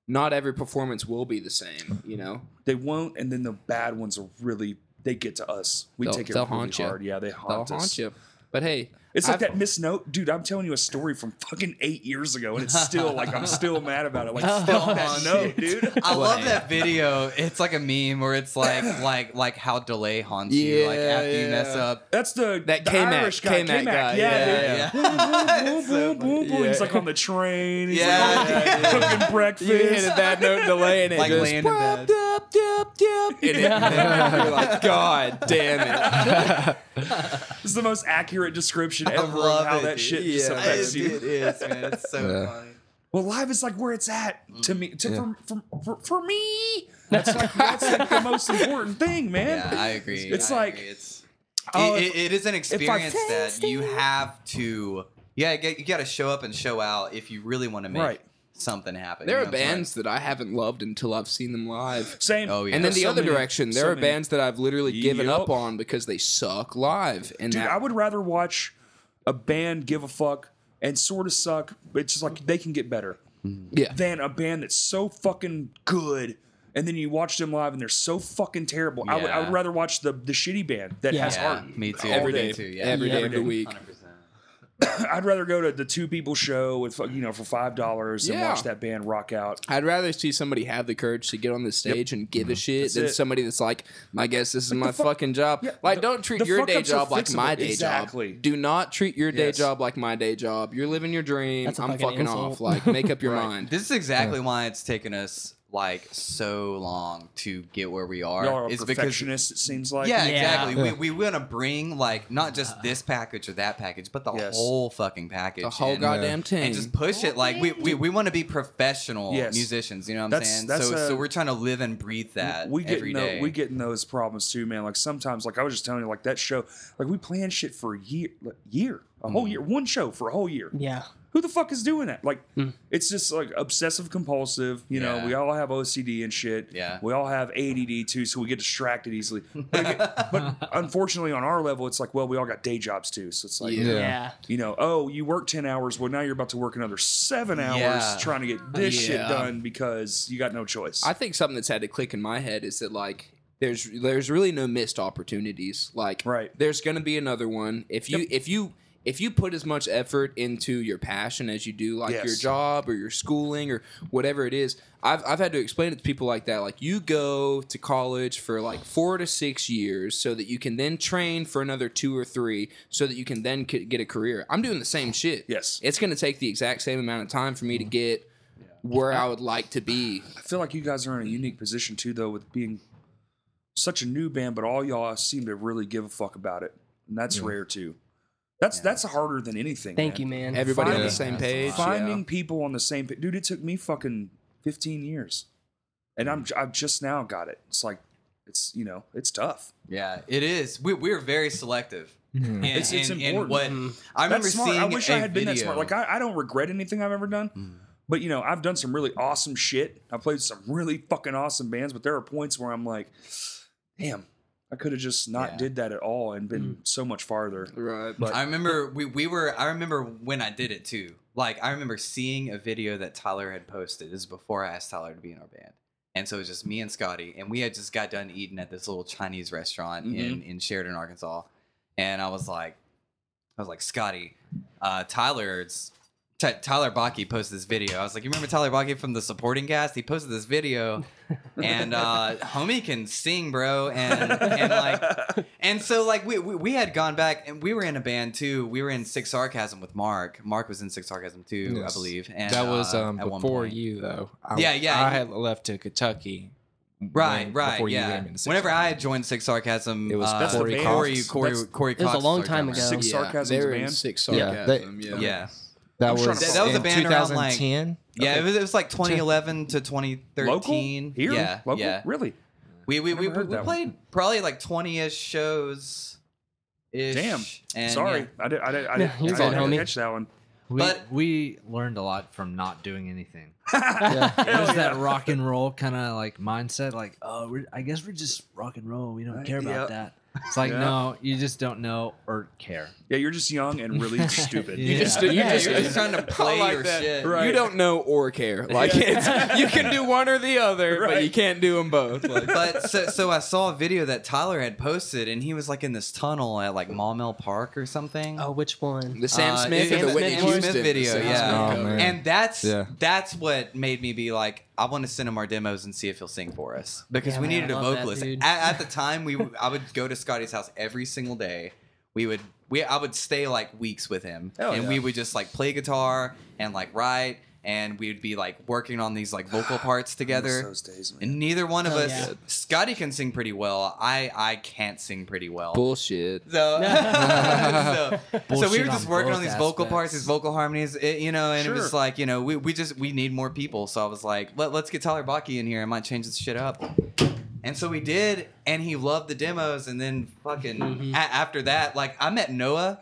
S4: not every performance will be the same. You know,
S1: They won't and then the bad ones are really they get to us. We
S4: They'll-
S1: take it
S4: they'll
S1: really
S4: haunt you.
S1: hard. Yeah, they
S4: they'll
S1: haunt us.
S4: haunt you. But hey,
S1: It's like
S4: I've-
S1: that missed note, dude. I'm telling you a story from fucking eight years ago, and it's still like I'm still mad about it. Like fuck
S4: Oh,
S1: that note, dude.
S2: I love that video. It's like a meme where it's like, like, like how delay haunts you. Like
S4: Yeah,
S2: after you
S4: yeah.
S2: mess up.
S1: That's the
S4: That
S1: the
S4: K-Mac-
S1: Irish guy,
S4: K-Mac
S1: K-Mac,
S4: guy,
S1: Yeah,
S4: yeah,
S1: dude.
S4: yeah.
S2: It's so
S1: boom,
S2: funny.
S1: boom, boom. He's like on the train. He's
S2: Yeah,
S1: like
S2: yeah,
S1: cooking breakfast.
S4: you hit a bad note delay and it
S2: Like
S4: just
S2: laying in bed.
S4: Dup, dup, dup, and it- you're like, God damn it.
S1: It's the most accurate description
S2: I
S1: ever
S2: love
S1: of how
S2: it,
S1: that
S2: dude.
S1: shit just
S4: Yeah.
S1: affects
S2: It,
S1: you.
S2: it is, man. It's so
S8: Yeah.
S2: funny.
S1: Well, live is like where it's at to me. To, for, for, for, for me, that's like that's like the most important thing, man.
S2: Yeah, I agree.
S1: It's
S2: I
S1: like-
S2: agree. it's
S1: Oh,
S2: it, it, it is an experience that
S1: tasted
S2: you have to. Yeah, you got to show up and show out if you really want to make
S1: Right.
S2: something happen.
S4: There
S2: you
S4: are
S2: know what I'm saying?
S4: bands that I haven't loved until I've seen them live.
S1: Same.
S2: Oh, yeah.
S4: And then
S1: There's
S4: the
S1: so
S4: other
S1: many-
S4: direction, there
S1: so
S4: are
S1: many.
S4: bands that I've literally given
S1: Yup.
S4: up on because they suck live. And
S1: Dude,
S4: that-
S1: I would rather watch a band give a fuck and sort of suck, but it's just like they can get better.
S2: Mm-hmm.
S4: Yeah.
S1: Than a band that's so fucking good. And then you watch them live and they're so fucking terrible. I, would, I would
S2: Yeah.
S1: rather watch the the shitty band that has
S2: Yeah,
S1: heart.
S2: me too.
S4: every day,
S2: me too. Yeah,
S4: every
S5: Yeah,
S4: day
S5: every
S4: of the week.
S2: 100%.
S1: I'd rather go to the two people show with fu- you know for five dollars and
S4: Yeah.
S1: watch that band rock out.
S4: I'd rather see somebody have the courage to get on the stage and give a shit than
S1: Mm-hmm. it.
S4: somebody that's like, I guess this is my
S1: fuck-
S4: fucking job.
S1: Yeah,
S4: like,
S1: the-
S4: don't treat
S1: the
S4: your
S1: fuck
S4: day
S1: ups are
S4: job like my
S1: fixable.
S4: day
S1: Exactly.
S4: job. Do not treat your day
S1: Yes.
S4: job like my day job. You're living your dream.
S5: That's a
S4: I'm
S5: fucking
S4: fucking
S5: insult.
S4: off. Like, make up your mind.
S2: This is exactly why it's taken us like so long to get where we are.
S1: Y'all are
S2: It's because
S1: perfectionists. It seems like
S2: yeah,
S5: Yeah.
S2: exactly.
S8: Yeah.
S2: We, we want to bring like not
S4: Uh.
S2: just this package or that package, but the
S1: Yes.
S2: whole fucking package.
S4: The whole
S2: and-
S1: uh,
S4: goddamn thing.
S2: and just push it. Like we we, we want to be professional
S1: Yes.
S2: musicians. You know what I'm
S1: That's-
S2: saying?
S1: that's
S2: so
S1: a-
S2: so we're trying to live and breathe that
S1: we get
S2: every
S1: in
S2: day.
S1: tho- we get in those problems too, man. Like sometimes, like I was just telling you, like that show, like we planned shit for a year, like, year, a whole
S2: Mm.
S1: year, one show for a whole year.
S5: Yeah.
S1: Who the fuck is doing that? Like, it's just like obsessive compulsive. You know,
S2: Hmm. Yeah.
S1: we all have OCD and shit.
S2: Yeah.
S1: we all have ADD too, so we get distracted easily. But, it- but unfortunately, on our level, it's like, well, we all got day jobs too, so it's like,
S4: Yeah.
S5: Yeah.
S1: you know, oh, you work 10 hours. Well, now you're about to work another seven hours
S2: Yeah.
S1: trying to get this shit
S4: Yeah.
S1: done because you got no choice.
S4: I think something that's had to click in my head is that like there's there's really no missed opportunities. Like
S1: Right.
S4: there's gonna be another one. If you if you if you put as much effort into your passion as you do like your
S1: Yes.
S4: job or your schooling or whatever it is, I've I've had to explain it to people like that. Like you go to college for like four to six years so that you can then train for another two or three so that you can then c- get a career. I'm doing the same shit.
S1: Yes. Mm-hmm.
S4: It's gonna take the exact same amount of time for me to get where I would like to be
S1: I feel like you guys are in a unique position too, though, with being such a new band, but all y'all seem to really give a fuck about it. And that's rare too. That's that's harder than anything.
S5: Thank
S1: man.
S5: you, man.
S4: Everybody on
S8: Yeah.
S4: the same page.
S1: Finding people on the same pa- dude, it took me fucking 15 years. And I'm I've just now got it. It's like it's you know, it's tough.
S2: yeah, it is. We we're very selective. And,
S1: It's- it's
S2: and- and
S1: important.
S2: what I remember
S1: Mm-hmm. That's smart.
S2: seeing.
S1: I wish
S2: a
S1: I had been that
S2: video- Mm.
S1: smart. Like I, I don't regret anything I've ever done. But you know, I've done some really awesome shit. I played some really fucking awesome bands, but there are points where I'm like, damn, I could have just not
S2: Yeah.
S1: did that at all and been so much farther.
S4: Right.
S1: But
S2: I remember we, we were I remember when I did it too. Like I remember seeing a video that Tyler had posted. This is before I asked Tyler to be in our band. And so it was just me and Scotty. And we had just got done eating at this little Chinese restaurant in, in Sheridan, Arkansas. And I was like I was like, Scotty, uh, Tyler's Ty Tyler Baki posted this video. I was like, you remember Tyler Baki from the supporting cast? He posted this video, and uh, homie can sing, bro. And and like, and so like we, we we had gone back, and we were in a band too. We were in Six Sarcasm with Mark. Mark was in Six Sarcasm too, I
S8: Yes.
S2: believe. And
S8: that was
S2: uh,
S8: um,
S2: at one
S8: before
S2: point.
S8: you though. I,
S2: Yeah, yeah,
S8: I
S2: he-
S8: had left to Kentucky.
S2: Right,
S8: when-
S2: right,
S8: before you
S2: yeah.
S8: came into Six
S2: Whenever I
S8: Sarcasm.
S2: had joined Six Sarcasm,
S8: It was
S2: uh,
S1: That's the
S2: Corey,
S1: band.
S2: Corey, Corey,
S1: That's-
S2: Corey
S5: It was a
S2: Cox
S5: long
S2: our
S5: time
S2: drummer.
S5: ago.
S1: Six Sarcasms
S4: They're in
S1: band?
S4: Six
S5: Yeah.
S4: Sarcasm. Yeah.
S2: Yeah.
S8: That
S1: I'm
S8: was,
S1: trying to- that was
S2: a
S8: in
S2: band around, like-
S8: 2010.
S2: Yeah, it was, it was like 2011 to 2013.
S1: local here,
S2: yeah,
S1: local,
S2: yeah.
S1: really.
S2: We we, we,
S1: never heard
S2: we
S1: that one.
S2: played probably like twenty ish shows. Ish,
S1: Damn.
S2: And
S1: Sorry,
S2: yeah.
S1: I did. I did. I,
S5: No,
S1: did,
S5: you're
S1: I
S5: fine,
S1: didn't
S5: homie.
S1: catch that one.
S3: We,
S2: But-
S3: we learned a lot from not doing anything.
S1: Hell
S3: There's that
S1: Oh, yeah.
S3: rock and roll kind of like mindset, like, oh, we're, I guess we're just rock and roll. We don't care about that. It's like,
S1: Yeah.
S3: no, you just don't know or care.
S1: Yeah, you're just young and really stupid.
S3: You
S4: You just,
S3: Yeah.
S4: you
S2: Yeah,
S4: just,
S2: you're just trying to play
S4: I like
S2: your
S4: that.
S2: shit.
S4: You don't know or care. Like it's, you can do one or the other, but you
S1: Right.
S4: can't do them both. Like,
S2: But so, so I saw a video that Tyler had posted, and he was like in this tunnel at like Maumelle Park or something.
S5: Oh, which one?
S4: the Sam
S2: Uh,
S4: Smith
S2: Sam
S4: or the
S2: Smith
S4: Whitney
S2: one?
S4: Houston
S2: Smith video,
S4: the Sam
S2: yeah.
S4: Smith
S8: Oh,
S4: cover.
S8: man.
S2: And that's
S8: Yeah.
S2: that's what made me be like, I want to send him our demos and see if he'll sing for us because
S5: Yeah,
S2: we
S5: man,
S2: needed
S5: I
S2: a
S5: love that
S2: vocalist.
S5: dude.
S2: at, at the time, we would- I would go to Scotty's house every single day. We would we I would stay like weeks with him,
S1: Hell
S2: and
S1: yeah.
S2: we would just like play guitar and like write, and we'd be like working on these like vocal parts
S1: Miss
S2: together.
S1: those days, man.
S2: And neither one of
S5: Oh,
S2: us,
S5: yeah.
S2: Scotty can sing pretty well. I I can't sing pretty well.
S4: Bullshit.
S2: So, so, so we
S3: Bullshit
S2: were just
S3: on
S2: working
S3: both
S2: on these vocal parts,
S3: aspects.
S2: these vocal harmonies, it, you know, and it was
S1: Sure.
S2: like, you know, we, we just, we need more people. So I was like, Let, let's get Tyler Baki in here. I might change this shit up. And so we did. And he loved the demos. And then fucking
S5: Mm-hmm.
S2: a- after that, like I met Noah.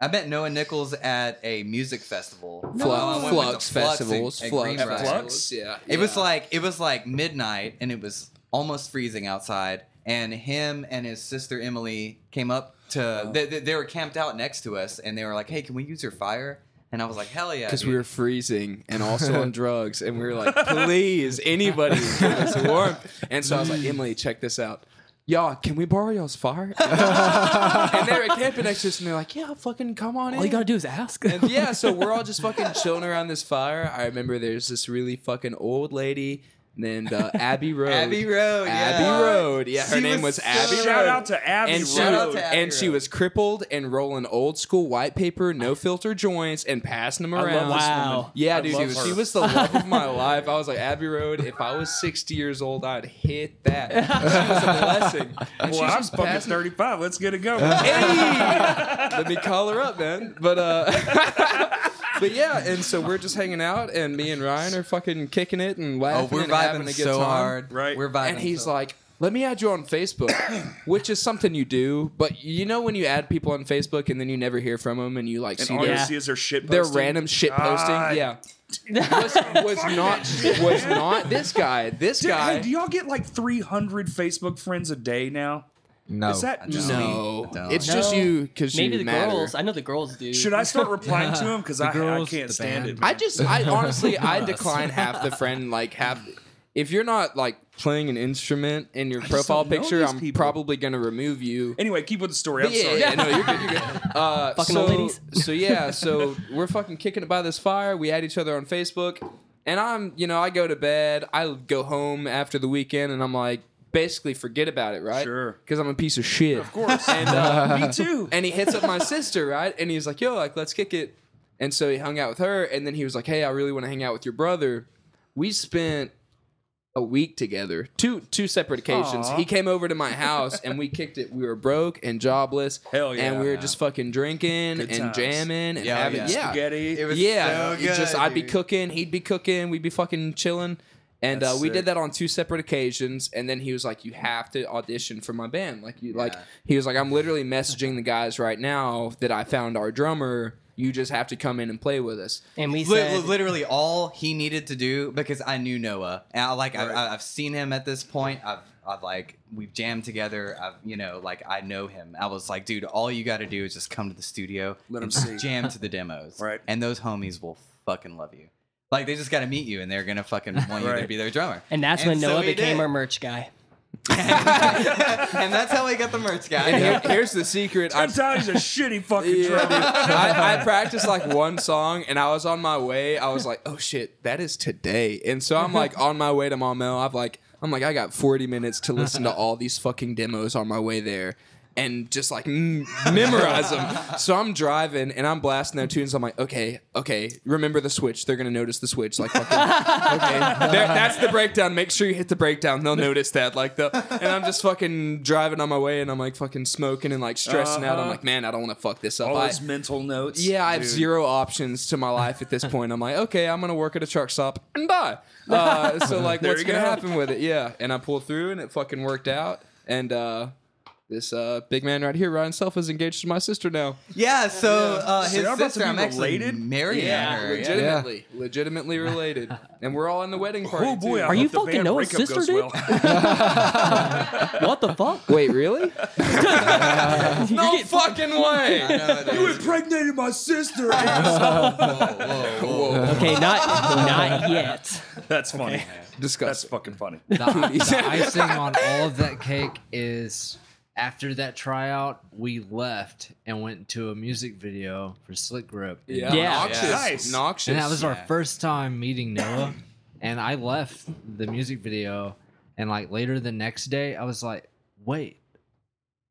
S2: I met Noah Nichols at a music festival.
S4: Flux,
S2: Um, I went with
S4: flux
S2: the Flux
S4: festivals.
S2: at- at
S4: Flux
S2: Greenbrier.
S4: festivals. Yeah.
S2: It was
S4: yeah.
S2: like it was like midnight and it was almost freezing outside. And him and his sister Emily came up to.
S4: Oh.
S2: They, they, they were camped out next to us, and they were like, "Hey, can we use your fire?" And I was like, "Hell yeah!"
S4: because
S2: dude."
S4: we were freezing and also on drugs, and we were like, please, anybody, give us warmth. And so I was like, Emily, check this out. Y'all, can we borrow y'all's fire? and they were camping next to us, and they're like, yeah, fucking come on
S5: All
S4: in.
S5: you gotta do is ask.
S4: And yeah, so we're all just fucking chilling around this fire. I remember there's this really fucking old lady named uh, Abby Road.
S2: Abbey Road.
S4: Abby
S2: yeah.
S4: Road. Yeah, her
S2: She
S4: name
S2: was
S4: was,
S2: so-
S4: Abby Road.
S1: Shout out to Abby.
S4: and
S1: Road.
S4: she,
S2: Shout out to Abby
S4: and she
S2: Road.
S4: was crippled and rolling old school white paper, no filter joints, and passing them
S1: love
S4: around.
S1: this
S5: Wow.
S4: Yeah,
S1: I
S4: dude,
S1: love
S4: she was, she
S1: her.
S4: was the love of my life. I was like, Abbey Road, if I was 60 years old, I'd hit that. She was a blessing. And
S1: Well,
S4: she's
S1: I'm
S4: just
S1: fucking
S4: passing-
S1: 35. Let's get it going.
S4: Hey! Let me call her up, man. But uh But yeah, and so we're just hanging out, and me and Ryan are fucking kicking it and
S2: Oh,
S4: laughing.
S2: we're
S4: and having
S2: vibing
S4: a good
S2: so
S4: time.
S2: hard.
S1: Right.
S2: We're vibing.
S4: And he's
S2: so-
S4: like, let me add you on Facebook, which is something you do, but you know when you add people on Facebook and then you never hear from them and you like
S1: and
S4: see
S1: all
S4: their,
S1: you see is their shit.
S4: their
S1: posting.
S4: random shit posting.
S1: God.
S4: Yeah. was, was not was not this guy. This
S1: Dude,
S4: guy.
S1: hey, do y'all get like 300 Facebook friends a day now?
S8: No,
S1: Is that just me?
S4: no,
S2: No.
S4: it's just
S5: No.
S4: you because
S5: Maybe
S4: you
S5: the
S4: matter.
S5: girls. I know the girls do.
S1: Should I start replying to them? Because I, I
S3: girls,
S1: can't
S3: the
S1: stand
S3: band.
S1: it.
S4: I just, I honestly, I decline half the friend. Like half. If you're not like playing an instrument in your profile
S1: don't know
S4: picture,
S1: these
S4: I'm
S1: people.
S4: probably gonna remove you.
S1: Anyway, keep with the story. I'm
S4: yeah,
S1: sorry.
S4: yeah, no, you're good. You're good. Uh,
S5: Fucking
S4: so,
S5: old ladies.
S4: So yeah, so we're fucking kicking it by this fire. We add each other on Facebook, and I'm, you know, I go to bed. I go home after the weekend, and I'm like, basically forget about it, right?
S1: Sure.
S4: Because I'm a piece of shit. Of
S1: course.
S4: And uh,
S1: Me too.
S4: and he hits up my sister, right? And he's like, "Yo, like, let's kick it." And so he hung out with her, and then he was like, "Hey, I really want to hang out with your brother." We spent a week together, two two separate occasions.
S1: Aw.
S4: He came over to my house, and we kicked it. We were broke and jobless,
S1: Hell yeah.
S4: and we were just fucking drinking
S1: Good
S4: and
S1: times. oh
S4: jamming and
S2: Yeah,
S4: having
S2: yeah.
S4: yeah,
S1: Spaghetti.
S2: It was
S4: yeah.
S2: so
S4: you just
S2: good,
S4: I'd be
S2: dude.
S4: cooking, he'd be cooking, we'd be fucking chilling. And uh,
S2: That's
S4: we
S2: sick.
S4: did that on two separate occasions, and then he was like, "You have to audition for my band." Like you, like
S2: Yeah.
S4: he was like, "I'm literally messaging the guys right now that I found our drummer. You just have to come in and play with us."
S5: And we
S2: Li-
S5: said,
S2: li- literally all he needed to do because I knew Noah. And I, like
S4: Right.
S2: I, I, I've seen him at this point. I've I've like we've jammed together. I've you know like I know him. I was like, dude, all you got to do is just come to the studio
S1: Let him
S2: and
S1: see.
S2: just jam to the demos.
S1: Right.
S2: And those homies will fucking love you. Like they just got to meet you and they're gonna fucking want you to
S1: Right.
S2: be their drummer.
S5: and that's when
S2: so
S5: Noah
S2: he
S5: became
S2: did.
S5: our merch guy.
S2: and that's how I got the merch guy.
S4: And here- here's the secret. I,
S1: Sometimes a shitty fucking
S4: yeah, dude.
S1: drummer.
S4: I, I practiced like one song, and I was on my way. I was like, "Oh shit, that is today!" And so I'm like on my way to Maumelle. I've like, I'm like, I got 40 minutes to listen to all these fucking demos on my way there. And just like m- memorize them. So I'm driving and I'm blasting their tunes. I'm like, okay, okay, remember the switch. They're gonna notice the switch. Like, fucking, okay, there, that's the breakdown. Make sure you hit the breakdown. They'll notice that. Like the, and I'm just fucking driving on my way and I'm like fucking smoking and like stressing out. I'm
S1: Uh-huh.
S4: like, man, I don't want to fuck this up.
S1: All
S4: I-
S1: those mental notes.
S4: yeah, I have
S1: dude.
S4: zero options to my life at this point. I'm like, okay, I'm gonna work at a truck stop and die. Uh, so like,
S1: There
S4: what's
S1: you
S4: gonna
S1: go.
S4: happen with it? Yeah, and I pulled through, and it fucking worked out. And uh, this uh, big man right here, Ryan Self, is engaged to my sister now.
S2: yeah. So uh,
S1: So
S2: his
S1: y'all about to
S2: sister,
S1: be
S2: I'm actually
S1: related?
S2: marrying her. yeah.
S4: legitimately, legitimately related. And we're all in the wedding party.
S1: Oh boy! I
S4: too.
S5: Are you
S1: hope the
S5: fucking
S1: band
S5: Noah's
S1: breakup
S5: sister,
S1: goes
S5: dude?
S1: Well.
S5: What the fuck?
S4: Wait, really?
S5: You
S4: no
S5: get-
S4: fucking way.
S2: I know it
S1: you
S2: is.
S1: impregnated my sister.
S2: Whoa, whoa, whoa.
S5: okay, not not yet.
S1: That's funny. That's
S4: Disgusting.
S1: fucking funny.
S3: The, the icing on all of that cake is after that tryout, we left and went to a music video for Slick Grip. in
S4: Yeah,
S5: Yeah.
S4: noxious,
S1: Nice.
S4: noxious.
S3: And that was our
S2: Yeah.
S3: first time meeting Noah. And I left the music video. And like later the next day, I was like, wait,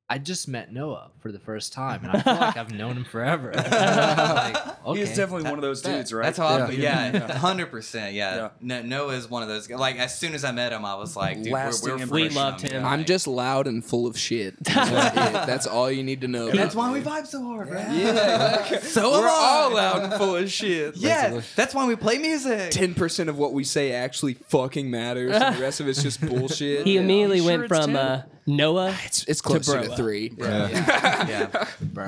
S3: I just met Noah for the first time. And I feel like I've known him forever. Like, okay.
S1: He's definitely one of those
S2: That-
S1: dudes, right?
S2: That's how
S3: Yeah.
S2: I feel. Yeah, hundred percent.
S1: Yeah.
S2: Yeah, No, Noah is one of those. guys. Like as soon as I met him, I was like, dude, we're,
S1: Lasting
S2: we're fresh
S1: impression.
S5: We loved
S2: on
S5: him.
S2: Yeah,
S4: I'm
S2: like-
S4: just loud and full of shit. That's, what it is. That's all you need to know.
S2: That's why we vibe so hard, right?
S4: Yeah.
S2: So am
S4: We're all
S2: I.
S4: loud and full of shit.
S2: Yeah, that's why we play music.
S4: Ten percent of what we say actually fucking matters. and the rest of it's just bullshit.
S5: He
S4: Yeah.
S5: immediately
S1: sure
S5: went
S1: it's
S5: from
S1: ten?
S5: uh, Noah,
S4: It's, it's closer to,
S5: Bro.
S4: three.
S2: yeah,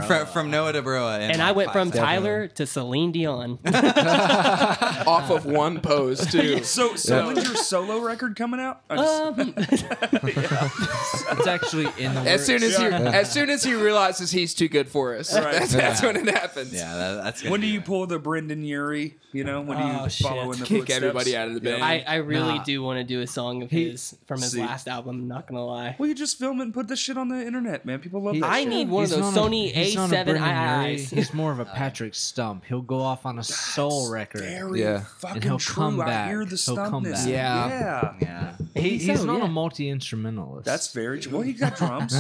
S2: from, from Noah to Broa,
S5: and I went from Tyler to Celine Dion.
S4: Off of one pose too.
S1: so, so when's your solo record coming out? I just-
S5: Um,
S3: It's actually in the
S4: As
S3: works.
S4: soon as he, as soon as he realizes he's too good for us,
S1: Right.
S4: that's, that's when it happens.
S2: Yeah, that, that's gonna
S1: when do
S2: be
S1: you
S2: it.
S1: pull the Brendan Urie? You know, when do you
S5: Oh,
S1: follow
S5: shit.
S1: in the
S4: Kick
S1: footsteps?
S4: everybody out of the band.
S5: I, I really
S3: Nah.
S5: do want to do a song of his from his
S1: See.
S5: last album. I'm not gonna lie.
S1: Well, you just film it and put this shit on the internet, man. People love
S3: He-
S1: that.
S5: I
S1: shit.
S5: need one of
S3: He's
S5: those
S3: not a-
S5: Sony
S3: he's not a
S5: A7
S3: Brendan Urie.
S5: IIs.
S3: He's more of a Patrick Stump. He'll go off on a soul record.
S1: Very
S4: Yeah.
S1: fucking
S3: And he'll
S1: true.
S3: come
S1: I
S3: back.
S1: hear the
S3: He'll come
S1: stumpness.
S3: back.
S4: Yeah.
S1: yeah.
S2: Yeah,
S3: He,
S5: He's
S3: he's
S5: so,
S3: not
S5: yeah.
S3: a multi instrumentalist.
S1: That's very true. Well, he got drums.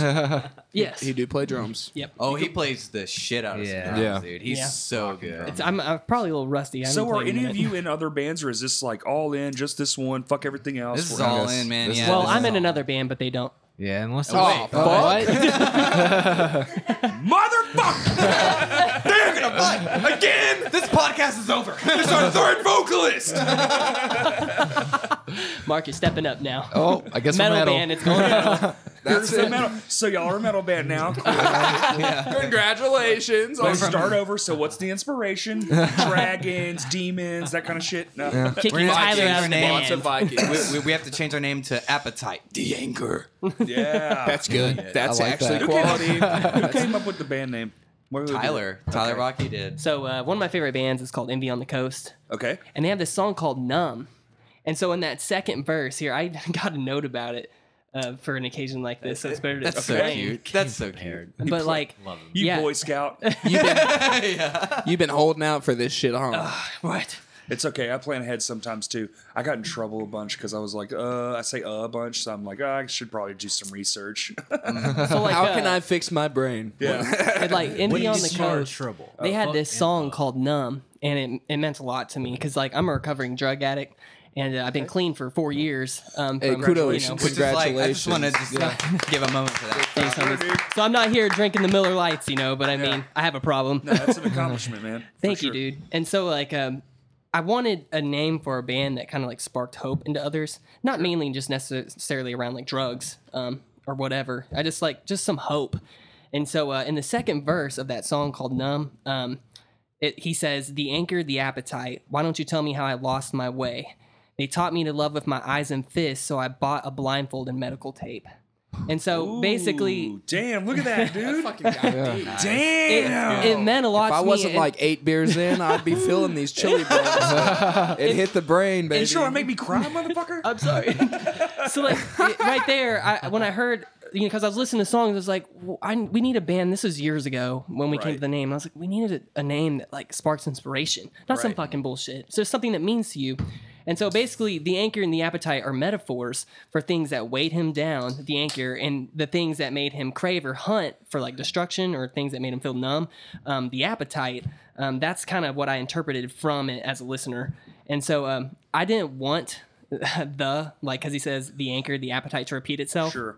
S5: Yes.
S4: He do play drums.
S5: Yep.
S2: oh, he plays the shit out of
S3: Yeah.
S2: yeah.
S8: Yeah.
S2: dude. He's
S5: Yeah.
S2: so good.
S5: It's, I'm, I'm probably a little rusty. I haven't
S1: so, are
S5: played in a
S1: any of
S5: minute.
S1: you in other bands, or is this like all in, just this one? Fuck everything else.
S2: this is
S1: We're-
S2: all
S8: this-
S2: in, man.
S8: this
S2: Yeah,
S8: is-
S5: Well,
S2: this
S5: I'm
S2: is
S5: in
S2: all-
S5: another band, but they don't.
S3: yeah, unless
S4: Oh,
S3: Wait,
S4: fuck.
S1: Motherfucker!
S2: They're gonna fight again. This podcast is over. It's our third vocalist.
S5: Mark, you're stepping up now.
S8: Oh, I guess
S5: metal,
S8: we're metal.
S5: band, it's going metal.
S1: Here's the metal. So, y'all are a metal band now.
S4: Congratulations.
S1: Let's
S4: on-
S1: start over. So, what's the inspiration? Dragons, demons, that kind of shit. No.
S5: Kicking
S2: not
S5: Tyler
S2: changing
S5: out of the
S2: our
S4: Lots of
S5: band.
S4: Vikings.
S2: we, we, we have to change our name to Appetite. The Anchor.
S1: Yeah.
S4: That's good. That's
S8: I like
S4: actually
S8: that.
S4: quality.
S1: Who came up with the band name? Where who did it?
S2: Tyler. Tyler Rocky did.
S5: So uh, one of my favorite bands is called Envy on the Coast,
S1: Okay.
S5: and they have this song called Numb. And so in that second verse here, I got a note about it uh, for an occasion like this. So it's better to
S2: That's so
S5: explain.
S2: cute. That's so cute.
S5: But like,
S1: You
S5: Yeah.
S1: Boy Scout.
S4: You've been,
S2: yeah.
S4: you've been holding out for this shit, huh?
S5: what?
S1: It's okay. I plan ahead sometimes too. I got in trouble a bunch because I was like, uh, I say uh a bunch. So I'm like, "Ah, I should probably do some research.
S5: So like,
S4: How
S5: uh,
S4: can I fix my brain?
S1: yeah.
S5: but, like Envy on the
S3: Star
S5: Coast?
S3: Trouble.
S5: they
S4: uh,
S5: had
S3: Fuck
S5: this
S3: and
S5: song
S3: fuck.
S5: called numb and it, it meant a lot to me because like i'm a recovering drug addict and uh, i've been clean for four years um,
S4: Hey,
S5: from,
S4: kudos.
S5: you know,
S2: Which is like, I just want to
S4: Congratulations.
S2: just give a moment for that.
S5: things on this. so i'm not here drinking the miller lights you know but i mean i have a problem
S1: no, that's an accomplishment, man.
S5: thank you dude and so like um, I wanted a name for a band that kind of like sparked hope into others, not mainly just necessarily around like drugs um, or whatever. I just like just some hope. And so uh, in the second verse of that song called Numb, um, it, he says, The anchor, the appetite. Why don't you tell me how I lost my way? They taught me to love with my eyes and fists, so I bought a blindfold and medical tape. And so basically,
S1: Ooh, damn, look at that, dude.
S5: it,
S1: damn.
S5: it meant a lot
S4: If
S5: to
S4: I
S5: me,
S4: wasn't
S5: and-
S4: like eight beers in, I'd be feeling these chili balls. it hit the brain, baby.
S1: you sure to make me cry, motherfucker?
S5: I'm sorry. so like it- right there, I, when I heard, you know, because I was listening to songs, I was like, well, I, we need a band. This was years ago when we came to the name. I was like, we needed a, a name that like sparks inspiration, not some fucking bullshit. So something that means to you. And so basically, the anchor and the appetite are metaphors for things that weighed him down, the anchor, and the things that made him crave or hunt for like destruction or things that made him feel numb. Um, the appetite, um, that's kind of what I interpreted from it as a listener. And so um, I didn't want the like because he says the anchor the appetite to repeat itself
S1: Sure.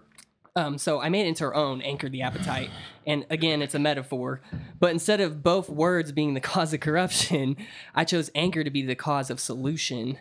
S5: um so i made it into her own anchor the appetite and again it's a metaphor but instead of both words being the cause of corruption i chose anchor to be the cause of solution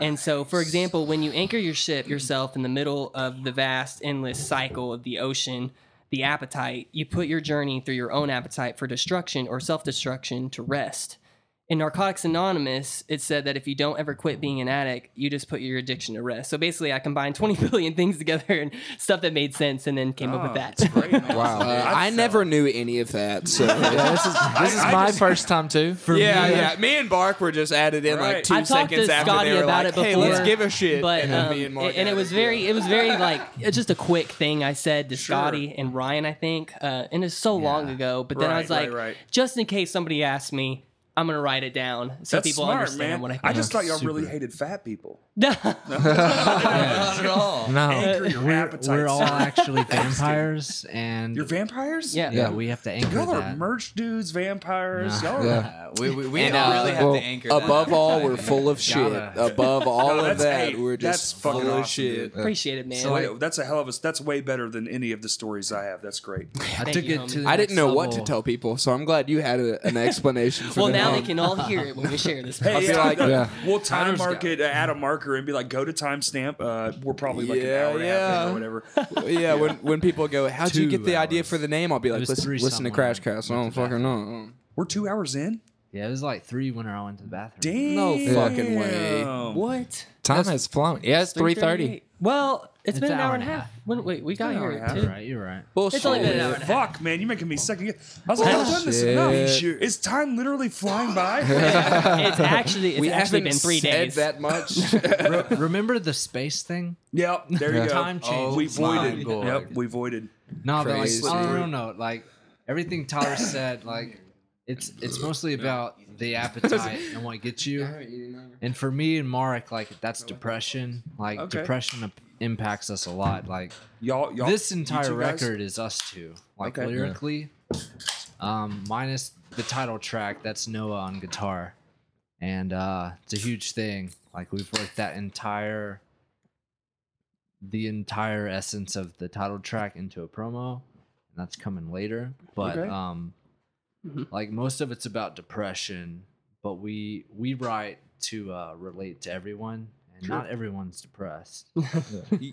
S5: and so for example when you anchor your ship yourself in the middle of the vast endless cycle of the ocean the appetite you put your journey through your own appetite for destruction or self-destruction to rest in Narcotics Anonymous, it said that if you don't ever quit being an addict, you just put your addiction to rest. So basically, I combined 20 billion things together and stuff that made sense and then came up
S1: Oh,
S5: with that.
S4: Wow. Uh, I never knew any of that. So.
S8: Yeah, this is this is
S1: I
S8: my
S1: just-
S8: first time too.
S4: yeah, yeah. Me and Bark were just added in
S1: Right.
S4: like 2
S5: I've talked to
S4: seconds after
S5: Scotty
S4: they were
S5: about
S4: like,
S5: it
S4: "Hey, let's
S5: before,
S4: give a shit."
S5: But
S4: and,
S5: um,
S4: then me and, Mark
S5: and it
S4: added
S5: was
S4: it.
S5: very, it was very like it's just a quick thing I said to Scotty and Ryan, I think, uh, and it's so long ago. But then I
S1: Right,
S5: was like,
S1: right, right.
S5: just in case somebody asks me, I'm gonna write it down so
S1: That's
S5: people
S1: smart,
S5: understand
S1: man.
S5: what I
S1: I
S5: think.
S1: just thought y'all really hated fat people.
S2: Not at
S5: Oh,
S2: all.
S8: No,
S1: Anchor your
S3: We're,
S1: appetites.
S3: we're all actually vampires, and
S1: You're vampires?
S5: yeah.
S3: yeah, we have to anchor
S1: Y'all are
S3: that.
S1: merch dudes, vampires.
S3: Nah.
S1: Y'all are
S8: Yeah.
S2: Uh, we we, we
S4: And,
S2: all
S4: uh,
S2: really have
S8: well,
S2: to anchor. that
S4: Above all, we're
S2: appetite.
S4: full of shit.
S3: Gotta-
S4: Above all
S1: No,
S4: of
S1: that's
S4: that,
S1: eight.
S4: we're
S1: That's
S4: just
S1: fucking
S4: full of
S1: awesome,
S4: shit.
S5: Appreciate it, man.
S1: So wait, that's a hell of a. That's way better than any of the stories I have. That's great.
S3: I
S5: Thank
S3: took
S5: you,
S3: it to
S5: homie.
S3: the
S4: I
S3: next
S4: didn't know what to
S3: level.
S4: tell people, so I'm glad you had a, an explanation for
S5: well,
S4: them.
S5: now they can all hear it when we share this.
S1: Hey,
S4: be
S1: yeah,
S4: like-
S1: I know.
S8: Yeah.
S1: we'll time
S3: Time's got
S1: market, uh, add a marker, and be like, go to timestamp. Uh, we're probably like
S4: Yeah,
S1: an hour and a half in
S4: yeah.
S1: or whatever.
S4: yeah, when when people go, "How'd you
S3: Two
S4: get the idea
S3: hours.
S4: for the name?" I'll be like,
S3: was
S4: "Listen,
S3: three
S4: listen to
S3: somewhere.
S4: Crash Cast. I don't fucking know."
S1: We're two hours in.
S3: Yeah, it was like three when I went to the bathroom.
S1: Damn.
S4: No fucking way.
S5: What?
S8: time has flown. Yeah, it's three thirty.
S5: Well, it's been an hour and a half.
S3: half.
S5: When, wait, we got
S1: an hour
S5: here
S1: and a
S5: at
S1: half,
S5: two.
S3: You're right, you're right.
S4: Bullshit.
S5: It's only been an hour and a half.
S1: Fuck, man, you're making me second guess. I was like, I've done this enough.
S4: Bullshit.
S1: Is time literally flying by?
S5: It's actually it's
S4: we
S5: actually
S4: haven't
S5: been three
S4: said
S5: days.
S4: that much.
S3: Re- remember the space thing?
S1: yep, there you go. Oh,
S3: Time change.
S1: we
S3: is mine.
S1: voided.
S2: God.
S1: Yep, we voided.
S3: No,
S4: Crazy.
S3: but like on a real note, like everything Tyler said, like it's it's mostly about the appetite and what gets you. And for me and Marek, like that's depression. Like
S1: Okay.
S3: depression imp- impacts us a lot. Like
S1: Y'all, y'all.
S3: this
S1: you
S3: entire
S1: two guys?
S3: record is us two. Like
S1: Okay. Yeah.
S3: lyrically, um, minus the title track, that's Noah on guitar. And uh it's a huge thing. Like we've worked that entire the entire essence of the title track into a promo. And that's coming later. But
S1: Okay. Mm-hmm.
S3: um
S5: Mhm.
S3: like most of it's about depression, but we we write to uh relate to everyone and not everyone's depressed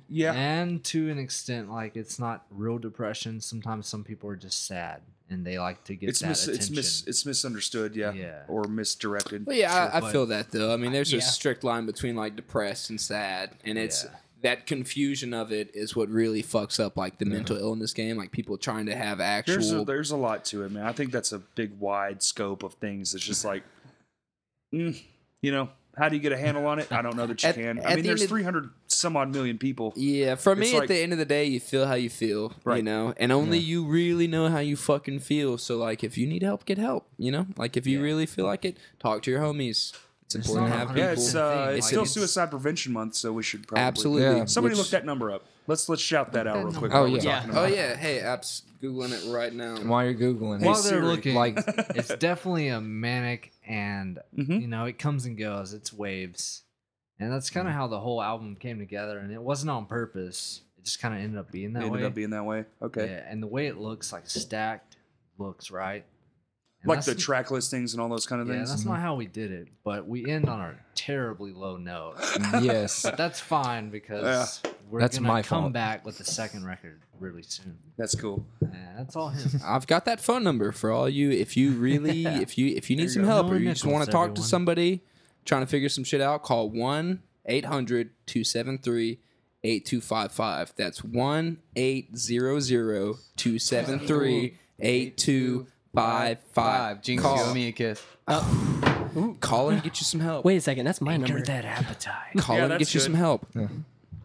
S4: yeah.
S3: and to an extent like it's not real depression sometimes some people are just sad and they like to get
S1: It's
S3: that
S1: mis- it's
S3: attention
S1: mis- it's misunderstood, yeah,
S3: Yeah.
S1: or misdirected.
S4: Well, yeah, I, I
S3: but-
S4: feel that though. I mean, there's a
S5: Yeah.
S4: strict line between like depressed and sad, and it's
S3: Yeah.
S4: that confusion of it is what really fucks up like the mental illness game. Like people trying to have
S1: There's a,
S4: actual.
S1: there's a lot to it, man. I think that's a big wide scope of things. It's just like, mm, you know, how do you get a handle on it? I don't know that you
S4: At-
S1: can.
S4: at
S1: I
S4: the
S1: mean, there's
S4: end of-
S1: 300 some odd million people.
S4: yeah, for me,
S1: It's
S4: at
S1: like-
S4: the end of the day, you feel how you feel, you
S1: Right.
S4: know, and only you really know how you fucking feel. So, like, if you need help, get help, you know. Like, if you really feel like it, talk to your homies. It's
S3: It's
S4: important to
S3: not
S4: have
S3: 100%
S1: Yeah,
S4: people.
S1: it's uh,
S3: thing,
S1: it's
S3: like,
S1: still
S3: it's-
S1: Suicide Prevention Month, so we should probably
S4: Absolutely.
S8: Yeah.
S1: uh, Somebody
S4: Uh,
S1: look
S4: Which-
S1: that number up. Let's let's shout that out real quick.
S5: number
S1: while we're
S8: up.
S5: Yeah.
S1: talking
S4: Oh
S1: about it.
S4: yeah, hey, apps googling it right now.
S8: While you're googling,
S3: while
S8: it.
S3: they're
S1: Siri.
S3: looking
S8: Like-
S3: like it's definitely a manic and
S1: Mhm.
S3: you know it comes and goes it's waves and that's
S1: Mm-hmm.
S3: kind of how the whole album came together and it wasn't on purpose it just kind of ended up being that
S1: It ended
S3: way
S1: up being that way. Okay.
S3: yeah and the way it looks like stacked looks right And
S1: like
S3: that's
S1: the track listings and all those kind of
S3: Yeah,
S1: things. Mm-hmm.
S3: that's not how we did it, but we end on a terribly low note.
S8: yes.
S3: But that's fine because we're
S8: That's
S3: gonna
S8: my
S3: come
S8: fault.
S3: back with the second record really soon.
S1: That's cool.
S3: Yeah, that's all him.
S4: I've got that phone number for all you. If you really, if you, if you need
S3: There you
S4: some
S3: go.
S4: help
S3: Miller
S4: or you just
S3: Nichols,
S4: want to talk to
S3: everyone.
S4: somebody trying to figure some shit out, call 1 800 273 8255. That's 1 800 273
S2: Five.
S4: 8255.
S2: Jinx, you owe
S4: Call, Uh,
S2: me a kiss.
S4: call and get you some help.
S5: Wait a second, that's my number.
S3: that appetite.
S4: Call
S1: Yeah,
S4: and
S1: that's
S4: get you
S1: good.
S4: some help.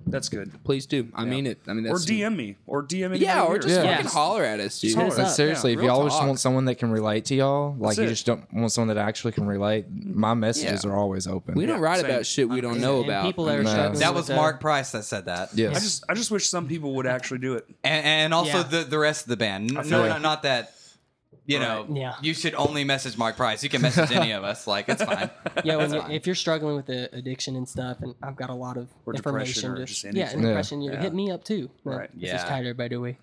S1: That's good.
S4: Please do. I mean it. I mean,
S1: Or
S4: that's
S1: DM me. Or DM me.
S4: Yeah, or just
S8: Yeah.
S4: fucking holler at us, dude.
S5: holler. What's
S8: Like,
S5: up?
S8: seriously,
S1: Yeah,
S8: if
S4: real
S8: y'all just
S4: talk.
S8: want someone that can relate to y'all, like
S1: That's
S8: you
S1: it.
S8: just don't want someone that actually can relate, my messages are always open.
S4: We don't write
S1: same.
S4: about shit we don't know
S5: And
S4: about.
S5: People that are
S8: No.
S5: struggling
S2: That
S5: with uh,
S2: was
S5: the-
S2: Mark Price that said that.
S8: yes.
S1: I just I just wish some people would actually do it.
S2: And, and also
S5: Yeah.
S2: the, the rest of the band. No,
S1: feel
S2: no,
S1: like-
S2: no, not that. You know,
S5: Right. Yeah.
S2: you should only message Mark Price. You can message any of us. Like, it's fine.
S5: Yeah, when
S2: That's
S5: you,
S2: fine.
S5: if you're struggling with the addiction and stuff, and I've got a lot of
S1: Or depression
S5: information,
S1: or
S5: to,
S1: just
S5: yeah,
S1: anything.
S5: and
S8: Yeah.
S5: depression, you know, hit me up too. Well,
S1: Right.
S5: This is
S2: Yeah.
S5: tired everybody away.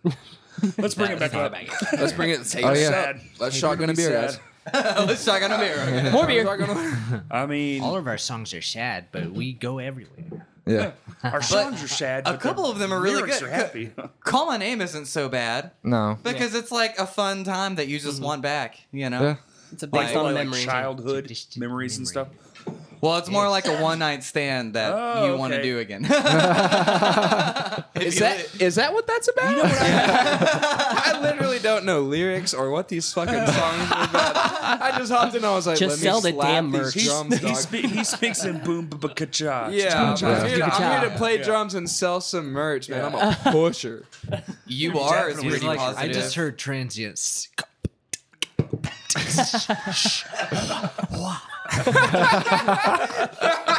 S1: Let's bring it back up.
S4: Let's bring it. Take
S8: Oh,
S4: us
S8: yeah.
S4: up. Let's shotgun a beer, guys.
S1: Sad.
S2: Let's talk on a mirror. Okay.
S5: More beer.
S1: I mean,
S3: All of our songs are sad, but we go everywhere.
S8: yeah.
S1: our songs are sad.
S2: a
S1: but
S2: couple
S1: the
S2: of them are really
S1: lyrics
S2: good.
S1: Are happy.
S2: Call My Name isn't so bad
S8: No.
S2: because it's like a fun time that you just
S5: Mm-hmm.
S2: want back, you know?
S8: Yeah.
S5: It's a
S2: Like-
S5: based on
S1: Like,
S5: memories.
S1: childhood
S3: Just-
S1: memories and stuff.
S2: Well, it's more like a one night stand that
S1: Oh,
S2: you want to
S1: okay.
S2: do again.
S4: Is that is that what that's about? I, I literally don't know lyrics or what these fucking songs are about. I just hopped in. I was like,
S5: Just
S4: let me
S5: sell the
S4: slap
S5: damn
S4: these
S5: merch. He's-
S4: drums,
S1: He,
S4: dog.
S1: spe- he speaks in boom ba ba cha.
S4: yeah, I'm here, to, I'm here to
S5: Yeah.
S4: play drums and sell some merch, man. I'm a pusher.
S2: you are is
S1: Definitely.
S2: pretty
S1: Like, I
S2: positive.
S3: I just heard transients.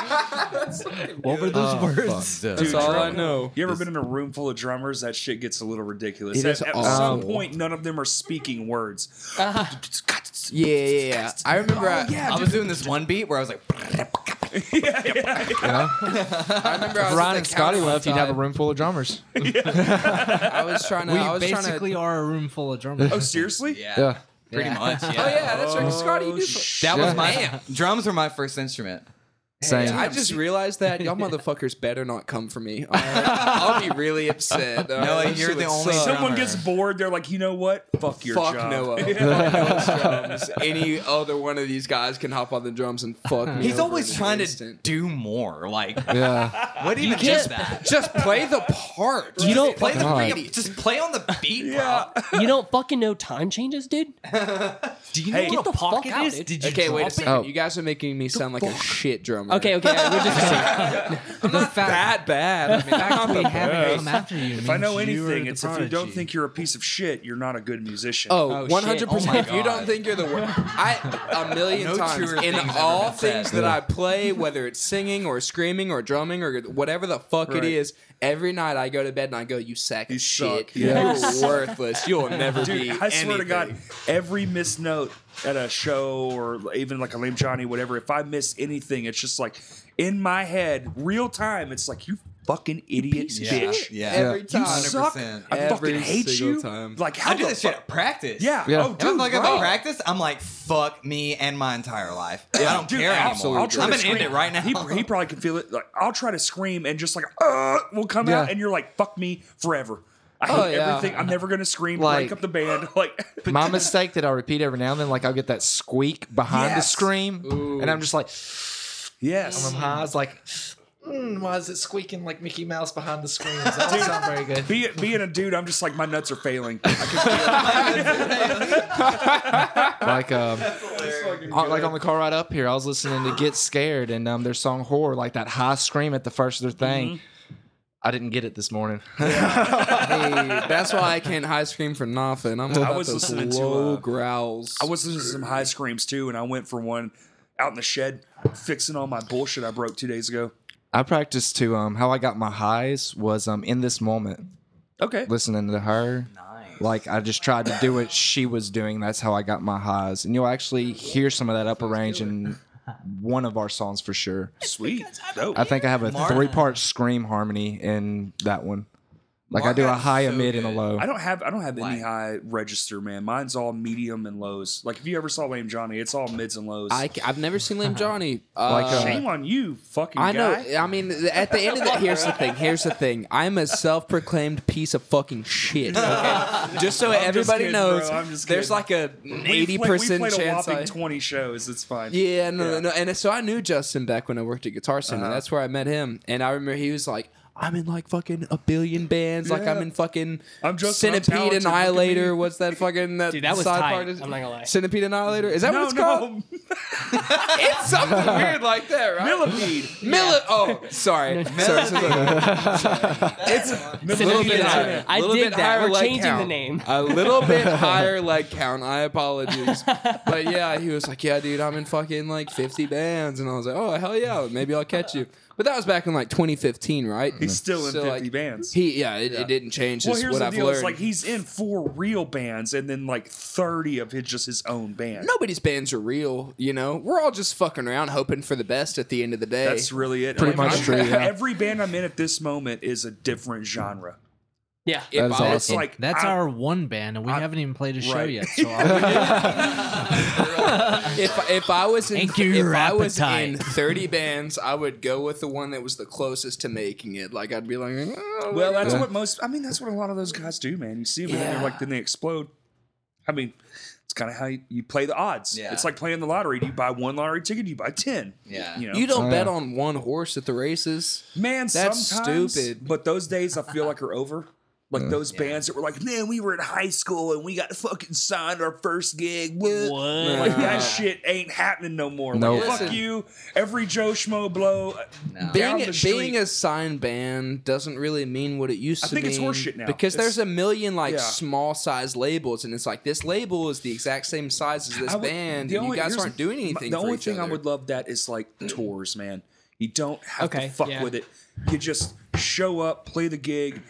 S3: what were those
S8: Oh,
S3: words?
S4: That's all I know.
S1: You ever been in a room full of drummers? That shit gets a little ridiculous.
S4: It
S1: at
S4: is
S1: at
S4: awful.
S1: some point, none of them are speaking words.
S4: Yeah, yeah, Oh, yeah. I remember. I,
S2: I was doing this one beat where I was like,
S4: I remember. I
S8: If
S4: was
S8: Ryan
S4: at the
S8: and Scotty
S4: counter
S8: left,
S4: one
S8: you'd have a
S4: time.
S8: room full of drummers.
S4: I was trying to.
S3: We
S4: I was
S3: basically
S4: trying to.
S3: are a room full of drummers.
S1: Oh, seriously?
S2: yeah,
S8: Yeah.
S2: pretty
S3: Yeah.
S2: much. Yeah.
S4: Oh yeah, that's right, Scotty. You do.
S2: That was
S8: Yeah.
S2: my drums were my first instrument.
S8: Same.
S4: I just realized that y'all motherfuckers better not come for me. All right? I'll be really upset. All
S2: Noah,
S4: that
S2: you're
S4: shit
S2: the
S4: would
S2: only
S4: suck.
S2: drummer.
S1: Someone gets bored. They're like, you know what? Fuck your
S4: fuck
S1: job.
S4: Noah. Fuck Noah's drums. Any other one of these guys can hop on the drums and fuck me.
S2: He's
S4: over in
S2: always
S4: an
S2: trying to
S4: instant.
S2: do more. Like,
S8: Yeah.
S2: what even is that?
S4: just play the part.
S5: You don't
S2: Play the
S8: God.
S2: freaking, just play on the beat,
S1: Yeah.
S2: bro.
S5: you don't fucking know time changes, dude.
S3: Do you
S1: Hey.
S3: know what
S5: Get
S3: a
S5: the fuck
S3: pocket
S5: out,
S3: is?
S5: dude.
S3: Did you
S4: Okay, wait a
S3: drop
S4: second.
S8: Oh.
S4: You guys are making me sound like a shit drummer.
S5: Okay, okay, we're just
S3: it? The fact
S4: that bad. I mean, not
S3: we
S4: the
S3: haven't
S1: best.
S3: come after you.
S1: If I know anything, it's if you don't think you're a piece of shit, you're not a good musician.
S4: Oh,
S5: shit.
S4: 100%.
S2: Oh my
S4: if you don't
S2: God.
S4: think you're the worst, I a million
S2: No
S4: times
S2: truer
S4: in
S2: things ever
S4: all
S2: been said.
S4: things that I play, whether it's singing or screaming or drumming or whatever the fuck
S1: Right.
S4: it is, every night I go to bed and I go, "You sack
S1: You
S4: of shit.
S1: suck. Yeah.
S4: You're worthless. You'll never be."
S1: Dude, I swear to God,
S4: anything."
S1: every missed note at a show or even like a lame Johnny, whatever, if I miss anything, it's just like in my head, real time, it's like, you fucking idiot bitch.
S2: Yeah.
S4: Every
S1: You
S4: time.
S1: suck.
S2: 100%.
S1: I fucking
S4: Every
S1: hate
S4: single
S1: you.
S4: time.
S1: Like, how
S2: I do
S1: the
S2: this
S1: fuck?
S2: shit at practice.
S1: Yeah.
S8: Yeah.
S1: Oh,
S2: If I'm
S1: dude.
S2: like
S1: bro.
S2: about practice, I'm like, fuck me and my entire life. I don't
S1: Dude,
S2: care
S1: I'll-
S2: anymore.
S1: I'll try
S2: I'm
S1: to
S2: gonna end
S1: scream.
S2: it right now.
S1: He, he probably can feel it. Like I'll try to scream and just like uh will come out
S8: Yeah.
S1: and you're like fuck me forever. I hate
S4: Oh, yeah.
S1: everything. I'm never gonna scream.
S8: Like-
S1: break up the band. Like
S8: My mistake that I repeat every now and then, like I'll get that squeak behind the
S1: Yes.
S8: scream, and I'm just like,
S1: yes.
S8: I'm high. I was like, "Mm, why is it squeaking like Mickey Mouse behind the screams? That doesn't sound very good.
S1: Be, being a dude, I'm just like my nuts are failing. I can
S8: like um, on, like on the car ride up here, I was listening to Get Scared and um, their song Horror, like that high scream at the first of their thing.
S4: Mm-hmm.
S8: I didn't get it this morning.
S4: Hey, that's why I can't high scream for nothing. I'm about
S1: was
S4: those
S1: listening to,
S4: low
S1: uh,
S4: growls.
S1: I was listening to some high screams too, and I went for one out in the shed fixing all my bullshit I broke two days ago.
S8: I practiced to um, how I got my highs was um, in this moment,
S1: Okay.
S8: listening to her.
S2: Nice.
S8: Like I just tried to do what she was doing. That's how I got my highs, and you'll actually hear some of that upper range in one of our songs for sure.
S1: Sweet. Dope.
S8: I think I have a three-part scream harmony in that one. Like
S2: Mark
S8: I do a
S2: got
S8: high, a
S2: so
S8: mid, and a
S2: good.
S8: low.
S1: I don't have I don't have
S2: Why?
S1: any high register, man. Mine's all medium and lows. Like if you ever saw Lame Johnny, it's all mids and lows.
S4: I, have never seen Lame Johnny. Uh,
S8: Like, uh,
S1: Shame on you, fucking
S4: I know.
S1: guy.
S4: I mean, th- at the end of the here's the thing. Here's the thing. I'm a self-proclaimed piece of fucking shit. Okay? Just so
S1: I'm just
S4: everybody
S1: kidding, bro.
S4: knows,
S1: I'm just
S4: there's
S1: kidding.
S4: like a
S1: We've
S4: eighty
S1: played- we've
S4: percent
S1: played
S4: chance.
S1: A whopping
S4: I,
S1: twenty shows. It's fine.
S4: yeah, no,
S1: Yeah. Uh-huh.
S4: no, and so I knew Justin back when I worked at Guitar Center. That's where I met him, and I remember he was like, "I'm in like fucking a billion bands. Like I'm
S1: Yeah.
S4: in fucking
S1: I'm Justin, I'm
S4: Centipede
S1: talented, look at
S4: Annihilator.
S1: me."
S4: What's that fucking that,
S5: Dude, that was
S4: side
S5: tight.
S4: part? Is,
S5: I'm not gonna lie.
S4: Centipede Annihilator. Is that
S1: No,
S4: what it's called?
S1: no,
S4: It's something weird like that, right?
S1: millipede.
S4: Millet. Oh, sorry. sorry. sorry, sorry. it's a little
S5: Centipede
S4: bit higher.
S5: Annihilator. I
S4: little
S5: dig
S4: bit
S5: that.
S4: higher
S5: We're
S4: leg
S5: changing the
S4: count. Uh,
S5: name.
S4: A little bit higher leg count. I apologies, but yeah, he was like, "Yeah, dude, I'm in fucking like 50 bands," and I was like, "Oh hell yeah, maybe I'll catch you." But that was back in like 2015, right?
S1: He's still in
S4: So,
S1: 50
S4: like,
S1: bands.
S4: He yeah, it, it didn't change.
S1: well,
S4: Just
S1: here's
S4: what
S1: the
S4: I've
S1: deal.
S4: learned.
S1: It's like he's in four real bands and then like 30 of his just his own band.
S4: Nobody's bands are real, you know. We're all just fucking around, hoping for the best at the end of the day.
S1: That's really it.
S8: Pretty
S1: Like,
S8: much
S1: I'm-
S8: true, yeah.
S1: Every band I'm in at this moment is a different genre.
S5: Yeah.
S4: If
S8: That is
S4: I-
S1: It's like
S3: That's
S1: I-
S3: our one band, and we haven't even played a show
S1: Right.
S3: yet. So I'll,
S4: if if I was in
S3: Thank you, your
S4: if I was
S3: appetite.
S4: in thirty bands, I would go with the one that was the closest to making it. Like I'd be like, oh,
S1: Well,
S4: we're
S1: that's
S4: gonna-
S1: what most. I mean, that's what a lot of those guys do, man. You see them, and
S4: Yeah.
S1: they're like, then they explode. I mean, it's kind of how you, you play the odds.
S2: Yeah.
S1: It's like playing the lottery. Do you buy one lottery ticket? Do you buy ten?
S2: Yeah.
S1: You know,
S4: you don't
S8: Oh,
S4: bet
S8: yeah.
S4: on one horse at the races.
S1: man.
S4: that's
S1: sometimes,
S4: stupid.
S1: But those days, I feel like are over. Like those bands that were like, man, we were in high school and we got fucking signed our first gig. What? Like that shit ain't happening no more.
S8: No.
S1: Like, fuck
S4: Listen.
S1: you. Every Joe Schmo blow. uh,
S2: No.
S1: Down
S4: Being,
S1: the
S4: being
S1: street.
S4: a sign band doesn't really mean what it used
S1: I
S4: to
S1: think it's
S4: mean
S1: horseshit now.
S4: because
S1: It's-
S4: there's a million like
S1: Yeah.
S4: small size labels and it's like this label is the exact same size as this
S1: I would-
S4: band
S1: the
S4: and
S1: only-
S4: you guys
S1: here's-
S4: aren't doing
S1: my-
S4: anything
S1: The
S4: for
S1: only
S4: each
S1: thing I
S4: other.
S1: would love that is like tours, man. You don't have
S5: Okay,
S1: to fuck
S5: yeah.
S1: with it. You just show up, play the gig,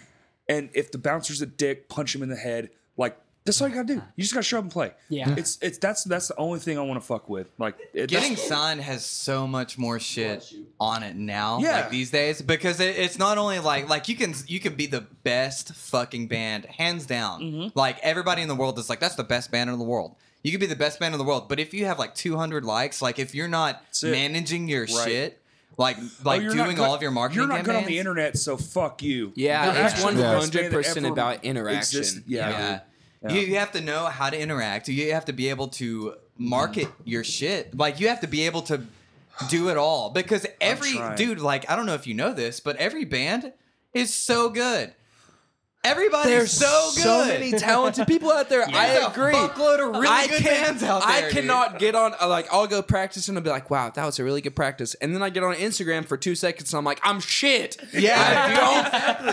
S1: and if the bouncer's a dick, punch him in the head. Like that's all you gotta do. You just gotta show up and play.
S5: Yeah.
S1: it's it's that's that's the only thing I want to fuck with. Like it, that's- oh,
S2: Getting signed has so much more shit on it now,
S1: Yeah.
S2: like these days, because it, it's not only like like you can you can be the best fucking band, hands down.
S1: Mm-hmm.
S2: Like everybody in the world is like that's the best band in the world. You could be the best band in the world, but if you have like 200 likes, like if you're not
S1: it.
S2: managing your
S1: Right.
S2: shit, like like
S1: Oh, you're not
S2: doing
S1: good-
S2: all of your marketing,
S1: You're not good on
S2: campaigns,
S1: the internet, so fuck you.
S4: Yeah,
S1: You're
S4: it's
S1: actually the best band
S4: 100%
S1: that ever
S4: about interaction.
S1: existed. Yeah,
S2: Yeah.
S1: dude.
S2: You, you have to know how to interact. You have to be able to market your shit. Like you have to be able to do it all because every
S1: trying.
S2: dude, like I don't know if you know this, but every band is so good. Everybody's
S4: There's
S2: so good.
S4: so many talented people out there.
S2: There's
S4: I agree.
S2: A fuckload of really
S4: I
S2: good bands out
S4: I
S2: there. dude.
S4: cannot get on. uh, Like, I'll go practice and I'll be like, "Wow, that was a really good practice." And then I get on Instagram for two seconds and I'm like, "I'm shit.
S2: Yeah,
S4: I
S2: dude,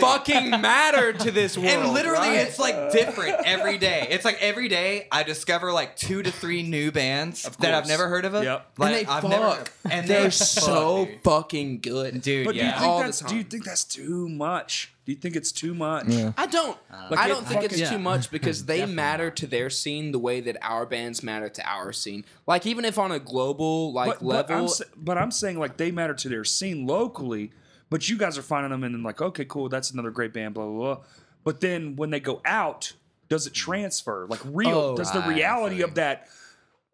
S4: don't fucking matter to this world."
S2: And literally,
S4: right?
S2: it's like different every day. It's like every day I discover like two to three new bands that I've
S1: course.
S2: never heard of.
S1: Yep.
S2: Like,
S4: and they
S2: I've
S4: fuck.
S2: never, and they
S4: they're
S2: fuck,
S4: so
S2: dude.
S4: fucking good,
S2: Dude,
S1: But
S2: yeah.
S1: do you
S4: All
S1: think
S4: the
S1: that's do you
S4: time.
S1: think that's too much? Do you think it's too much?
S4: I don't.
S1: Like,
S4: I
S1: it
S4: don't think it's
S1: fucking-
S4: too much because they matter to their scene the way that our bands matter to our scene. Like even if on a global like level,
S1: I'm, sa- but I'm saying like they matter to their scene locally, but you guys are finding them and then like, okay, cool, that's another great band, blah blah blah. But then when they go out, does it transfer? Like real?
S4: Oh,
S1: does the
S2: I
S1: reality
S2: see.
S1: of that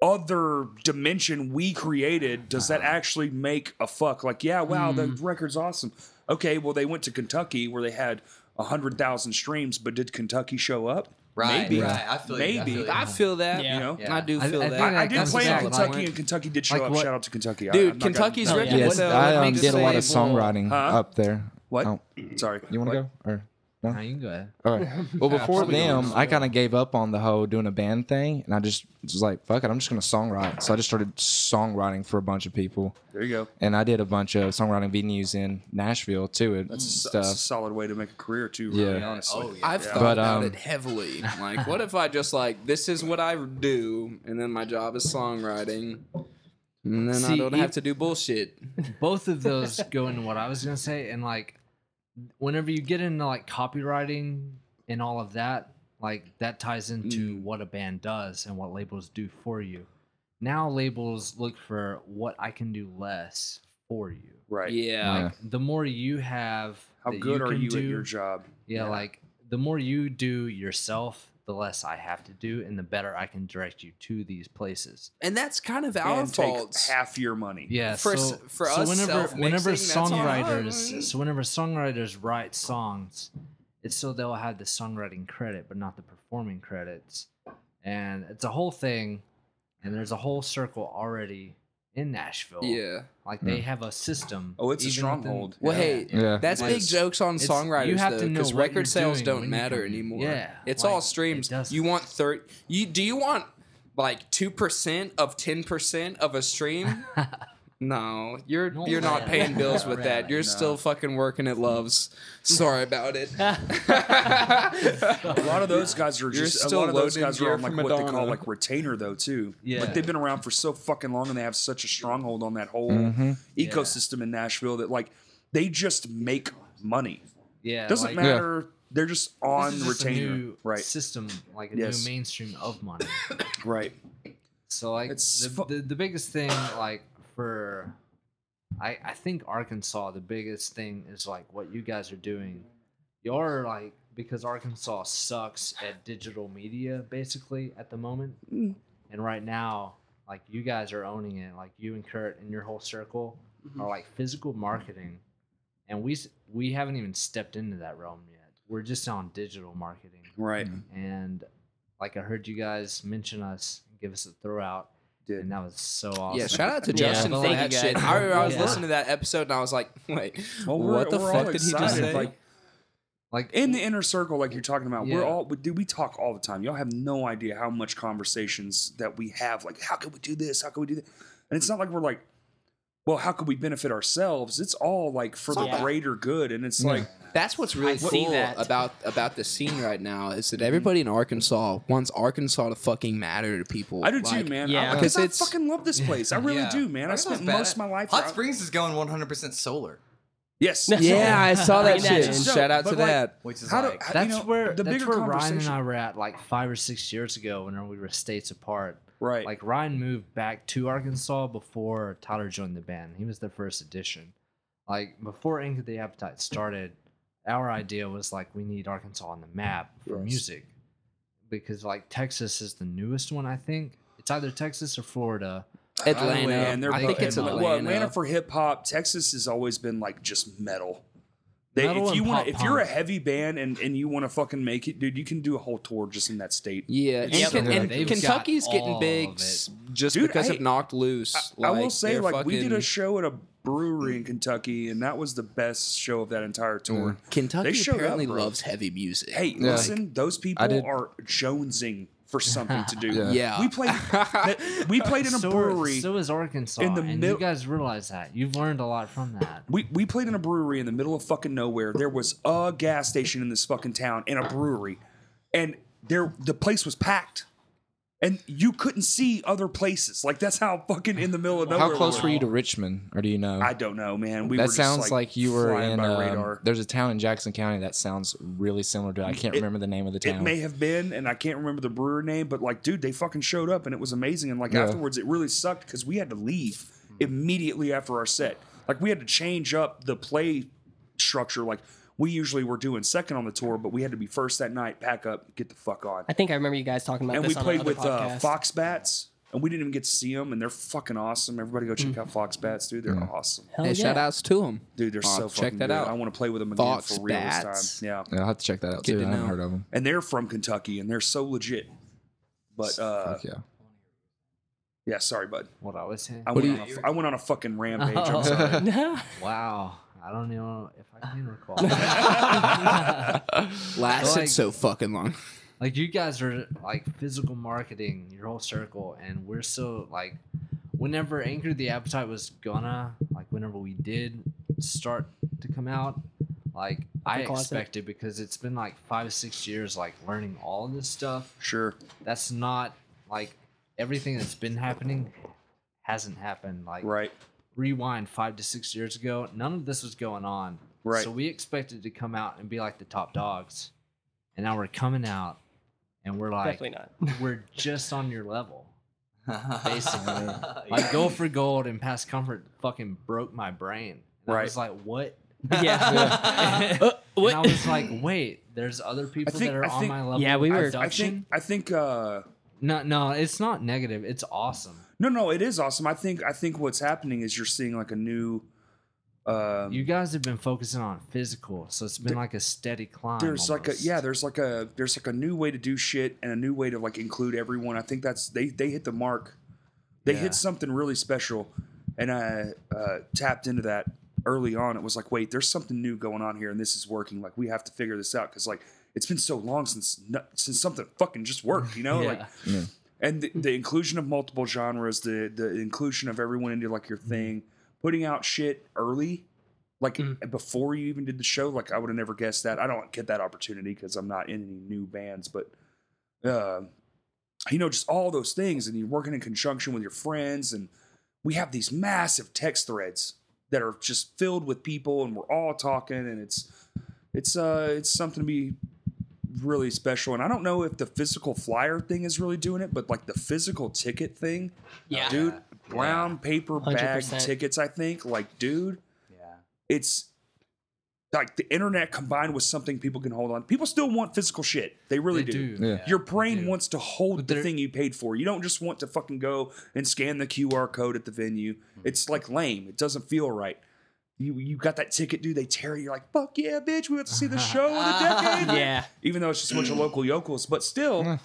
S1: other dimension we created does that actually make a fuck? Like, yeah, wow, the record's awesome. Okay, well they went to Kentucky where they had hundred thousand streams, but did Kentucky show up?
S2: Right,
S1: Maybe.
S2: right. I feel you. I
S1: Maybe.
S2: feel you.
S4: I feel that.
S5: Yeah.
S1: You know.
S2: Yeah.
S4: I do
S3: I-
S4: feel
S3: I
S4: that.
S3: think
S1: I, I did
S3: That's
S1: play in
S3: exactly the
S1: Kentucky,
S3: point.
S1: and Kentucky did show
S3: Like
S1: up.
S3: what-
S1: Shout out to Kentucky, I- I'm
S4: Dude,
S1: not gonna-
S4: Kentucky's
S5: Oh, yeah.
S4: record.
S5: Yes,
S4: though,
S8: I
S4: let me
S8: um,
S4: just
S8: did a lot of
S4: say-
S8: songwriting
S1: Huh?
S8: up there.
S1: What?
S8: Oh,
S1: Sorry,
S8: you want
S1: What?
S8: to go or no?
S3: no, you can go ahead.
S8: All right. Well, before
S4: probably
S8: them,
S4: not.
S8: I kind of gave up on the whole doing a band thing, and I just was like, "Fuck it, I'm just gonna songwrite." So I just started songwriting for a bunch of people,
S1: There you go.
S8: and I did a bunch of songwriting venues in Nashville too, and
S1: So-
S8: stuff.
S1: That's a solid way to make a career too. Really,
S8: Yeah.
S1: honestly.
S2: Oh, yeah.
S4: I've thought
S8: But,
S4: about
S8: um,
S4: it heavily. Like, what if I just like this is what I do, and then my job is songwriting, and then I
S3: See,
S4: don't
S3: you-
S4: have to do bullshit.
S3: both of those go into what I was gonna say, and like, whenever you get into like copywriting and all of that, like that ties into
S1: Mm.
S3: what a band does and what labels do for you. Now labels look for what I can do less for you.
S1: Right.
S4: Yeah.
S8: Yeah.
S3: The more you have,
S1: Uh. How
S3: that
S1: good are
S3: can
S1: you at
S3: do-
S1: your job?
S3: Yeah,
S1: Yeah.
S3: like the more you do yourself, the less I have to do, and the better I can direct you to these places.
S4: And that's kind of our
S1: and
S4: fault.
S1: take half your money.
S3: Yeah,
S4: For
S3: so,
S4: s- for
S3: so
S4: us
S3: whenever
S4: self-mixing,
S3: whenever
S4: that's all
S3: songwriters
S1: Mm-hmm.
S4: right.
S3: so whenever songwriters write songs, it's so they'll have the songwriting credit but not the performing credits, and it's a whole thing, and there's a whole circle already in Nashville.
S4: Yeah.
S3: like they have a system.
S1: Oh, it's a
S3: even within-
S1: stronghold.
S4: Well,
S1: Yeah.
S4: hey,
S8: Yeah.
S4: that's
S3: Like,
S4: big jokes on
S3: it's-
S4: songwriters
S3: you have
S4: though,
S3: to know
S4: because
S3: what you're
S4: record sales
S3: doing
S4: don't
S3: when you
S4: matter
S3: come in.
S4: anymore.
S3: Yeah,
S4: it's
S3: like,
S4: all
S3: it
S4: streams.
S3: doesn't.
S4: you want thirty? You do you want like two percent of ten percent of a stream? no, you're
S3: No
S4: you're not
S3: way.
S4: paying bills with that.
S3: Really?
S4: You're still fucking working at Loves. Sorry about it.
S1: a lot of those guys are
S4: You're
S1: just a
S4: still
S1: lot of those
S4: loading
S1: guys are
S4: gear
S1: on like
S4: for
S1: what they call
S4: Madonna.
S1: like retainer though too.
S3: Yeah.
S1: Like they've been around for so fucking long and they have such a stronghold on that whole
S8: Mm-hmm.
S1: ecosystem in Nashville that like they just make money.
S3: Yeah,
S1: Doesn't
S3: like-
S1: matter. They're just on
S3: This is just a
S1: retainer.
S3: new
S1: right.
S3: system like a
S1: Yes.
S3: new mainstream of money
S1: Right.
S3: so like
S1: It's
S3: the,
S1: fu-
S3: the, the biggest thing like for i i think arkansas the biggest thing is like what you guys are doing you're like because arkansas sucks at digital media basically at the moment and right now like you guys are owning it like you and kurt and your whole circle
S1: Mm-hmm.
S3: are like physical marketing and we s- we haven't even stepped into that realm yet we're just on digital marketing
S1: Right.
S3: and like I heard you guys mention us, give us a throw out,
S1: Did.
S3: and that was so awesome.
S4: Yeah, shout out to
S5: Yeah,
S4: Justin
S5: but
S4: for
S5: like-
S4: that
S5: Thank you,
S4: shit.
S5: guys.
S4: I remember I was
S3: Yeah.
S4: listening to that episode and I was like, wait,
S1: Well, we're,
S4: what the
S1: we're
S4: fuck
S1: all
S4: did he just
S1: excited.
S4: say?
S1: Like
S3: Like
S1: in the inner circle, like you're talking about, we're
S3: Yeah.
S1: all we do. We talk all the time. Y'all have no idea how much conversations that we have. Like, how can we do this? How can we do that? And it's not like we're like, well, how could we benefit ourselves? It's all like for the
S5: Yeah.
S1: greater good. And it's
S8: Yeah.
S1: like,
S4: That's what's really
S5: I see
S4: cool
S5: that.
S4: about about the scene right now is that everybody in Arkansas wants Arkansas to fucking matter to people.
S1: I do
S4: Like,
S1: too, man.
S5: yeah.
S1: Yeah,
S4: Because
S1: because I,
S4: it's-
S1: fucking love this place. I really
S2: Yeah.
S1: do, man. I
S2: Arkansas's
S1: spent
S2: bad.
S1: most of my life.
S2: Hot
S1: out-
S2: Springs is going 100% solar,
S1: Yes.
S4: Yeah, I saw that
S5: Bring that
S4: shit.
S5: in.
S4: Shout out
S1: But
S4: to
S1: like-
S4: that.
S2: which is
S1: How do
S2: like
S1: how-
S3: that's
S1: you know,
S3: where
S1: the
S3: that's
S1: bigger
S3: where Ryan
S1: conversation?
S3: and I were at like five or six years ago when we were states apart.
S1: right.
S3: Like Ryan moved back to Arkansas before Tyler joined the band. He was the first addition. Like before Ink of the Appetite started, our idea was like we need Arkansas on the map for
S1: Yes.
S3: music. Because like Texas is the newest one, I think. It's either Texas or Florida.
S4: Atlanta.
S1: Man, they're
S3: I
S1: both,
S3: think it's
S1: Atlanta. Well,
S4: Atlanta.
S1: Atlanta for hip hop. Texas has always been like just metal. They,
S3: Metal
S1: if you
S3: and
S1: want,
S3: pop
S1: if you're a
S3: punk.
S1: heavy band and, and you want to fucking make it, dude, you can do a whole tour just in that state.
S4: Yeah, and,
S5: Yep.
S4: Ken-
S8: Yeah,
S4: and
S3: they've got
S4: Kentucky's getting
S3: all
S4: big
S3: of it.
S4: s- just
S1: Dude,
S4: because
S1: I-
S4: of Knocked Loose.
S1: I will say,
S4: they're
S1: like, we did a
S4: fucking-
S1: show at a brewery in Kentucky, and that was the best show of that entire tour.
S4: Kentucky
S1: they showed up,
S4: apparently
S1: bro.
S4: loves heavy music.
S1: Hey,
S8: Yeah.
S1: listen, those people
S8: I did-
S1: are jonesing for something to do.
S8: Yeah.
S4: Yeah.
S1: we played. that- we played in a
S3: so are-
S1: brewery.
S3: so is Arkansas,
S1: in the
S3: and
S1: mid-
S3: you guys realize that you've learned a lot from that.
S1: We, we played in a brewery in the middle of fucking nowhere. There was a gas station in this fucking town and a brewery. And there the place was packed. And you couldn't see other places. Like that's how fucking in the middle of nowhere.
S8: How
S1: we
S8: close
S1: were.
S8: were you to Richmond, or do you know?
S1: I don't know, man. We were
S8: that
S1: just,
S8: sounds
S1: like,
S8: like, you were
S1: flying
S8: in.
S1: by
S8: um,
S1: radar. Mm,
S8: There's a town in Jackson County that sounds really similar to. I can't
S1: It-
S8: remember the name of the
S1: It
S8: town.
S1: may have been, and I can't remember the brewer name, but like, dude, they fucking showed up and it was amazing. And like
S8: Yeah.
S1: afterwards, it really sucked because we had to leave
S5: Mm-hmm.
S1: immediately after our set. Like we had to change up the play structure. Like we usually were doing second on the tour, but we had to be first that night. Pack up, get the fuck on.
S5: I think I remember you guys talking about
S1: And
S5: this
S1: we
S5: on
S1: played
S5: another
S1: with uh,
S5: podcast.
S1: Fox Bats, and we didn't even get to see them, and they're fucking awesome. Everybody go check out Fox Bats, dude. They're awesome,
S5: Hell
S4: Hey,
S5: Mm. yeah.
S4: shout outs to them.
S1: dude. They're so
S4: Aw, check
S1: fucking
S4: that
S1: good.
S4: out.
S1: I want to play with them again
S4: Fox
S1: for real
S4: Bats.
S1: this time. Yeah.
S8: Yeah, I'll have to check that out
S4: Good
S8: too.
S4: to
S8: I haven't
S4: know.
S8: heard of them.
S1: and they're from Kentucky and they're so legit. But uh,
S8: Fuck yeah.
S1: yeah, sorry, bud.
S3: What I was saying.
S1: I
S4: What
S1: went,
S4: do
S1: on a, f- I went on a fucking rampage. I'm
S3: Oh.
S1: sorry.
S3: Wow, I don't know if I can recall.
S4: Lasted
S3: Like-
S4: so fucking long.
S3: like you guys are like physical marketing, your whole circle, and we're so like, whenever Anchor the Appetite was gonna like, whenever we did start to come out, like I
S5: closet.
S3: expected because it's been like five six years like learning all this stuff.
S1: Sure.
S3: That's not like everything that's been happening hasn't happened. Like
S1: Right.
S3: rewind five to six years ago, none of this was going on.
S1: Right.
S3: So we expected to come out and be like the top dogs, and now we're coming out, and we're like,
S5: Definitely not.
S3: we're just on your level. Basically.
S2: yeah.
S3: Like go for gold and past comfort fucking broke my brain. And I
S1: Right.
S3: was like, what?
S5: Yeah.
S3: And I was like, wait, there's other people
S1: think-
S3: that are
S1: I
S3: on
S1: think-
S3: my level.
S5: Yeah, we
S3: of
S5: were- I
S1: I
S3: abduction.
S1: think I think uh
S3: no, no, it's not negative. It's awesome.
S1: no no it is awesome. I think I think what's happening is you're seeing like a new um
S3: You guys have been focusing on physical, so it's been like a steady climb.
S1: there's like a
S3: almost.
S1: yeah there's like a there's like a new way to do shit and a new way to like include everyone i think that's they they hit the mark they
S3: Yeah.
S1: hit something really special and i uh, tapped into that early on it was like wait there's something new going on here and this is working like we have to figure this out because like it's been so long since no- since something fucking just worked you know
S3: Yeah.
S1: like and the, the inclusion of multiple genres the the inclusion of everyone into like your thing putting out shit early like before you even did the show like i would have never guessed that i don't get that opportunity because i'm not in any new bands but uh, you know just all those things and you're working in conjunction with your friends and we have these massive text threads that are just filled with people and we're all talking and it's it's uh it's something to be really special and i don't know if the physical flyer thing is really doing it but like the physical ticket thing
S5: yeah.
S1: dude brown paper bag
S5: 100%.
S1: tickets i think like dude it's like the internet combined with something people can hold on. People still want physical shit. They really
S3: They
S1: do.
S3: do.
S8: Yeah.
S1: Your brain wants to hold
S3: But
S1: the
S3: they're-
S1: thing you paid for. You don't just want to fucking go and scan the QR code at the venue. It's like lame. It doesn't feel right. You you got that ticket, dude. They tear you. You're like, fuck yeah, bitch. We went to see the show in a decade.
S5: Yeah.
S1: Even though it's just a bunch of local yokels, but still,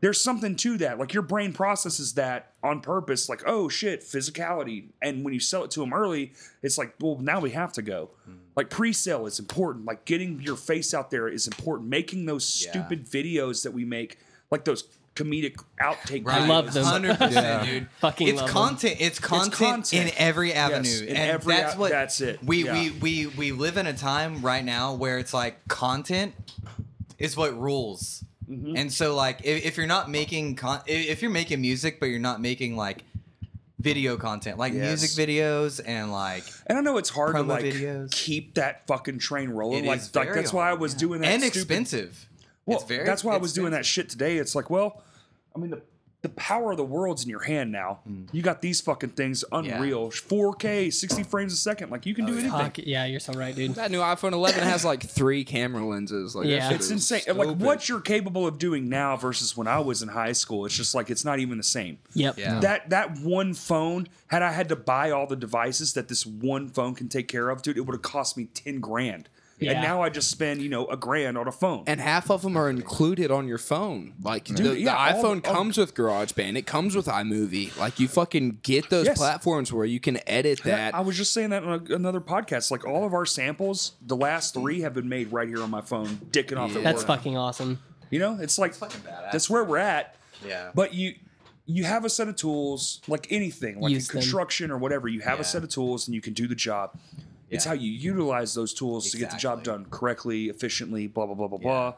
S1: there's something to that. Like your brain processes that on purpose. Like, oh shit, physicality. And when you sell it to them early, it's like, well, now we have to go.
S2: Hmm.
S1: Like pre-sale is important. Like getting your face out there is important. Making those
S2: Yeah.
S1: stupid videos that we make, like those comedic outtake.
S2: Right.
S1: videos.
S5: love them.
S2: 100%,
S8: Yeah.
S2: dude.
S5: Fucking
S2: it's
S5: love 'em.
S2: content, it's content. in
S1: content.
S2: every avenue.
S1: in
S2: and
S1: every
S2: that's
S1: a-
S2: what
S1: that's it.
S2: We,
S1: Yeah.
S2: we we we live in a time right now where it's like content is what rules.
S1: Mm-hmm.
S2: And so like if, if you're not making con- i- if you're making music but you're not making like video content like
S1: Yes.
S2: music videos and like
S1: And I know it's hard to
S2: Promo
S1: like
S2: videos.
S1: keep that fucking train rolling.
S2: It
S1: like,
S2: is
S1: like
S2: very
S1: that's why I
S2: hard,
S1: was
S2: yeah.
S1: doing that
S2: and
S1: stupid-
S2: expensive.
S1: Well,
S2: it's very
S1: that's why I was doing
S2: expensive.
S1: that shit today. It's like, well, I mean, the the power of the world's in your hand now. You got these fucking things, unreal, 4K, 60 frames a second. Like you can do anything.
S5: Fuck, yeah, you're so right, dude.
S4: That new iPhone 11 has like three camera lenses. Like, that
S5: Yeah.
S4: shit
S1: It's
S4: is
S1: insane. And, Like
S4: stupid.
S1: what you're capable of doing now versus when I was in high school. It's just like it's not even the same.
S5: Yep.
S2: Yeah.
S1: That that one phone, had I had to buy all the devices that this one phone can take care of, dude, it would have cost me 10 grand. And
S5: Yeah.
S1: now I just spend, you know, a grand on a phone.
S4: and half of them are included on your phone. Like the, the
S1: yeah, all
S4: iPhone
S1: the- all-
S4: comes with GarageBand, it comes with iMovie. Like you fucking get those
S1: Yes.
S4: platforms where you can edit that.
S1: I was just saying that on a, another podcast. Like all of our samples, the last three have been made right here on my phone, dicking off at
S5: That's
S1: work.
S5: fucking awesome.
S1: You know, it's like
S2: fucking badass.
S1: that's where we're at.
S2: Yeah.
S1: But you you have a set of tools, like anything, like
S5: Use
S1: in
S5: them.
S1: construction or whatever. You have
S2: Yeah.
S1: a set of tools and you can do the job. It's
S2: Yeah.
S1: how you utilize those tools to get the job
S2: Exactly.
S1: done correctly, efficiently, blah blah blah blah
S2: Yeah.
S1: blah.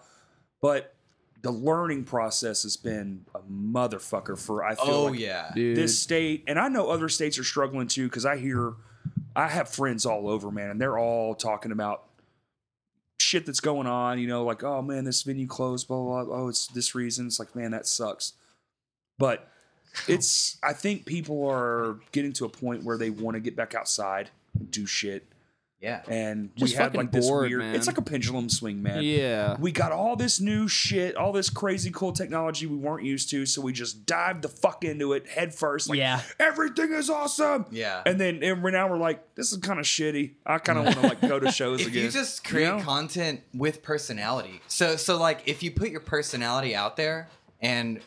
S1: But the learning process has been a motherfucker for I feel
S2: oh
S1: like
S2: yeah.
S4: dude.
S1: this state and i know other states are struggling too because i hear i have friends all over man and they're all talking about shit that's going on you know like oh man this venue closed blah blah, blah. oh it's this reason it's like man that sucks but it's i think people are getting to a point where they want to get back outside and do shit
S2: Yeah.
S1: and
S4: Just
S1: we had
S4: fucking
S1: like this
S4: bored,
S1: weird
S4: man.
S1: it's like a pendulum swing man
S4: yeah.
S1: we got all this new shit, all this crazy cool technology we weren't used to, so we just dived the fuck into it head first. Like,
S5: Yeah.
S1: everything is awesome.
S2: Yeah.
S1: And then and we're- now we're like, this is kind of shitty. I kind of want to like go to shows
S2: if
S1: again.
S2: you just create
S1: know?
S2: content with personality so so like if you put your personality out there and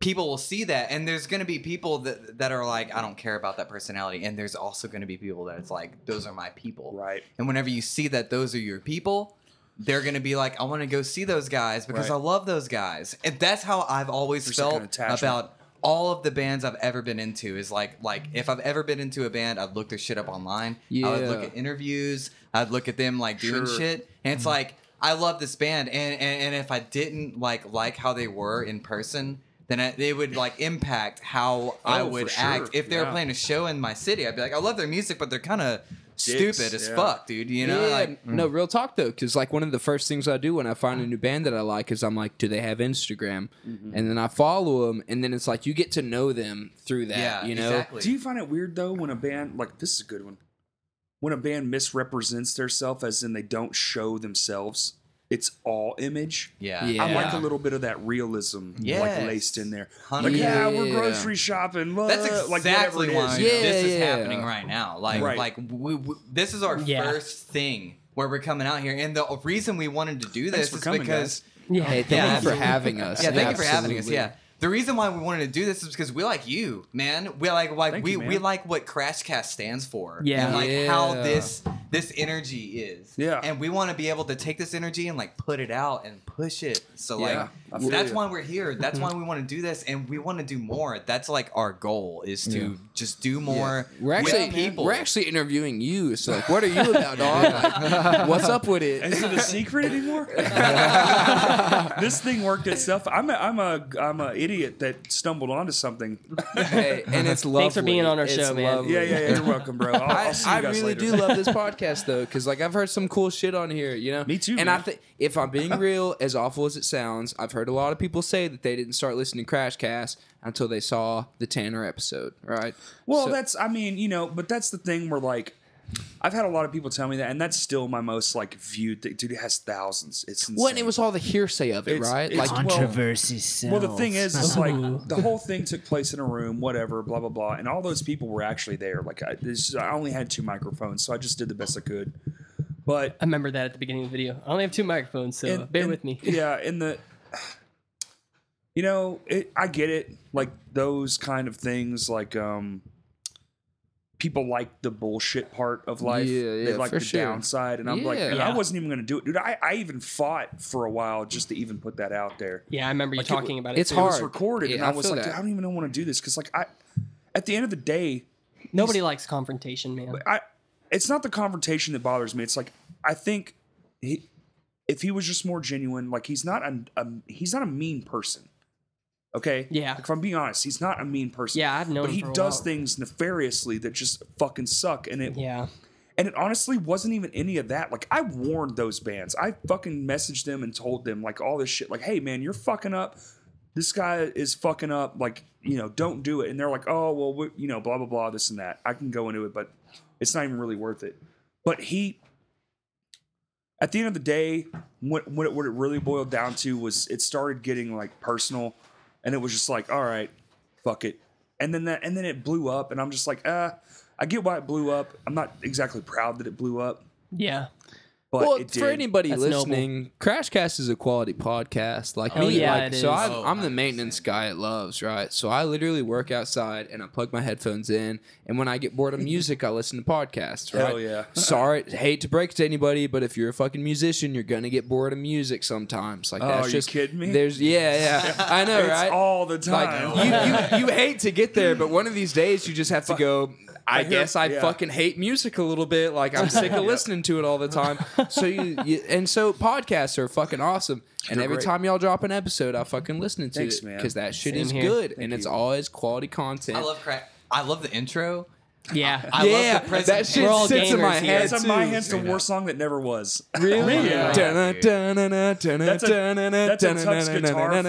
S2: people will see that and there's going to be people that that are like i don't care about that personality and there's also going to be people that it's like those are my people
S1: Right.
S2: and whenever you see that those are your people they're going to be like i want to go see those guys because
S1: Right.
S2: i love those guys and that's how i've always
S1: There's like an
S2: felt
S1: attachment.
S2: about all of the bands I've ever been into is like like if I've ever been into a band, I'd look their shit up online. I would look
S4: Yeah.
S2: at interviews. I'd look at them like doing
S1: Sure.
S2: shit, and it's like I love this band, and, and and if I didn't like like how they were in person, then I, they would like impact how I
S1: Oh, for
S2: would
S1: sure.
S2: act if they were
S1: Yeah.
S2: playing a show in my city. I'd be like, I love their music, but they're kind of
S1: dicks.
S2: stupid as
S1: Yeah.
S2: fuck, dude. You know,
S4: yeah,
S2: like
S4: no real talk though, because like one of the first things I do when I find a new band that I like is I'm like, do they have Instagram?
S2: Mm-hmm.
S4: And then I follow them, and then it's like you get to know them through that.
S2: yeah,
S4: you know,
S2: exactly.
S1: Do you find it weird though when a band like this is a good one? When a band misrepresents theirself as in they don't show themselves, it's all image.
S2: yeah,
S4: Yeah.
S1: I like a little bit of that realism, like
S2: Yes.
S1: laced in there. Like,
S2: Hundred-
S1: yeah, we're
S4: Yeah.
S1: grocery shopping. Look,
S2: That's
S1: uh, like, whatever
S2: exactly
S1: it
S2: why
S1: is.
S4: Yeah,
S2: this is
S4: yeah.
S2: happening right now. Like,
S1: Right.
S2: like we, we, this is our
S5: Yeah.
S2: first thing where we're coming out here, and the reason we wanted to do
S1: Thanks
S2: this
S1: for
S2: is
S1: coming,
S2: because
S5: Yeah.
S4: hey, thank
S2: Yeah,
S4: you for having us.
S2: yeah, thank you for having us.
S4: Absolutely.
S2: Yeah. The reason why we wanted to do this is because we like you, man. We like like
S1: Thank
S2: we,
S1: you, man.
S2: we like what Crashcast stands for.
S5: Yeah.
S2: And like how
S4: Yeah.
S2: this this energy is.
S1: Yeah.
S2: And we want to be able to take this energy and like put it out and push it. So
S1: Yeah, I
S2: like
S1: feel
S2: that's
S1: you.
S2: why we're here. That's
S4: Mm-hmm.
S2: why we want to do this and we want to do more. That's like our goal is to just do more
S4: We're actually
S2: with people.
S4: we're actually interviewing you. So like, what are you about, dog? Like, what's up with
S1: Is
S4: it?
S1: it a secret anymore? this thing worked itself. I'm a, I'm a I'm a idiot that stumbled onto something.
S4: Hey, and it's lovely.
S5: Thanks for being on our
S4: It's
S5: show, man.
S4: lovely.
S1: Yeah, yeah, yeah. You're welcome, bro. I'll,
S4: I,
S1: I'll see you
S4: I
S1: guys
S4: really
S1: later.
S4: do love this podcast though, because like I've heard some cool shit on here, you know.
S1: Me too,
S4: And I
S1: man.
S4: think if I'm being real, as awful as it sounds, I've heard a lot of people say that they didn't start listening to Crashcast until they saw the Tanner episode, right?
S1: Well,
S4: So-
S1: that's I mean, you know, but that's the thing where like I've had a lot of people tell me that, and that's still my most like viewed. Thing. Dude, it has thousands. It's insane.
S4: Well, and it was all the hearsay of it,
S1: It's-
S4: right?
S1: it's-
S4: like,
S1: Well, the thing is, is like the whole thing took place in a room, whatever, blah blah blah, and all those people were actually there. Like I, this, I only had two microphones, so I just did the best I could. But
S5: I remember that at the beginning of the video. I only have two microphones, so
S1: and-
S5: bear
S1: and-
S5: with me.
S1: Yeah, in the you know, it, I get it. Like those kind of things, like um, people like the bullshit part of life.
S4: Yeah,
S1: they
S4: yeah,
S1: like
S4: for
S1: the
S4: sure.
S1: downside, and I'm like,
S4: Yeah.
S1: and I
S5: Yeah.
S1: wasn't even gonna do it, dude. I, I even fought for a while just to even put that out there.
S5: Yeah, I remember you
S1: Like, it w-
S5: talking about it.
S4: it's
S5: too.
S1: It was
S4: hard.
S1: recorded, and
S4: Yeah,
S1: I
S4: I
S1: was
S4: feel
S1: like, dude,
S4: that.
S1: I don't even want to do this because, like, I at the end of the day,
S5: Nobody likes confrontation, man.
S1: I it's not the confrontation that bothers me. It's like I think he if he was just more genuine, like he's not a, a he's not a mean person. Okay?
S5: Yeah.
S1: Like, if I'm being honest, he's not a mean person.
S5: Yeah, I've known
S1: But
S5: him
S1: he
S5: for a
S1: does
S5: while.
S1: things nefariously that just fucking suck and it
S5: Yeah.
S1: and it honestly wasn't even any of that. Like I warned those bands. I fucking messaged them and told them like all this shit. Like, hey man, you're fucking up. This guy is fucking up. Like, you know, don't do it. And they're like, oh well, we, you know, blah blah blah, this and that. I can go into it, but it's not even really worth it. But he, at the end of the day, what what it, what it really boiled down to was it started getting like personal, and it was just like, all right, fuck it. And then that and then it blew up, and I'm just like, uh, I get why it blew up. I'm not exactly proud that it blew up,
S5: Yeah.
S1: but
S4: well,
S1: it did.
S4: for anybody
S5: That's noble.
S4: listening, Crashcast is a quality podcast. Like
S5: Oh,
S4: me,
S5: yeah,
S4: like,
S5: it
S4: so
S5: is.
S4: I'm,
S2: Oh,
S4: I'm the maintenance guy at Loves, right? So I literally work outside and I plug my headphones in, and when I get bored of music, I listen to podcasts. Right?
S1: Hell yeah.
S4: Sorry, hate to break it to anybody, but if you're a fucking musician, you're gonna get bored of music sometimes. Like
S1: Oh,
S4: that's
S1: you
S4: just
S1: kidding me?
S4: There's yeah, yeah. I know,
S1: it's
S4: right?
S1: all the time.
S4: Like you, you, you hate to get there, but one of these days you just have to go. I
S1: hear-
S4: guess I
S1: yeah.
S4: fucking hate music a little bit. Like I'm sick of listening to it all the time. So you, you and so podcasts are fucking awesome. And
S1: They're
S4: every
S1: great.
S4: time y'all drop an episode, I fucking listen to
S1: Thanks,
S4: it
S1: man.
S4: because that shit
S5: Same
S4: is
S5: here.
S4: good and it's always quality content.
S2: I love crack. I love the intro.
S5: Yeah.
S2: I
S4: yeah,
S2: love the presentation.
S4: that shit
S5: We're all
S4: sits in my
S5: gamers here.
S4: head.
S1: That's on my
S4: too.
S1: hands the worst song that never was.
S4: Really?
S1: Yeah. That's a- that's a Tux guitar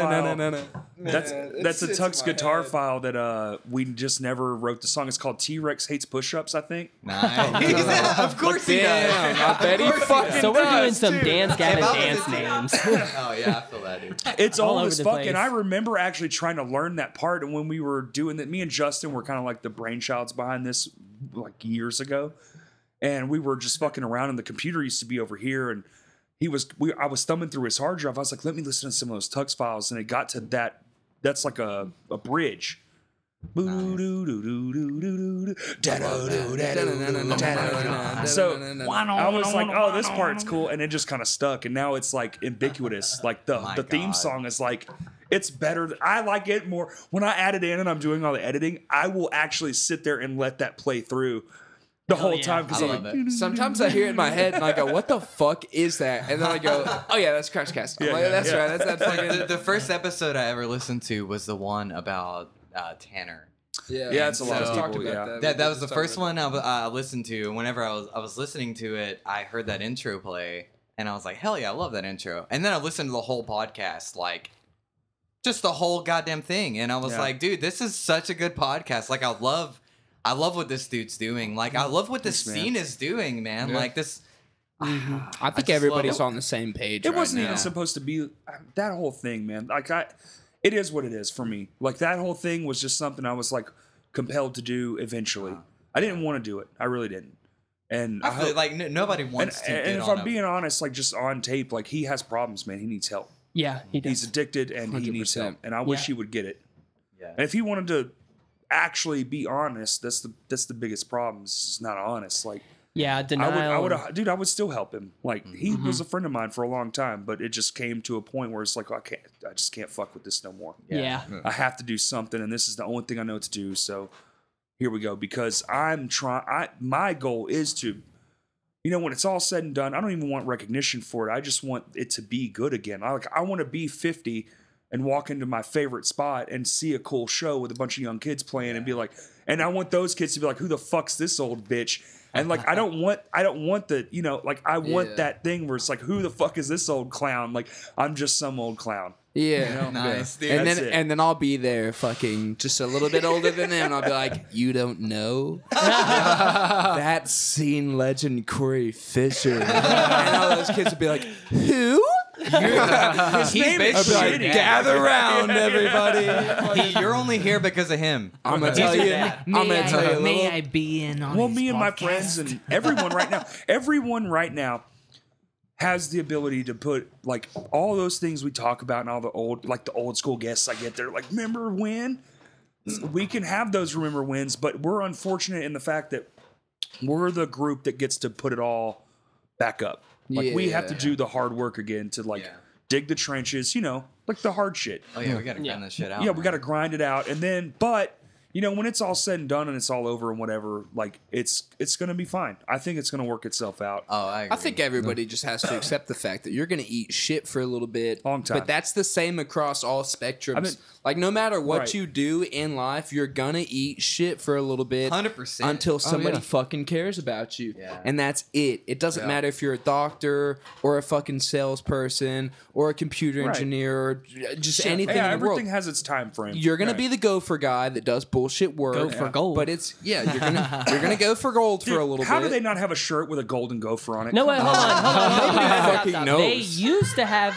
S1: That's that's a Tux guitar file that uh we just never wrote the song. It's called T Rex hates push-ups, I think.
S2: Nice. Yeah, of course he does.
S4: Damn, I bet he fucking
S5: So we're doing
S4: does,
S5: some
S4: too.
S5: dance Gavin
S2: If I was
S5: dance
S2: a teen-
S5: names.
S2: oh yeah, I feel that dude.
S1: It's
S5: All
S1: all
S5: over
S1: as
S5: the
S1: fuck.
S5: place.
S1: And I remember actually trying to learn that part. And when we were doing that, me and Justin were kind of like the brainchilds behind this like years ago. And we were just fucking around, and the computer used to be over here. And he was, we, I was thumbing through his hard drive. I was like, let me listen to some of those Tux files. And it got to that, that's like a, a bridge. So I was like, oh, this part's cool, and it just kind of stuck, and now it's like ubiquitous. Like the
S2: My
S1: the theme
S2: God.
S1: song is like, it's better. th- I like it more when I add it in, and I'm doing all the editing. I will actually sit there and let that play through the whole
S5: yeah.
S1: time because
S2: I
S1: I'm
S2: love
S1: like,
S2: it.
S4: Sometimes I hear it in my head and I go, "What the fuck is that?" And then I go, "Oh yeah, that's Crashcast." I'm
S1: Yeah,
S4: like,
S1: yeah,
S4: that's
S1: yeah.
S4: right. That's that
S2: the,
S4: fucking.
S2: the first episode I ever listened to was the one about uh, Tanner.
S4: Yeah,
S1: Yeah, it's a lot
S2: of
S4: Let's talk
S1: people,
S4: about
S1: yeah.
S2: That, that was the
S4: Let's talk
S2: first
S4: about
S2: one I, w- I listened to. Whenever I was I was listening to it, I heard that intro play, and I was like, "Hell yeah, I love that intro!" And then I listened to the whole podcast, like just the whole goddamn thing, and I was
S1: Yeah.
S2: like, "Dude, this is such a good podcast!" Like, I love, I love what this dude's doing. Like, I love what this
S1: Thanks, man.
S2: scene is doing, man. Like this.
S4: that. I think
S2: just love
S4: everybody's
S2: it.
S4: on the same page.
S1: It
S4: right
S1: wasn't
S4: now.
S1: even supposed to be um, that whole thing, man. Like I, it is what it is for me. Like that whole thing was just something I was like compelled to do eventually. I didn't want to do it. I really didn't. And
S2: I feel
S1: hope-
S2: like n- nobody
S1: and,
S2: wants to.
S1: and
S2: get
S1: if
S2: on
S1: I'm
S2: a-
S1: being honest, like just on tape, like he has problems, man. He needs help.
S5: Yeah, he does.
S1: He's addicted and he needs help.
S4: 100%.
S1: And I wish
S5: Yeah.
S1: he would get it.
S2: Yeah.
S1: And if he wanted to actually be honest, that's the that's the biggest problem. Is he's not honest. Like
S5: yeah,
S1: I
S5: denial. Mm-hmm.
S1: would, I would,
S5: and-
S1: have dude, I would still help him. Like he was a friend of mine for a long time, but it just came to a point where it's like I can't, I just can't fuck with this no more.
S5: yeah.
S1: I have to do something, and this is the only thing I know to do. So here we go. Because I'm trying. I my goal is to, you know, when it's all said and done, I don't even want recognition for it. I just want it to be good again. I like. I want to be fifty and walk into my favorite spot and see a cool show with a bunch of young kids playing and be like, and I want those kids to be like, who the fuck's this old bitch? And like, I don't want, I don't want the, you know, like I want
S4: Yeah.
S1: that thing where it's like, who the fuck is this old clown? Like I'm just some old clown.
S4: Yeah.
S2: Nice, dude.
S4: And
S1: That's
S4: then
S1: it.
S4: and then I'll be there fucking just a little bit older than them. and I'll be like, you don't know? that scene legend Corey Fisher. and all those kids would be like, who?
S2: He's
S4: I'd be like,
S2: basically
S4: gather around, everybody.
S2: He- you're only here because of him.
S4: I'm gonna tell you.
S2: Yeah.
S4: I'm gonna tell you. a little-
S10: be in on
S1: well me and my friends and everyone right now everyone right now has the ability to put like all those things we talk about and all the old like the old school guests i get there like remember when we can have those remember wins but we're unfortunate in the fact that we're the group that gets to put it all back up like we have to
S4: Yeah.
S1: do the hard work again to like
S2: Yeah.
S1: dig the trenches you know like the hard shit
S2: Oh yeah, we gotta
S5: Yeah.
S2: grind this shit out.
S1: yeah, we
S2: man.
S1: got to grind it out, and then, but you know, when it's all said and done and it's all over and whatever, like it's it's gonna be fine. I think it's gonna work itself out.
S4: Uh,
S2: Oh, I. Agree.
S4: I think everybody just has to accept the fact that you're going to eat shit for a little bit.
S1: Long time.
S4: But that's the same across all spectrums.
S1: I mean-
S4: like, no matter what
S1: Right.
S4: you do in life, you're going to eat shit for a little bit.
S2: 100%.
S1: Oh,
S4: Until somebody
S8: yeah.
S4: fucking cares about you.
S2: Yeah.
S4: And that's it. It doesn't matter if you're a doctor or a fucking salesperson or a computer
S1: Right.
S4: engineer or j- just anything
S1: yeah,
S4: in the world.
S1: everything has its time frame.
S4: You're gonna
S1: Right.
S4: be the gopher guy that does bullshit work.
S5: Go for gold.
S4: But it's yeah, you're gonna you're gonna go for gold for a little
S1: How
S4: bit.
S1: do they not have a shirt with a golden gopher on it?
S5: No,
S1: Come
S5: wait, hold on, hold on. Hold on.
S4: Nobody
S5: Stop,
S4: fucking
S5: stop.
S4: knows.
S5: They used to have.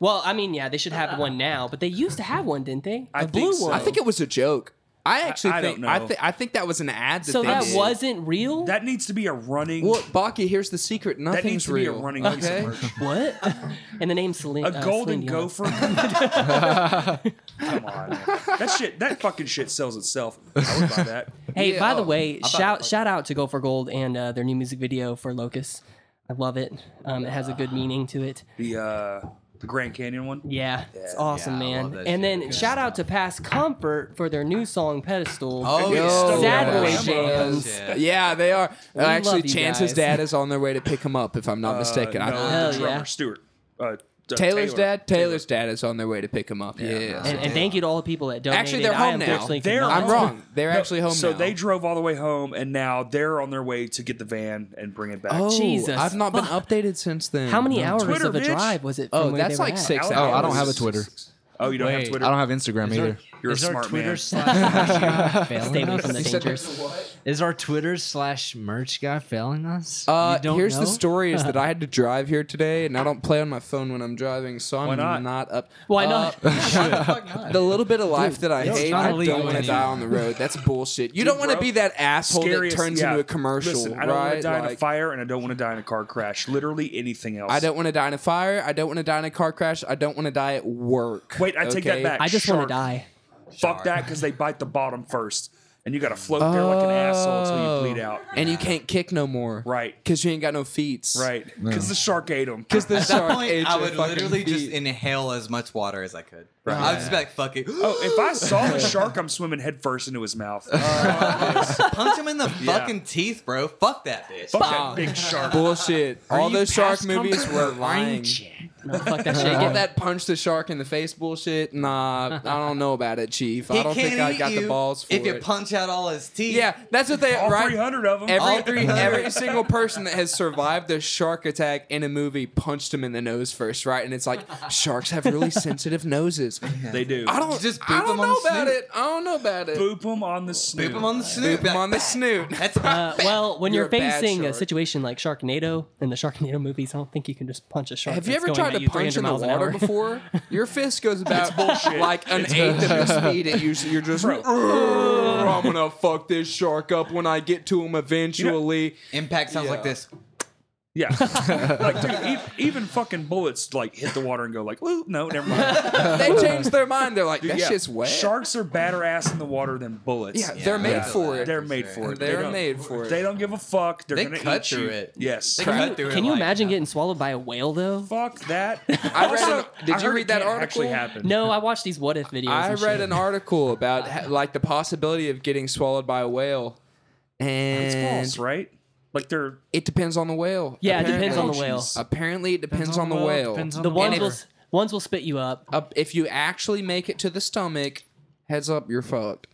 S5: Well, I mean, yeah, they should have one now, but they used to have one, didn't they? A
S1: I
S5: blue
S1: think so.
S5: one.
S4: I think it was a joke. I actually
S1: I
S4: think
S1: don't
S4: I,
S1: know.
S4: thi- I think that was an ad. That
S5: so.
S4: they
S5: That
S4: did.
S5: wasn't real.
S1: That needs to be a running.
S4: Well, Baki, here's the secret.
S1: that
S4: Nothing's
S1: needs to
S4: real.
S1: be a running piece of
S4: okay.
S1: merch.
S5: what? and the name Celine.
S1: A
S5: uh,
S1: golden
S5: Celine Dion.
S1: gopher. Come on, man. that shit. That fucking shit sells itself. I would buy that.
S5: Hey,
S4: Yeah,
S5: by
S4: oh,
S5: the way,
S2: thought-
S5: shout shout out to Go for Gold and uh, their new music video for Locust. I love it. Um, it has a good meaning to it.
S1: The uh, the Grand Canyon one.
S5: Yeah, it's awesome,
S2: Yeah, I love
S5: man.
S2: that shit.
S5: And then
S2: Good
S5: shout out to Past Comfort for their new song Pedestal.
S2: Oh,
S1: Yo,
S2: yeah.
S5: Sad Boy
S2: yeah.
S5: Jams.
S2: Yeah.
S4: Yeah, they are.
S5: love
S4: actually,
S5: you
S4: Chance's
S5: guys.
S4: dad is on their way to pick him up, if I'm not
S1: Uh,
S4: mistaken. I-
S1: no,
S5: Hell
S1: the
S5: yeah.
S1: drummer Stewart. Uh, t-
S4: Taylor's
S1: Taylor.
S4: dad. Taylor's dad is on their way to pick him up. Yeah.
S5: And, and thank you to all the people that donated.
S4: Actually, they're
S5: I
S4: home now.
S5: unfortunately could
S1: They're
S5: not-
S4: I'm
S1: home.
S4: wrong. They're
S1: No,
S4: actually home
S1: So
S4: now.
S1: they drove all the way home, and now they're on their way to get the van and bring it back.
S4: Oh,
S5: Jesus,
S4: I've not been updated since then.
S5: How many hours
S1: Twitter,
S5: of a
S1: bitch.
S5: drive was it? From
S4: Oh,
S5: where
S4: that's
S5: they were
S4: like
S5: at?
S4: six.
S1: Alan
S4: hours.
S8: Oh, I don't have a Twitter.
S1: Oh, you don't have
S3: Wait.
S1: Twitter.
S8: I don't have Instagram either.
S1: You're a
S3: is our
S1: smart
S3: Twitter
S1: man.
S3: slash merch guy
S5: Stay
S3: failing
S5: away
S3: us?
S5: from the dangers.
S3: Is our Twitter slash merch guy failing us?
S4: Uh,
S3: You don't
S4: here's
S3: know?
S4: the story: is that I had to drive here today, and I don't play on my phone when I'm driving, so I'm
S1: not?
S4: up.
S5: Why
S4: Uh,
S5: not?
S4: the little bit of life that I
S3: it's
S4: hate,
S3: not
S4: I
S3: illegal
S4: don't want to
S3: anymore.
S4: die on the road. That's bullshit. You don't want to
S1: bro,
S4: be that asshole
S1: Scariest-
S4: that turns
S1: yeah.
S4: into a commercial,
S1: Listen, I don't want
S4: right?
S1: to die in a
S4: Like,
S1: fire, and I don't want to die in a car crash. Literally anything else.
S4: I don't want to die in a fire. I don't want to die in a car crash. I don't want to die at work.
S1: Wait, I take that
S4: okay?
S1: back.
S5: I just want
S1: Shark.
S5: to die.
S1: Fuck that, because they bite the bottom first, and you got to float there like an asshole until you bleed out.
S4: And you can't kick no more,
S1: Right.
S4: Because you ain't got no feet,
S1: Right? Because the shark ate them.
S4: Because the
S2: At that
S4: shark
S2: point,
S4: ate
S2: I
S4: your
S2: would
S4: fucking
S2: literally just
S4: feet.
S2: inhale as much water as I could. I would just be like, fuck it.
S1: Oh, if I saw a shark, I'm swimming headfirst into his mouth.
S4: Uh,
S2: Punch him in the fucking teeth, bro. Fuck that bitch.
S1: Fuck that big shark.
S4: bullshit. All those shark movies were lying.
S5: No, fuck that shit.
S4: All
S5: Get that.
S4: that punch the shark in the face bullshit, nah, I don't know about it, Chief. I don't think I
S2: eat
S4: got the
S2: you
S4: balls for
S2: if you
S4: it.
S2: punch out all his teeth.
S4: yeah, that's what they
S1: All
S4: right.
S1: 300 of them.
S4: Every
S2: All
S4: three,
S2: 300.
S4: every single person that has survived a shark attack in a movie punched him in the nose first, right? And it's like sharks have really sensitive noses.
S1: they do.
S4: I don't
S2: Just
S4: just
S2: boop
S4: I don't
S2: him on
S4: know
S2: the
S4: about
S2: snoot.
S4: it. I don't know about it.
S1: Boop them on the snoot.
S2: Boop him on the snoot.
S4: Boop him on the snoot.
S2: That's
S5: Uh, well, when
S4: You're
S5: you're,
S4: a bad
S5: facing a
S4: shark.
S5: situation like Sharknado in the Sharknado movies, I don't think you can just punch a shark.
S4: Have you
S5: that's
S4: ever
S5: going
S4: tried
S5: at
S4: to
S5: you
S4: punch
S5: 300
S4: in the
S5: miles an
S4: water
S5: hour.
S4: before? Your fist goes about like an eighth of the speed it usually. You're just
S1: Bro.
S4: like, "Urgh, I'm gonna fuck this shark up when I get to him eventually.
S2: impact sounds like this.
S1: Yeah. like, dude, ev- even fucking bullets like hit the water and go like, ooh, no, never mind.
S4: They change their mind. They're like, that
S1: yeah.
S4: shit's wet.
S1: Sharks are badder ass in the water than bullets.
S4: Yeah, they're made
S2: Yeah.
S4: for it.
S1: They're made for it. They
S4: They're
S1: don't-
S4: made for it.
S1: They don't give a fuck. They're
S2: They
S1: gonna
S2: cut
S1: eat
S2: through
S1: you.
S2: it.
S1: Yes.
S2: They
S4: Crap.
S2: cut through it
S5: Can you
S2: like-
S5: imagine getting swallowed by a whale though?
S1: Fuck that.
S4: I read
S1: Also,
S4: an- did
S1: I
S4: you
S1: heard
S4: read
S1: it
S4: that
S1: can't Actually
S4: article?
S1: happened.
S5: No, I watched these what if videos.
S4: I
S5: and
S4: read
S5: shit.
S4: an article about ha- like the possibility of getting swallowed by a whale,
S1: It's
S4: and
S1: false, right? Like they're
S4: it depends on the whale.
S5: Yeah, it depends on the
S4: apparently.
S5: whale.
S4: Apparently, it depends on the whale.
S5: The ones
S4: if-
S5: will s- ones will spit you up.
S4: Up- if you actually make it to the stomach, heads up, you're fucked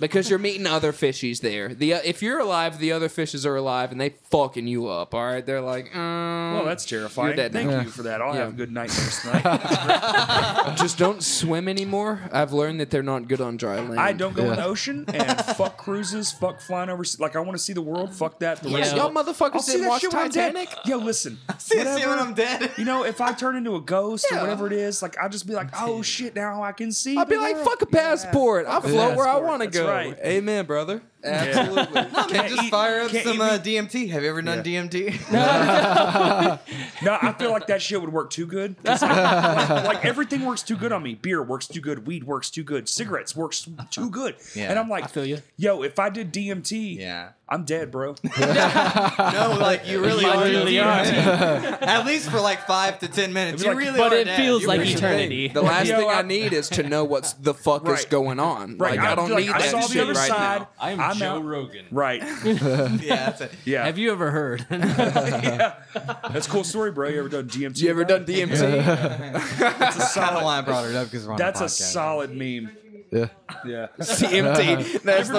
S4: because you're meeting other fishies there. The uh, if you're alive, the other fishes are alive and they fucking you up. All right, they're like, um,
S1: well, that's terrifying.
S4: You're dead
S1: Thank
S4: now.
S1: you for that. I'll
S4: Yeah.
S1: have good nightmares tonight.
S4: just don't swim anymore. I've learned that they're not good on dry land.
S1: I don't go in the ocean and fuck cruises, fuck flying over. Like I want to see the world. Fuck that. The rest
S5: Yeah.
S1: of
S4: Y'all
S1: it.
S4: motherfuckers
S1: I'll see
S4: didn't
S1: that
S4: watch
S1: shit when I'm
S4: Titanic.
S1: dead. Yo, listen.
S2: See, see when I'm dead.
S1: You know, if I turn into a ghost
S4: Yeah.
S1: or whatever it is, like I'll just be like, oh shit, now I can see.
S4: I'd be
S1: the
S4: like,
S1: world.
S4: fuck a
S1: Yeah.
S4: passport. I'll
S1: Fuck a
S4: float where I
S1: passport.
S4: want to
S1: That's
S4: go.
S1: right.
S4: Amen, brother. Absolutely.
S2: Can
S1: Can't
S2: just
S1: eat-
S2: fire up
S1: can't
S2: some
S1: eat
S2: uh, DMT. Have you ever done DMT?
S1: No, I feel like that shit would work too good. It's Like, like- like, everything works too good on me. Beer works too good. Weed works too good. Cigarettes works too good.
S2: Yeah.
S1: And I'm like,
S5: I feel you.
S1: Yo, if I did DMT,
S2: yeah.
S1: I'm dead, bro.
S2: No, like you really
S5: You
S2: are.
S5: really are.
S2: At least for like five to ten minutes.
S1: It'd be
S2: You
S1: like-
S2: really
S5: But
S2: are
S5: it
S2: dead.
S5: feels
S2: You
S5: like
S2: really-
S5: eternity.
S4: The last
S1: Yo,
S4: thing I
S1: I'm-
S4: need is to know what's the fuck is
S1: Right.
S4: going on. Like I
S1: I'd
S4: don't
S1: be like,
S4: need
S1: I
S4: that
S1: saw
S4: shit
S1: the other
S4: right
S1: side.
S4: now.
S10: I am
S1: I'm
S10: Joe
S1: out.
S10: Rogan.
S1: Right.
S2: Yeah, that's it.
S1: Yeah.
S3: Have you ever heard?
S1: That's a cool story, bro. You ever done DMT?
S4: You ever
S1: bro?
S4: done DMT?
S1: That's a
S2: Kind of
S1: solid.
S2: why I brought it up because we're on
S1: That's
S2: a
S1: a
S2: podcast.
S1: solid meme.
S8: Yeah.
S1: Yeah.
S4: DMT. That's the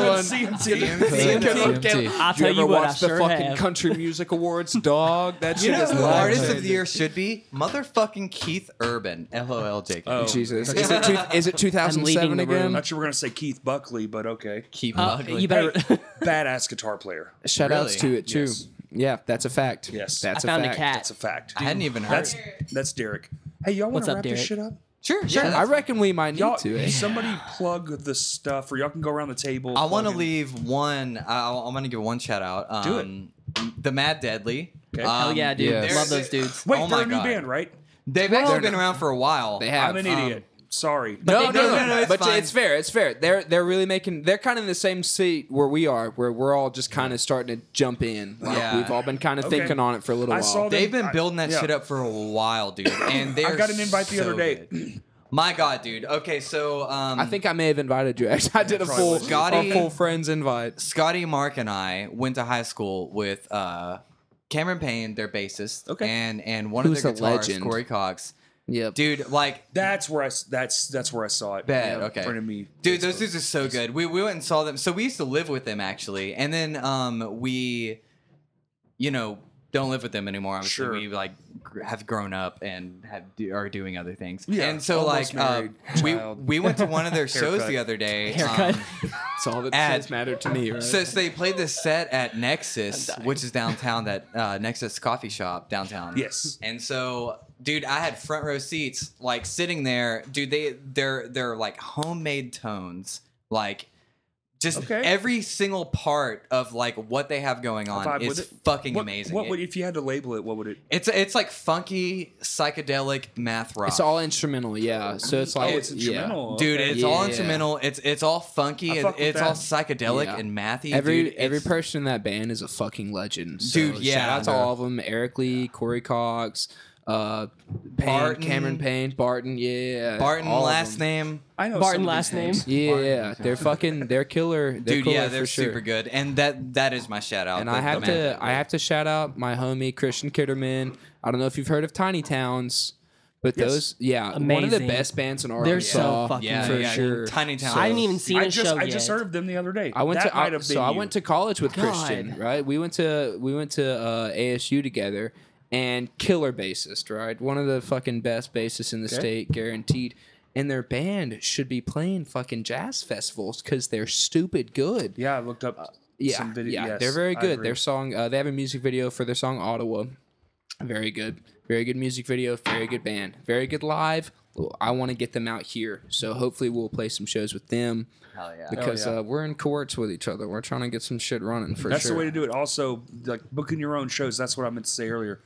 S4: one.
S5: I'll
S4: You
S5: tell you,
S4: ever
S5: what, I
S4: watch the
S5: sure
S4: fucking
S5: have.
S4: country music awards, dog? That
S2: You
S4: shit
S2: know
S4: is
S2: who artist of
S4: life.
S2: the year should be? Motherfucking Keith Urban. LOL, Jacob.
S1: Oh,
S4: Jesus, is it two, is it
S5: Oh, I'm
S4: 2007
S5: leaving the
S4: again?
S5: room.
S1: Not sure we're gonna say Keith Buckley, but okay.
S2: Keith
S5: Uh,
S2: Buckley.
S5: you better.
S1: Badass guitar player.
S4: Shout outs
S2: Really?
S4: to it too. Yeah, that's a fact.
S1: Yes.
S5: I
S4: that's a
S5: found a
S4: fact.
S5: cat.
S1: That's a fact.
S2: I hadn't even heard.
S1: That's that's Derek. Hey, y'all want
S5: What's
S1: to
S5: up,
S1: wrap this
S5: Derek?
S1: shit up?
S2: sure, sure.
S4: I reckon we might need
S1: Y'all,
S4: to. eh?
S1: somebody plug the stuff, or y'all can go around the table.
S2: I want to
S1: plug in-
S2: leave one. I, I'm going to give one shout out.
S1: Do it.
S2: Um, The Mad Deadly.
S1: Okay.
S2: Um,
S5: Hell Oh, yeah, dude.
S4: yes.
S5: Love those dudes.
S1: Wait,
S2: Oh
S1: they're
S2: my
S1: a new
S2: God.
S1: band, right?
S2: They've actually been around for a while.
S4: They have.
S1: I'm an
S4: Um,
S1: idiot. Sorry.
S4: No, no,
S5: they
S4: no,
S5: do.
S4: no,
S2: No, no, it's
S4: but
S2: fine.
S4: it's fair. It's fair. They're they're really making. They're kind of in the same seat where we are, where we're all just kind of starting to jump in. Like,
S2: Yeah.
S4: We've all been kind of
S1: Okay.
S4: thinking on it for a little
S1: I
S4: while.
S1: saw that.
S2: They've been
S1: I-
S2: building that
S1: yeah.
S2: shit up for a while, dude. And they
S1: I got an invite the
S2: so
S1: other day.
S2: good. My God, dude. Okay, so um,
S4: I think I may have invited you. Actually, I did a full,
S2: was. Gotti-
S4: a full friends invite.
S2: Scotty, Mark, and I went to high school with uh, Cameron Payne, their bassist,
S1: Okay.
S2: and and one
S4: Who's a
S2: of their guitarists,
S4: legend.
S2: Corey Cox.
S4: Yep.
S2: Dude, like
S1: That's where I. s- That's that's where I saw it.
S2: Bad,
S1: Yeah,
S2: okay.
S1: in front of me.
S2: Dude, those dudes are so good. We, we went and saw them. So we used to live with them actually, and then um we, you know, don't live with them anymore. Obviously,
S1: Sure.
S2: we like gr- have grown up and have do, are doing other things.
S1: Yeah,
S2: and so like
S1: almost
S2: uh,
S1: married,
S2: we
S1: child.
S2: we went to one of their shows
S1: Haircut.
S2: the other day.
S5: Haircut.
S2: um,
S4: That's all that
S2: Ad.
S4: says mattered to me. Right?
S2: so, so they played this set at Nexus, which is downtown. That uh, Nexus coffee shop downtown.
S1: Yes.
S2: And so, dude, I had front row seats, like sitting there. Dude, they they're they're like homemade tones, like just
S1: Okay.
S2: every single part of like what they have going on
S1: Vibe with
S2: is
S1: it.
S2: fucking
S1: What-
S2: amazing. eh?
S1: What would
S2: It-
S1: if you had to label it? What would it?
S2: it's it's like funky psychedelic math rock.
S4: it's all instrumental. Yeah. So it's
S1: Oh,
S4: like
S1: it's instrumental. okay.
S2: Dude, it's all
S4: Yeah.
S2: instrumental. It's it's all funky.
S1: I
S2: It,
S1: fuck with
S2: it's all
S1: that.
S2: psychedelic
S4: Yeah.
S2: and mathy.
S4: Yeah. Every
S2: dude,
S4: every
S2: it's-
S4: person in that band is a fucking legend. So
S2: Dude, yeah,
S4: Shout out to
S2: I know.
S4: all of them: Eric Lee, Corey Cox, uh, Payne,
S2: Barton.
S4: Cameron Payne, Barton, yeah,
S2: Barton
S4: all of
S2: last
S4: them.
S2: name.
S1: I know some
S5: Barton
S1: of these
S5: last name.
S1: names.
S4: Yeah, yeah, they're fucking, they're killer, they're
S2: Dude,
S4: killer
S2: yeah, they're
S4: for sure.
S2: super good. And that that is my shout out.
S4: And I have to, I have to shout out my homie Christian Kitterman. I don't know if you've heard of Tiny Towns, but
S1: Yes.
S4: those, yeah, one of the
S5: Amazing.
S4: best bands in Arkansas.
S5: They're so fucking
S2: yeah,
S4: for
S2: yeah,
S4: sure.
S2: Tiny Town.
S5: I didn't even see
S1: I
S5: the
S1: just
S5: show
S1: I
S5: yet.
S1: just heard of them the other day.
S4: I went
S1: That
S4: to
S1: might
S4: I,
S1: have
S4: so
S1: been
S4: I
S1: you.
S4: went to college with Christian,
S5: God.
S4: right? We went to we went to uh, ASU together, and killer bassist, right? One of the fucking best bassists in the state, guaranteed. And their band should be playing fucking jazz festivals because they're stupid good.
S1: Yeah, I looked up
S4: Uh, Yeah,
S1: some video.
S4: yeah,
S1: yes,
S4: they're very
S1: I
S4: good.
S1: agree.
S4: Their song, uh, they have a music video for their song Ottawa. Very good, very good music video. Very good band. Very good live. Well, I want to get them out here, so hopefully we'll play some shows with them
S2: Hell yeah.
S4: because
S1: yeah.
S4: uh, we're in cohorts with each other. We're trying to get some shit running for
S1: That's
S4: sure.
S1: the way to do it. Also, like booking your own shows. That's what I meant to say earlier.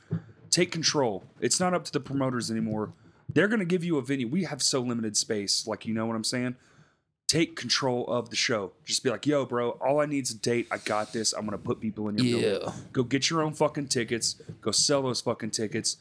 S1: Take control. It's not up to the promoters anymore. They're going to give you a venue. We have so limited space. Like, you know what I'm saying? Take control of the show. Just be like, yo, bro, all I need is a date. I got this. I'm going to put people in your
S4: Yeah.
S1: building. Go get your own fucking tickets. Go sell those fucking tickets.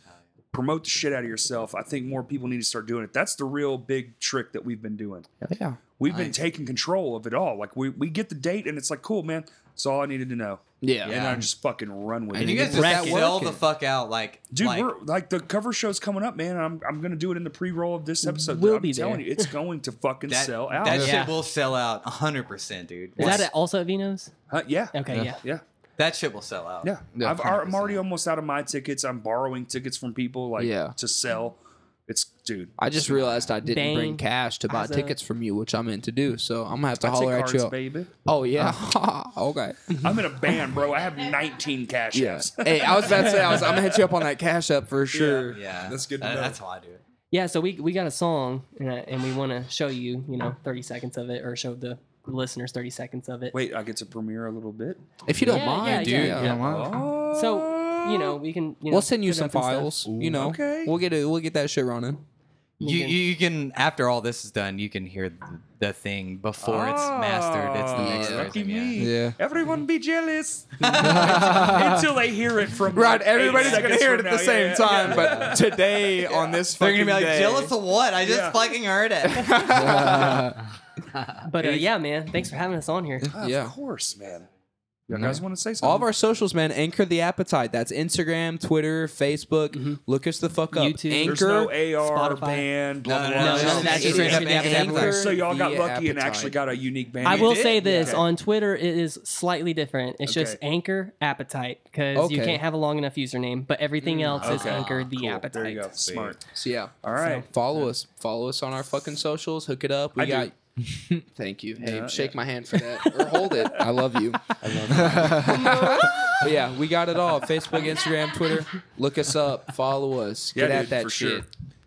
S1: Promote the shit out of yourself. I think more people need to start doing it. That's the real big trick that we've been doing
S4: yeah.
S1: we've been taking control of it all. Like we we get the date and it's like, cool, man. That's all I needed to know.
S4: Yeah.
S1: And I just fucking run with
S2: And
S4: And
S1: it.
S2: you
S4: you
S2: guys
S4: get
S2: just
S4: that
S2: sell
S4: working.
S2: the fuck out, like
S1: Dude,
S2: like,
S1: we're like the cover show's coming up, man. and I'm I'm gonna do it in the pre-roll of this episode.
S5: We'll
S1: I'm
S5: be
S1: telling
S5: there.
S1: you, it's going to fucking
S2: that,
S1: sell out.
S2: That
S5: Yeah.
S2: shit will sell out 100, percent dude.
S5: Is
S2: Like,
S5: that it also at Vino's?
S1: Huh, yeah.
S5: Okay, yeah.
S1: Yeah.
S2: that shit will sell out.
S1: Yeah.
S4: Yeah,
S1: I've, I'm already almost out of my tickets. I'm borrowing tickets from people like
S4: Yeah.
S1: to sell. It's dude.
S4: I just realized I didn't
S5: Bang,
S4: bring cash to buy
S5: Azza.
S4: tickets from you, which I meant to do. So I'm gonna have to
S1: I take
S4: holler at
S1: cards, Oh.
S4: you. up.
S1: baby.
S4: Oh yeah. okay.
S1: I'm in a band, bro. I have 19 cash apps.
S4: hey, I was about to say I was. I'm gonna hit you up on that cash up for sure.
S2: yeah,
S4: That's good to
S2: That-
S4: know.
S2: That's how I do it.
S5: Yeah, so we we got a song and, I- and we want to show you, you know, 30 seconds of it or show the listeners 30 seconds of it.
S1: Wait, I get to premiere a little bit.
S4: If you don't
S5: Yeah,
S4: mind,
S5: yeah,
S4: dude.
S5: yeah.
S8: You know what?
S1: Oh.
S5: So, you know, we can you know,
S4: We'll send
S5: put
S4: you
S5: it
S4: some
S5: up and stuff.
S4: files. You know,
S1: okay.
S4: we'll get it. We'll get that shit running.
S2: You,
S4: Mm-hmm.
S5: Megan.
S2: you you can after all this is done, you can hear th- the thing before it's mastered. It's the
S1: Ah,
S2: next
S1: Lucky
S2: version, yeah.
S1: me.
S4: Yeah.
S1: Everyone be jealous until they hear it from
S4: Right,
S1: eight
S4: everybody's gonna
S1: seconds
S4: hear it
S1: from
S4: at the
S1: now.
S4: same
S1: Yeah, yeah,
S4: time,
S1: yeah.
S4: but today on this,
S2: They're gonna be like,
S4: fucking day-
S2: jealous of what? I just
S1: Yeah.
S2: fucking heard it.
S5: But uh, yeah, man, thanks for having us on here.
S1: Ah,
S4: Yeah.
S1: of course, man. You guys want to say something?
S4: All of our socials, man. Anchor the appetite. That's Instagram, Twitter, Facebook. Look us the fuck up.
S5: Mm-hmm. YouTube.
S1: There's
S4: Anchor.
S1: no AR
S5: Spotify.
S1: band.
S2: No,
S1: Blah,
S2: no,
S1: blah,
S2: no,
S1: blah.
S2: no, that's
S5: It's
S2: straight up
S5: an
S2: Anchor.
S4: anchor.
S1: So y'all got
S4: The
S1: lucky and
S4: appetite.
S1: actually got a unique band.
S5: I will
S2: did?
S5: say this
S1: Okay.
S5: on Twitter, it is slightly different. It's just
S1: Okay.
S5: Anchor Appetite because you
S4: Okay.
S5: can't have a long enough username, but everything else is
S1: Mm, Okay.
S5: Anchor the Appetite.
S1: There you go. Smart.
S4: So yeah.
S1: All right.
S4: Follow us. Follow us on our fucking socials. Hook it up. We
S1: I do.
S4: got. Thank you. Hey,
S1: Yeah,
S4: shake my hand for that, or hold it. I love you. I love you. but yeah, we got it all. Facebook, Instagram, Twitter. Look us up. Follow us.
S1: Yeah,
S4: Get at
S1: dude,
S4: that
S1: for
S4: shit.
S1: sure.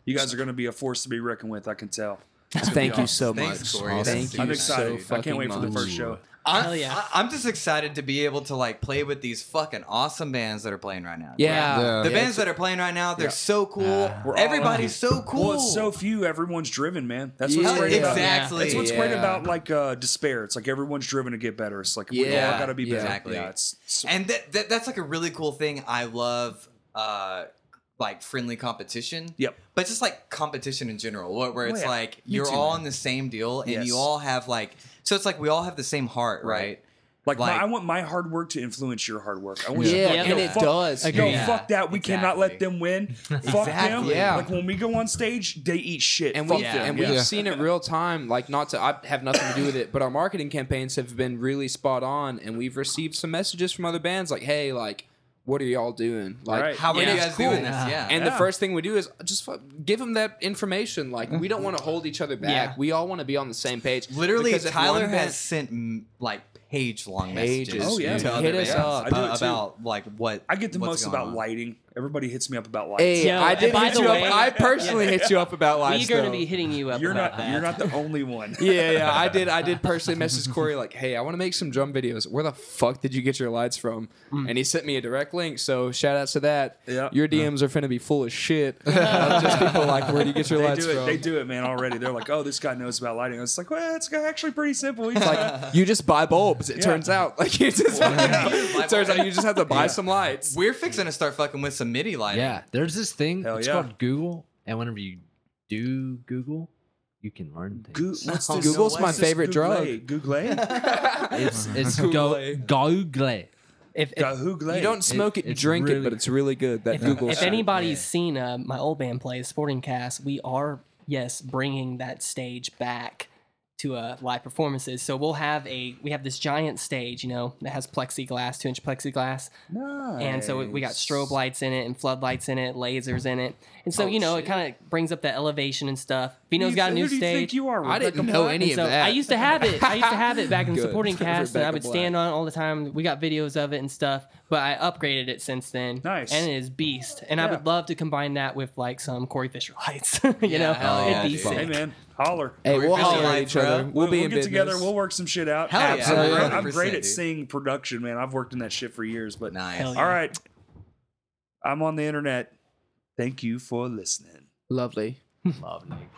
S1: You guys are going to be a force to be reckoned with. I can tell.
S4: Thank you so
S2: Thanks,
S4: much.
S2: Corey. That's
S4: Thank you
S2: super
S1: I'm
S4: so
S1: excited.
S4: fucking
S1: I can't wait for the
S4: much.
S1: first show.
S2: I'm,
S5: Hell yeah.
S2: I, am just excited to be able to like play with these fucking awesome bands that are playing right now.
S4: Yeah.
S8: Yeah.
S2: The
S4: Uh, Yeah,
S2: bands that are playing right now, they're so cool.
S1: We're all
S2: Everybody's so cool.
S1: Well, it's so few. Everyone's driven, man. That's
S4: Yeah.
S1: what's
S2: Hell,
S1: great about it.
S2: exactly.
S1: That's what's great
S4: Yeah.
S1: about like uh, despair. It's like everyone's driven to get better. It's like we all
S4: Yeah,
S1: got to be
S4: yeah.
S1: better.
S2: Exactly.
S1: Yeah, it's, it's-
S2: and that, that that's like a really cool thing. I love uh like friendly competition.
S1: Yep.
S2: But just like competition in general, where, where it's
S1: Well, Oh, yeah.
S2: like you're
S1: too,
S2: all
S1: man.
S2: in the same deal and
S1: Yes.
S2: you all have like so it's like we all have the same heart, right?
S1: like, my-
S2: like-
S1: I want my hard work to influence your hard work. I want you
S4: Yeah,
S1: to be like,
S4: and
S1: yo,
S4: it
S1: fuck,
S4: does.
S1: Yo,
S2: Yeah,
S1: fuck that. We cannot let
S2: exactly.
S1: them win. Fuck them.
S2: Exactly.
S4: Yeah.
S1: Like when we go on stage, they eat shit.
S4: and
S1: Fuck
S4: we
S2: Yeah.
S1: them.
S4: and we've
S8: Yeah.
S4: seen it real time. Like not to I have nothing to do with it, but our marketing campaigns have been really spot on, and we've received some messages from other bands like, "Hey, like, what are y'all doing? Like,
S1: Right.
S2: How are
S4: and
S2: you
S4: it's
S2: guys doing this? Yeah.
S4: And the
S1: Yeah.
S4: first thing we do is just fu- give them that information. Like, we don't want to hold each other back.
S5: Yeah.
S4: We all want to be on the same page.
S2: Literally,
S4: Because if
S2: Tyler
S4: one
S2: has
S4: band-
S2: sent mm, like page long
S4: Pages,
S2: messages
S1: Oh, yeah.
S2: to
S1: dude.
S2: other
S4: Hit us
S2: bands
S4: up.
S1: I do
S2: uh,
S1: it, too.
S2: about like what
S1: I get the
S2: what's
S1: most
S2: going
S1: about
S2: on.
S1: lighting. Everybody hits me up about lighting.
S4: Hey,
S5: Yo,
S4: I
S5: and
S4: did
S5: by
S4: hit
S5: the
S4: you
S5: way-
S4: up. I personally hit you up about live
S5: We're going to
S4: stuff.
S5: be hitting you up.
S1: You're
S5: about
S1: not
S5: that.
S1: you're not the only one.
S4: yeah, yeah, I did. I did personally message Corey like, "Hey, I want to make some drum videos. Where the fuck did you get your lights from?" And he sent me a direct link. So shout out to that.
S1: Mm. Yeah.
S4: Your DMs are finna be full of shit. Of just people like, "Where do you get your
S1: They
S4: lights
S1: do it.
S4: from?"
S1: They do it, man. Already, they're like, "Oh, this guy knows about lighting." It's like, well, it's actually pretty simple. He's
S4: Like, you just buy bulb. bulbs. It turns out, like you just,
S2: Yeah.
S4: turns out you just have to buy some lights.
S2: We're fixing to start fucking with some MIDI lighting.
S3: Yeah, there's this thing.
S1: Hell
S3: it's
S1: yeah.
S3: called Google, and whenever you do Google, you can learn things.
S1: what's
S2: No,
S1: this-
S4: Google's my
S1: what's this
S4: favorite drug.
S1: Google.
S3: It's it's go, Google.
S5: If if,
S1: Google.
S4: You don't smoke it, you
S3: it's
S4: drink it,
S3: really-
S4: but it's really good. That
S5: if,
S4: Google.
S5: if
S4: shit.
S5: anybody's seen uh, my old band play Sporting Cast, we are yes bringing that stage back to uh, live performances. So we'll have a we have this giant stage, you know, that has plexiglass, two inch plexiglass, and so we, we got strobe lights in it and floodlights in it, lasers in it, and so you know it kind of brings up that elevation and stuff. Vino's got a new
S1: Who do you
S5: stage.
S1: think you are?
S4: I didn't know any of
S5: so
S4: that.
S5: I used to have it. I used to have it back in the
S4: Good.
S5: supporting cast, and I would
S4: Rebecca
S5: stand on it all the time. We got videos of it and stuff, but I upgraded it since then.
S1: Nice.
S5: and it is beast. And I
S1: Yeah.
S5: would love to combine that with like some Corey Fisher lights. you know,
S2: hell
S5: it'd
S2: yeah,
S5: be
S2: dude.
S5: sick.
S1: Hey man, holler.
S4: Hey,
S2: We're
S4: we'll
S2: feeling
S4: holler at
S2: like,
S4: each other.
S2: bro.
S4: We'll
S1: we'll
S4: be
S1: we'll
S4: in
S1: get
S4: business.
S1: together. We'll work some shit out.
S2: Hell yeah.
S1: Absolutely.
S2: Absolutely.
S1: I'm great at
S2: 100%, dude.
S1: singing production, man. I've worked in that shit for years. But
S2: Nice.
S5: Hell yeah.
S1: all right, I'm on the internet. Thank you for listening.
S4: Lovely.
S2: Lovely.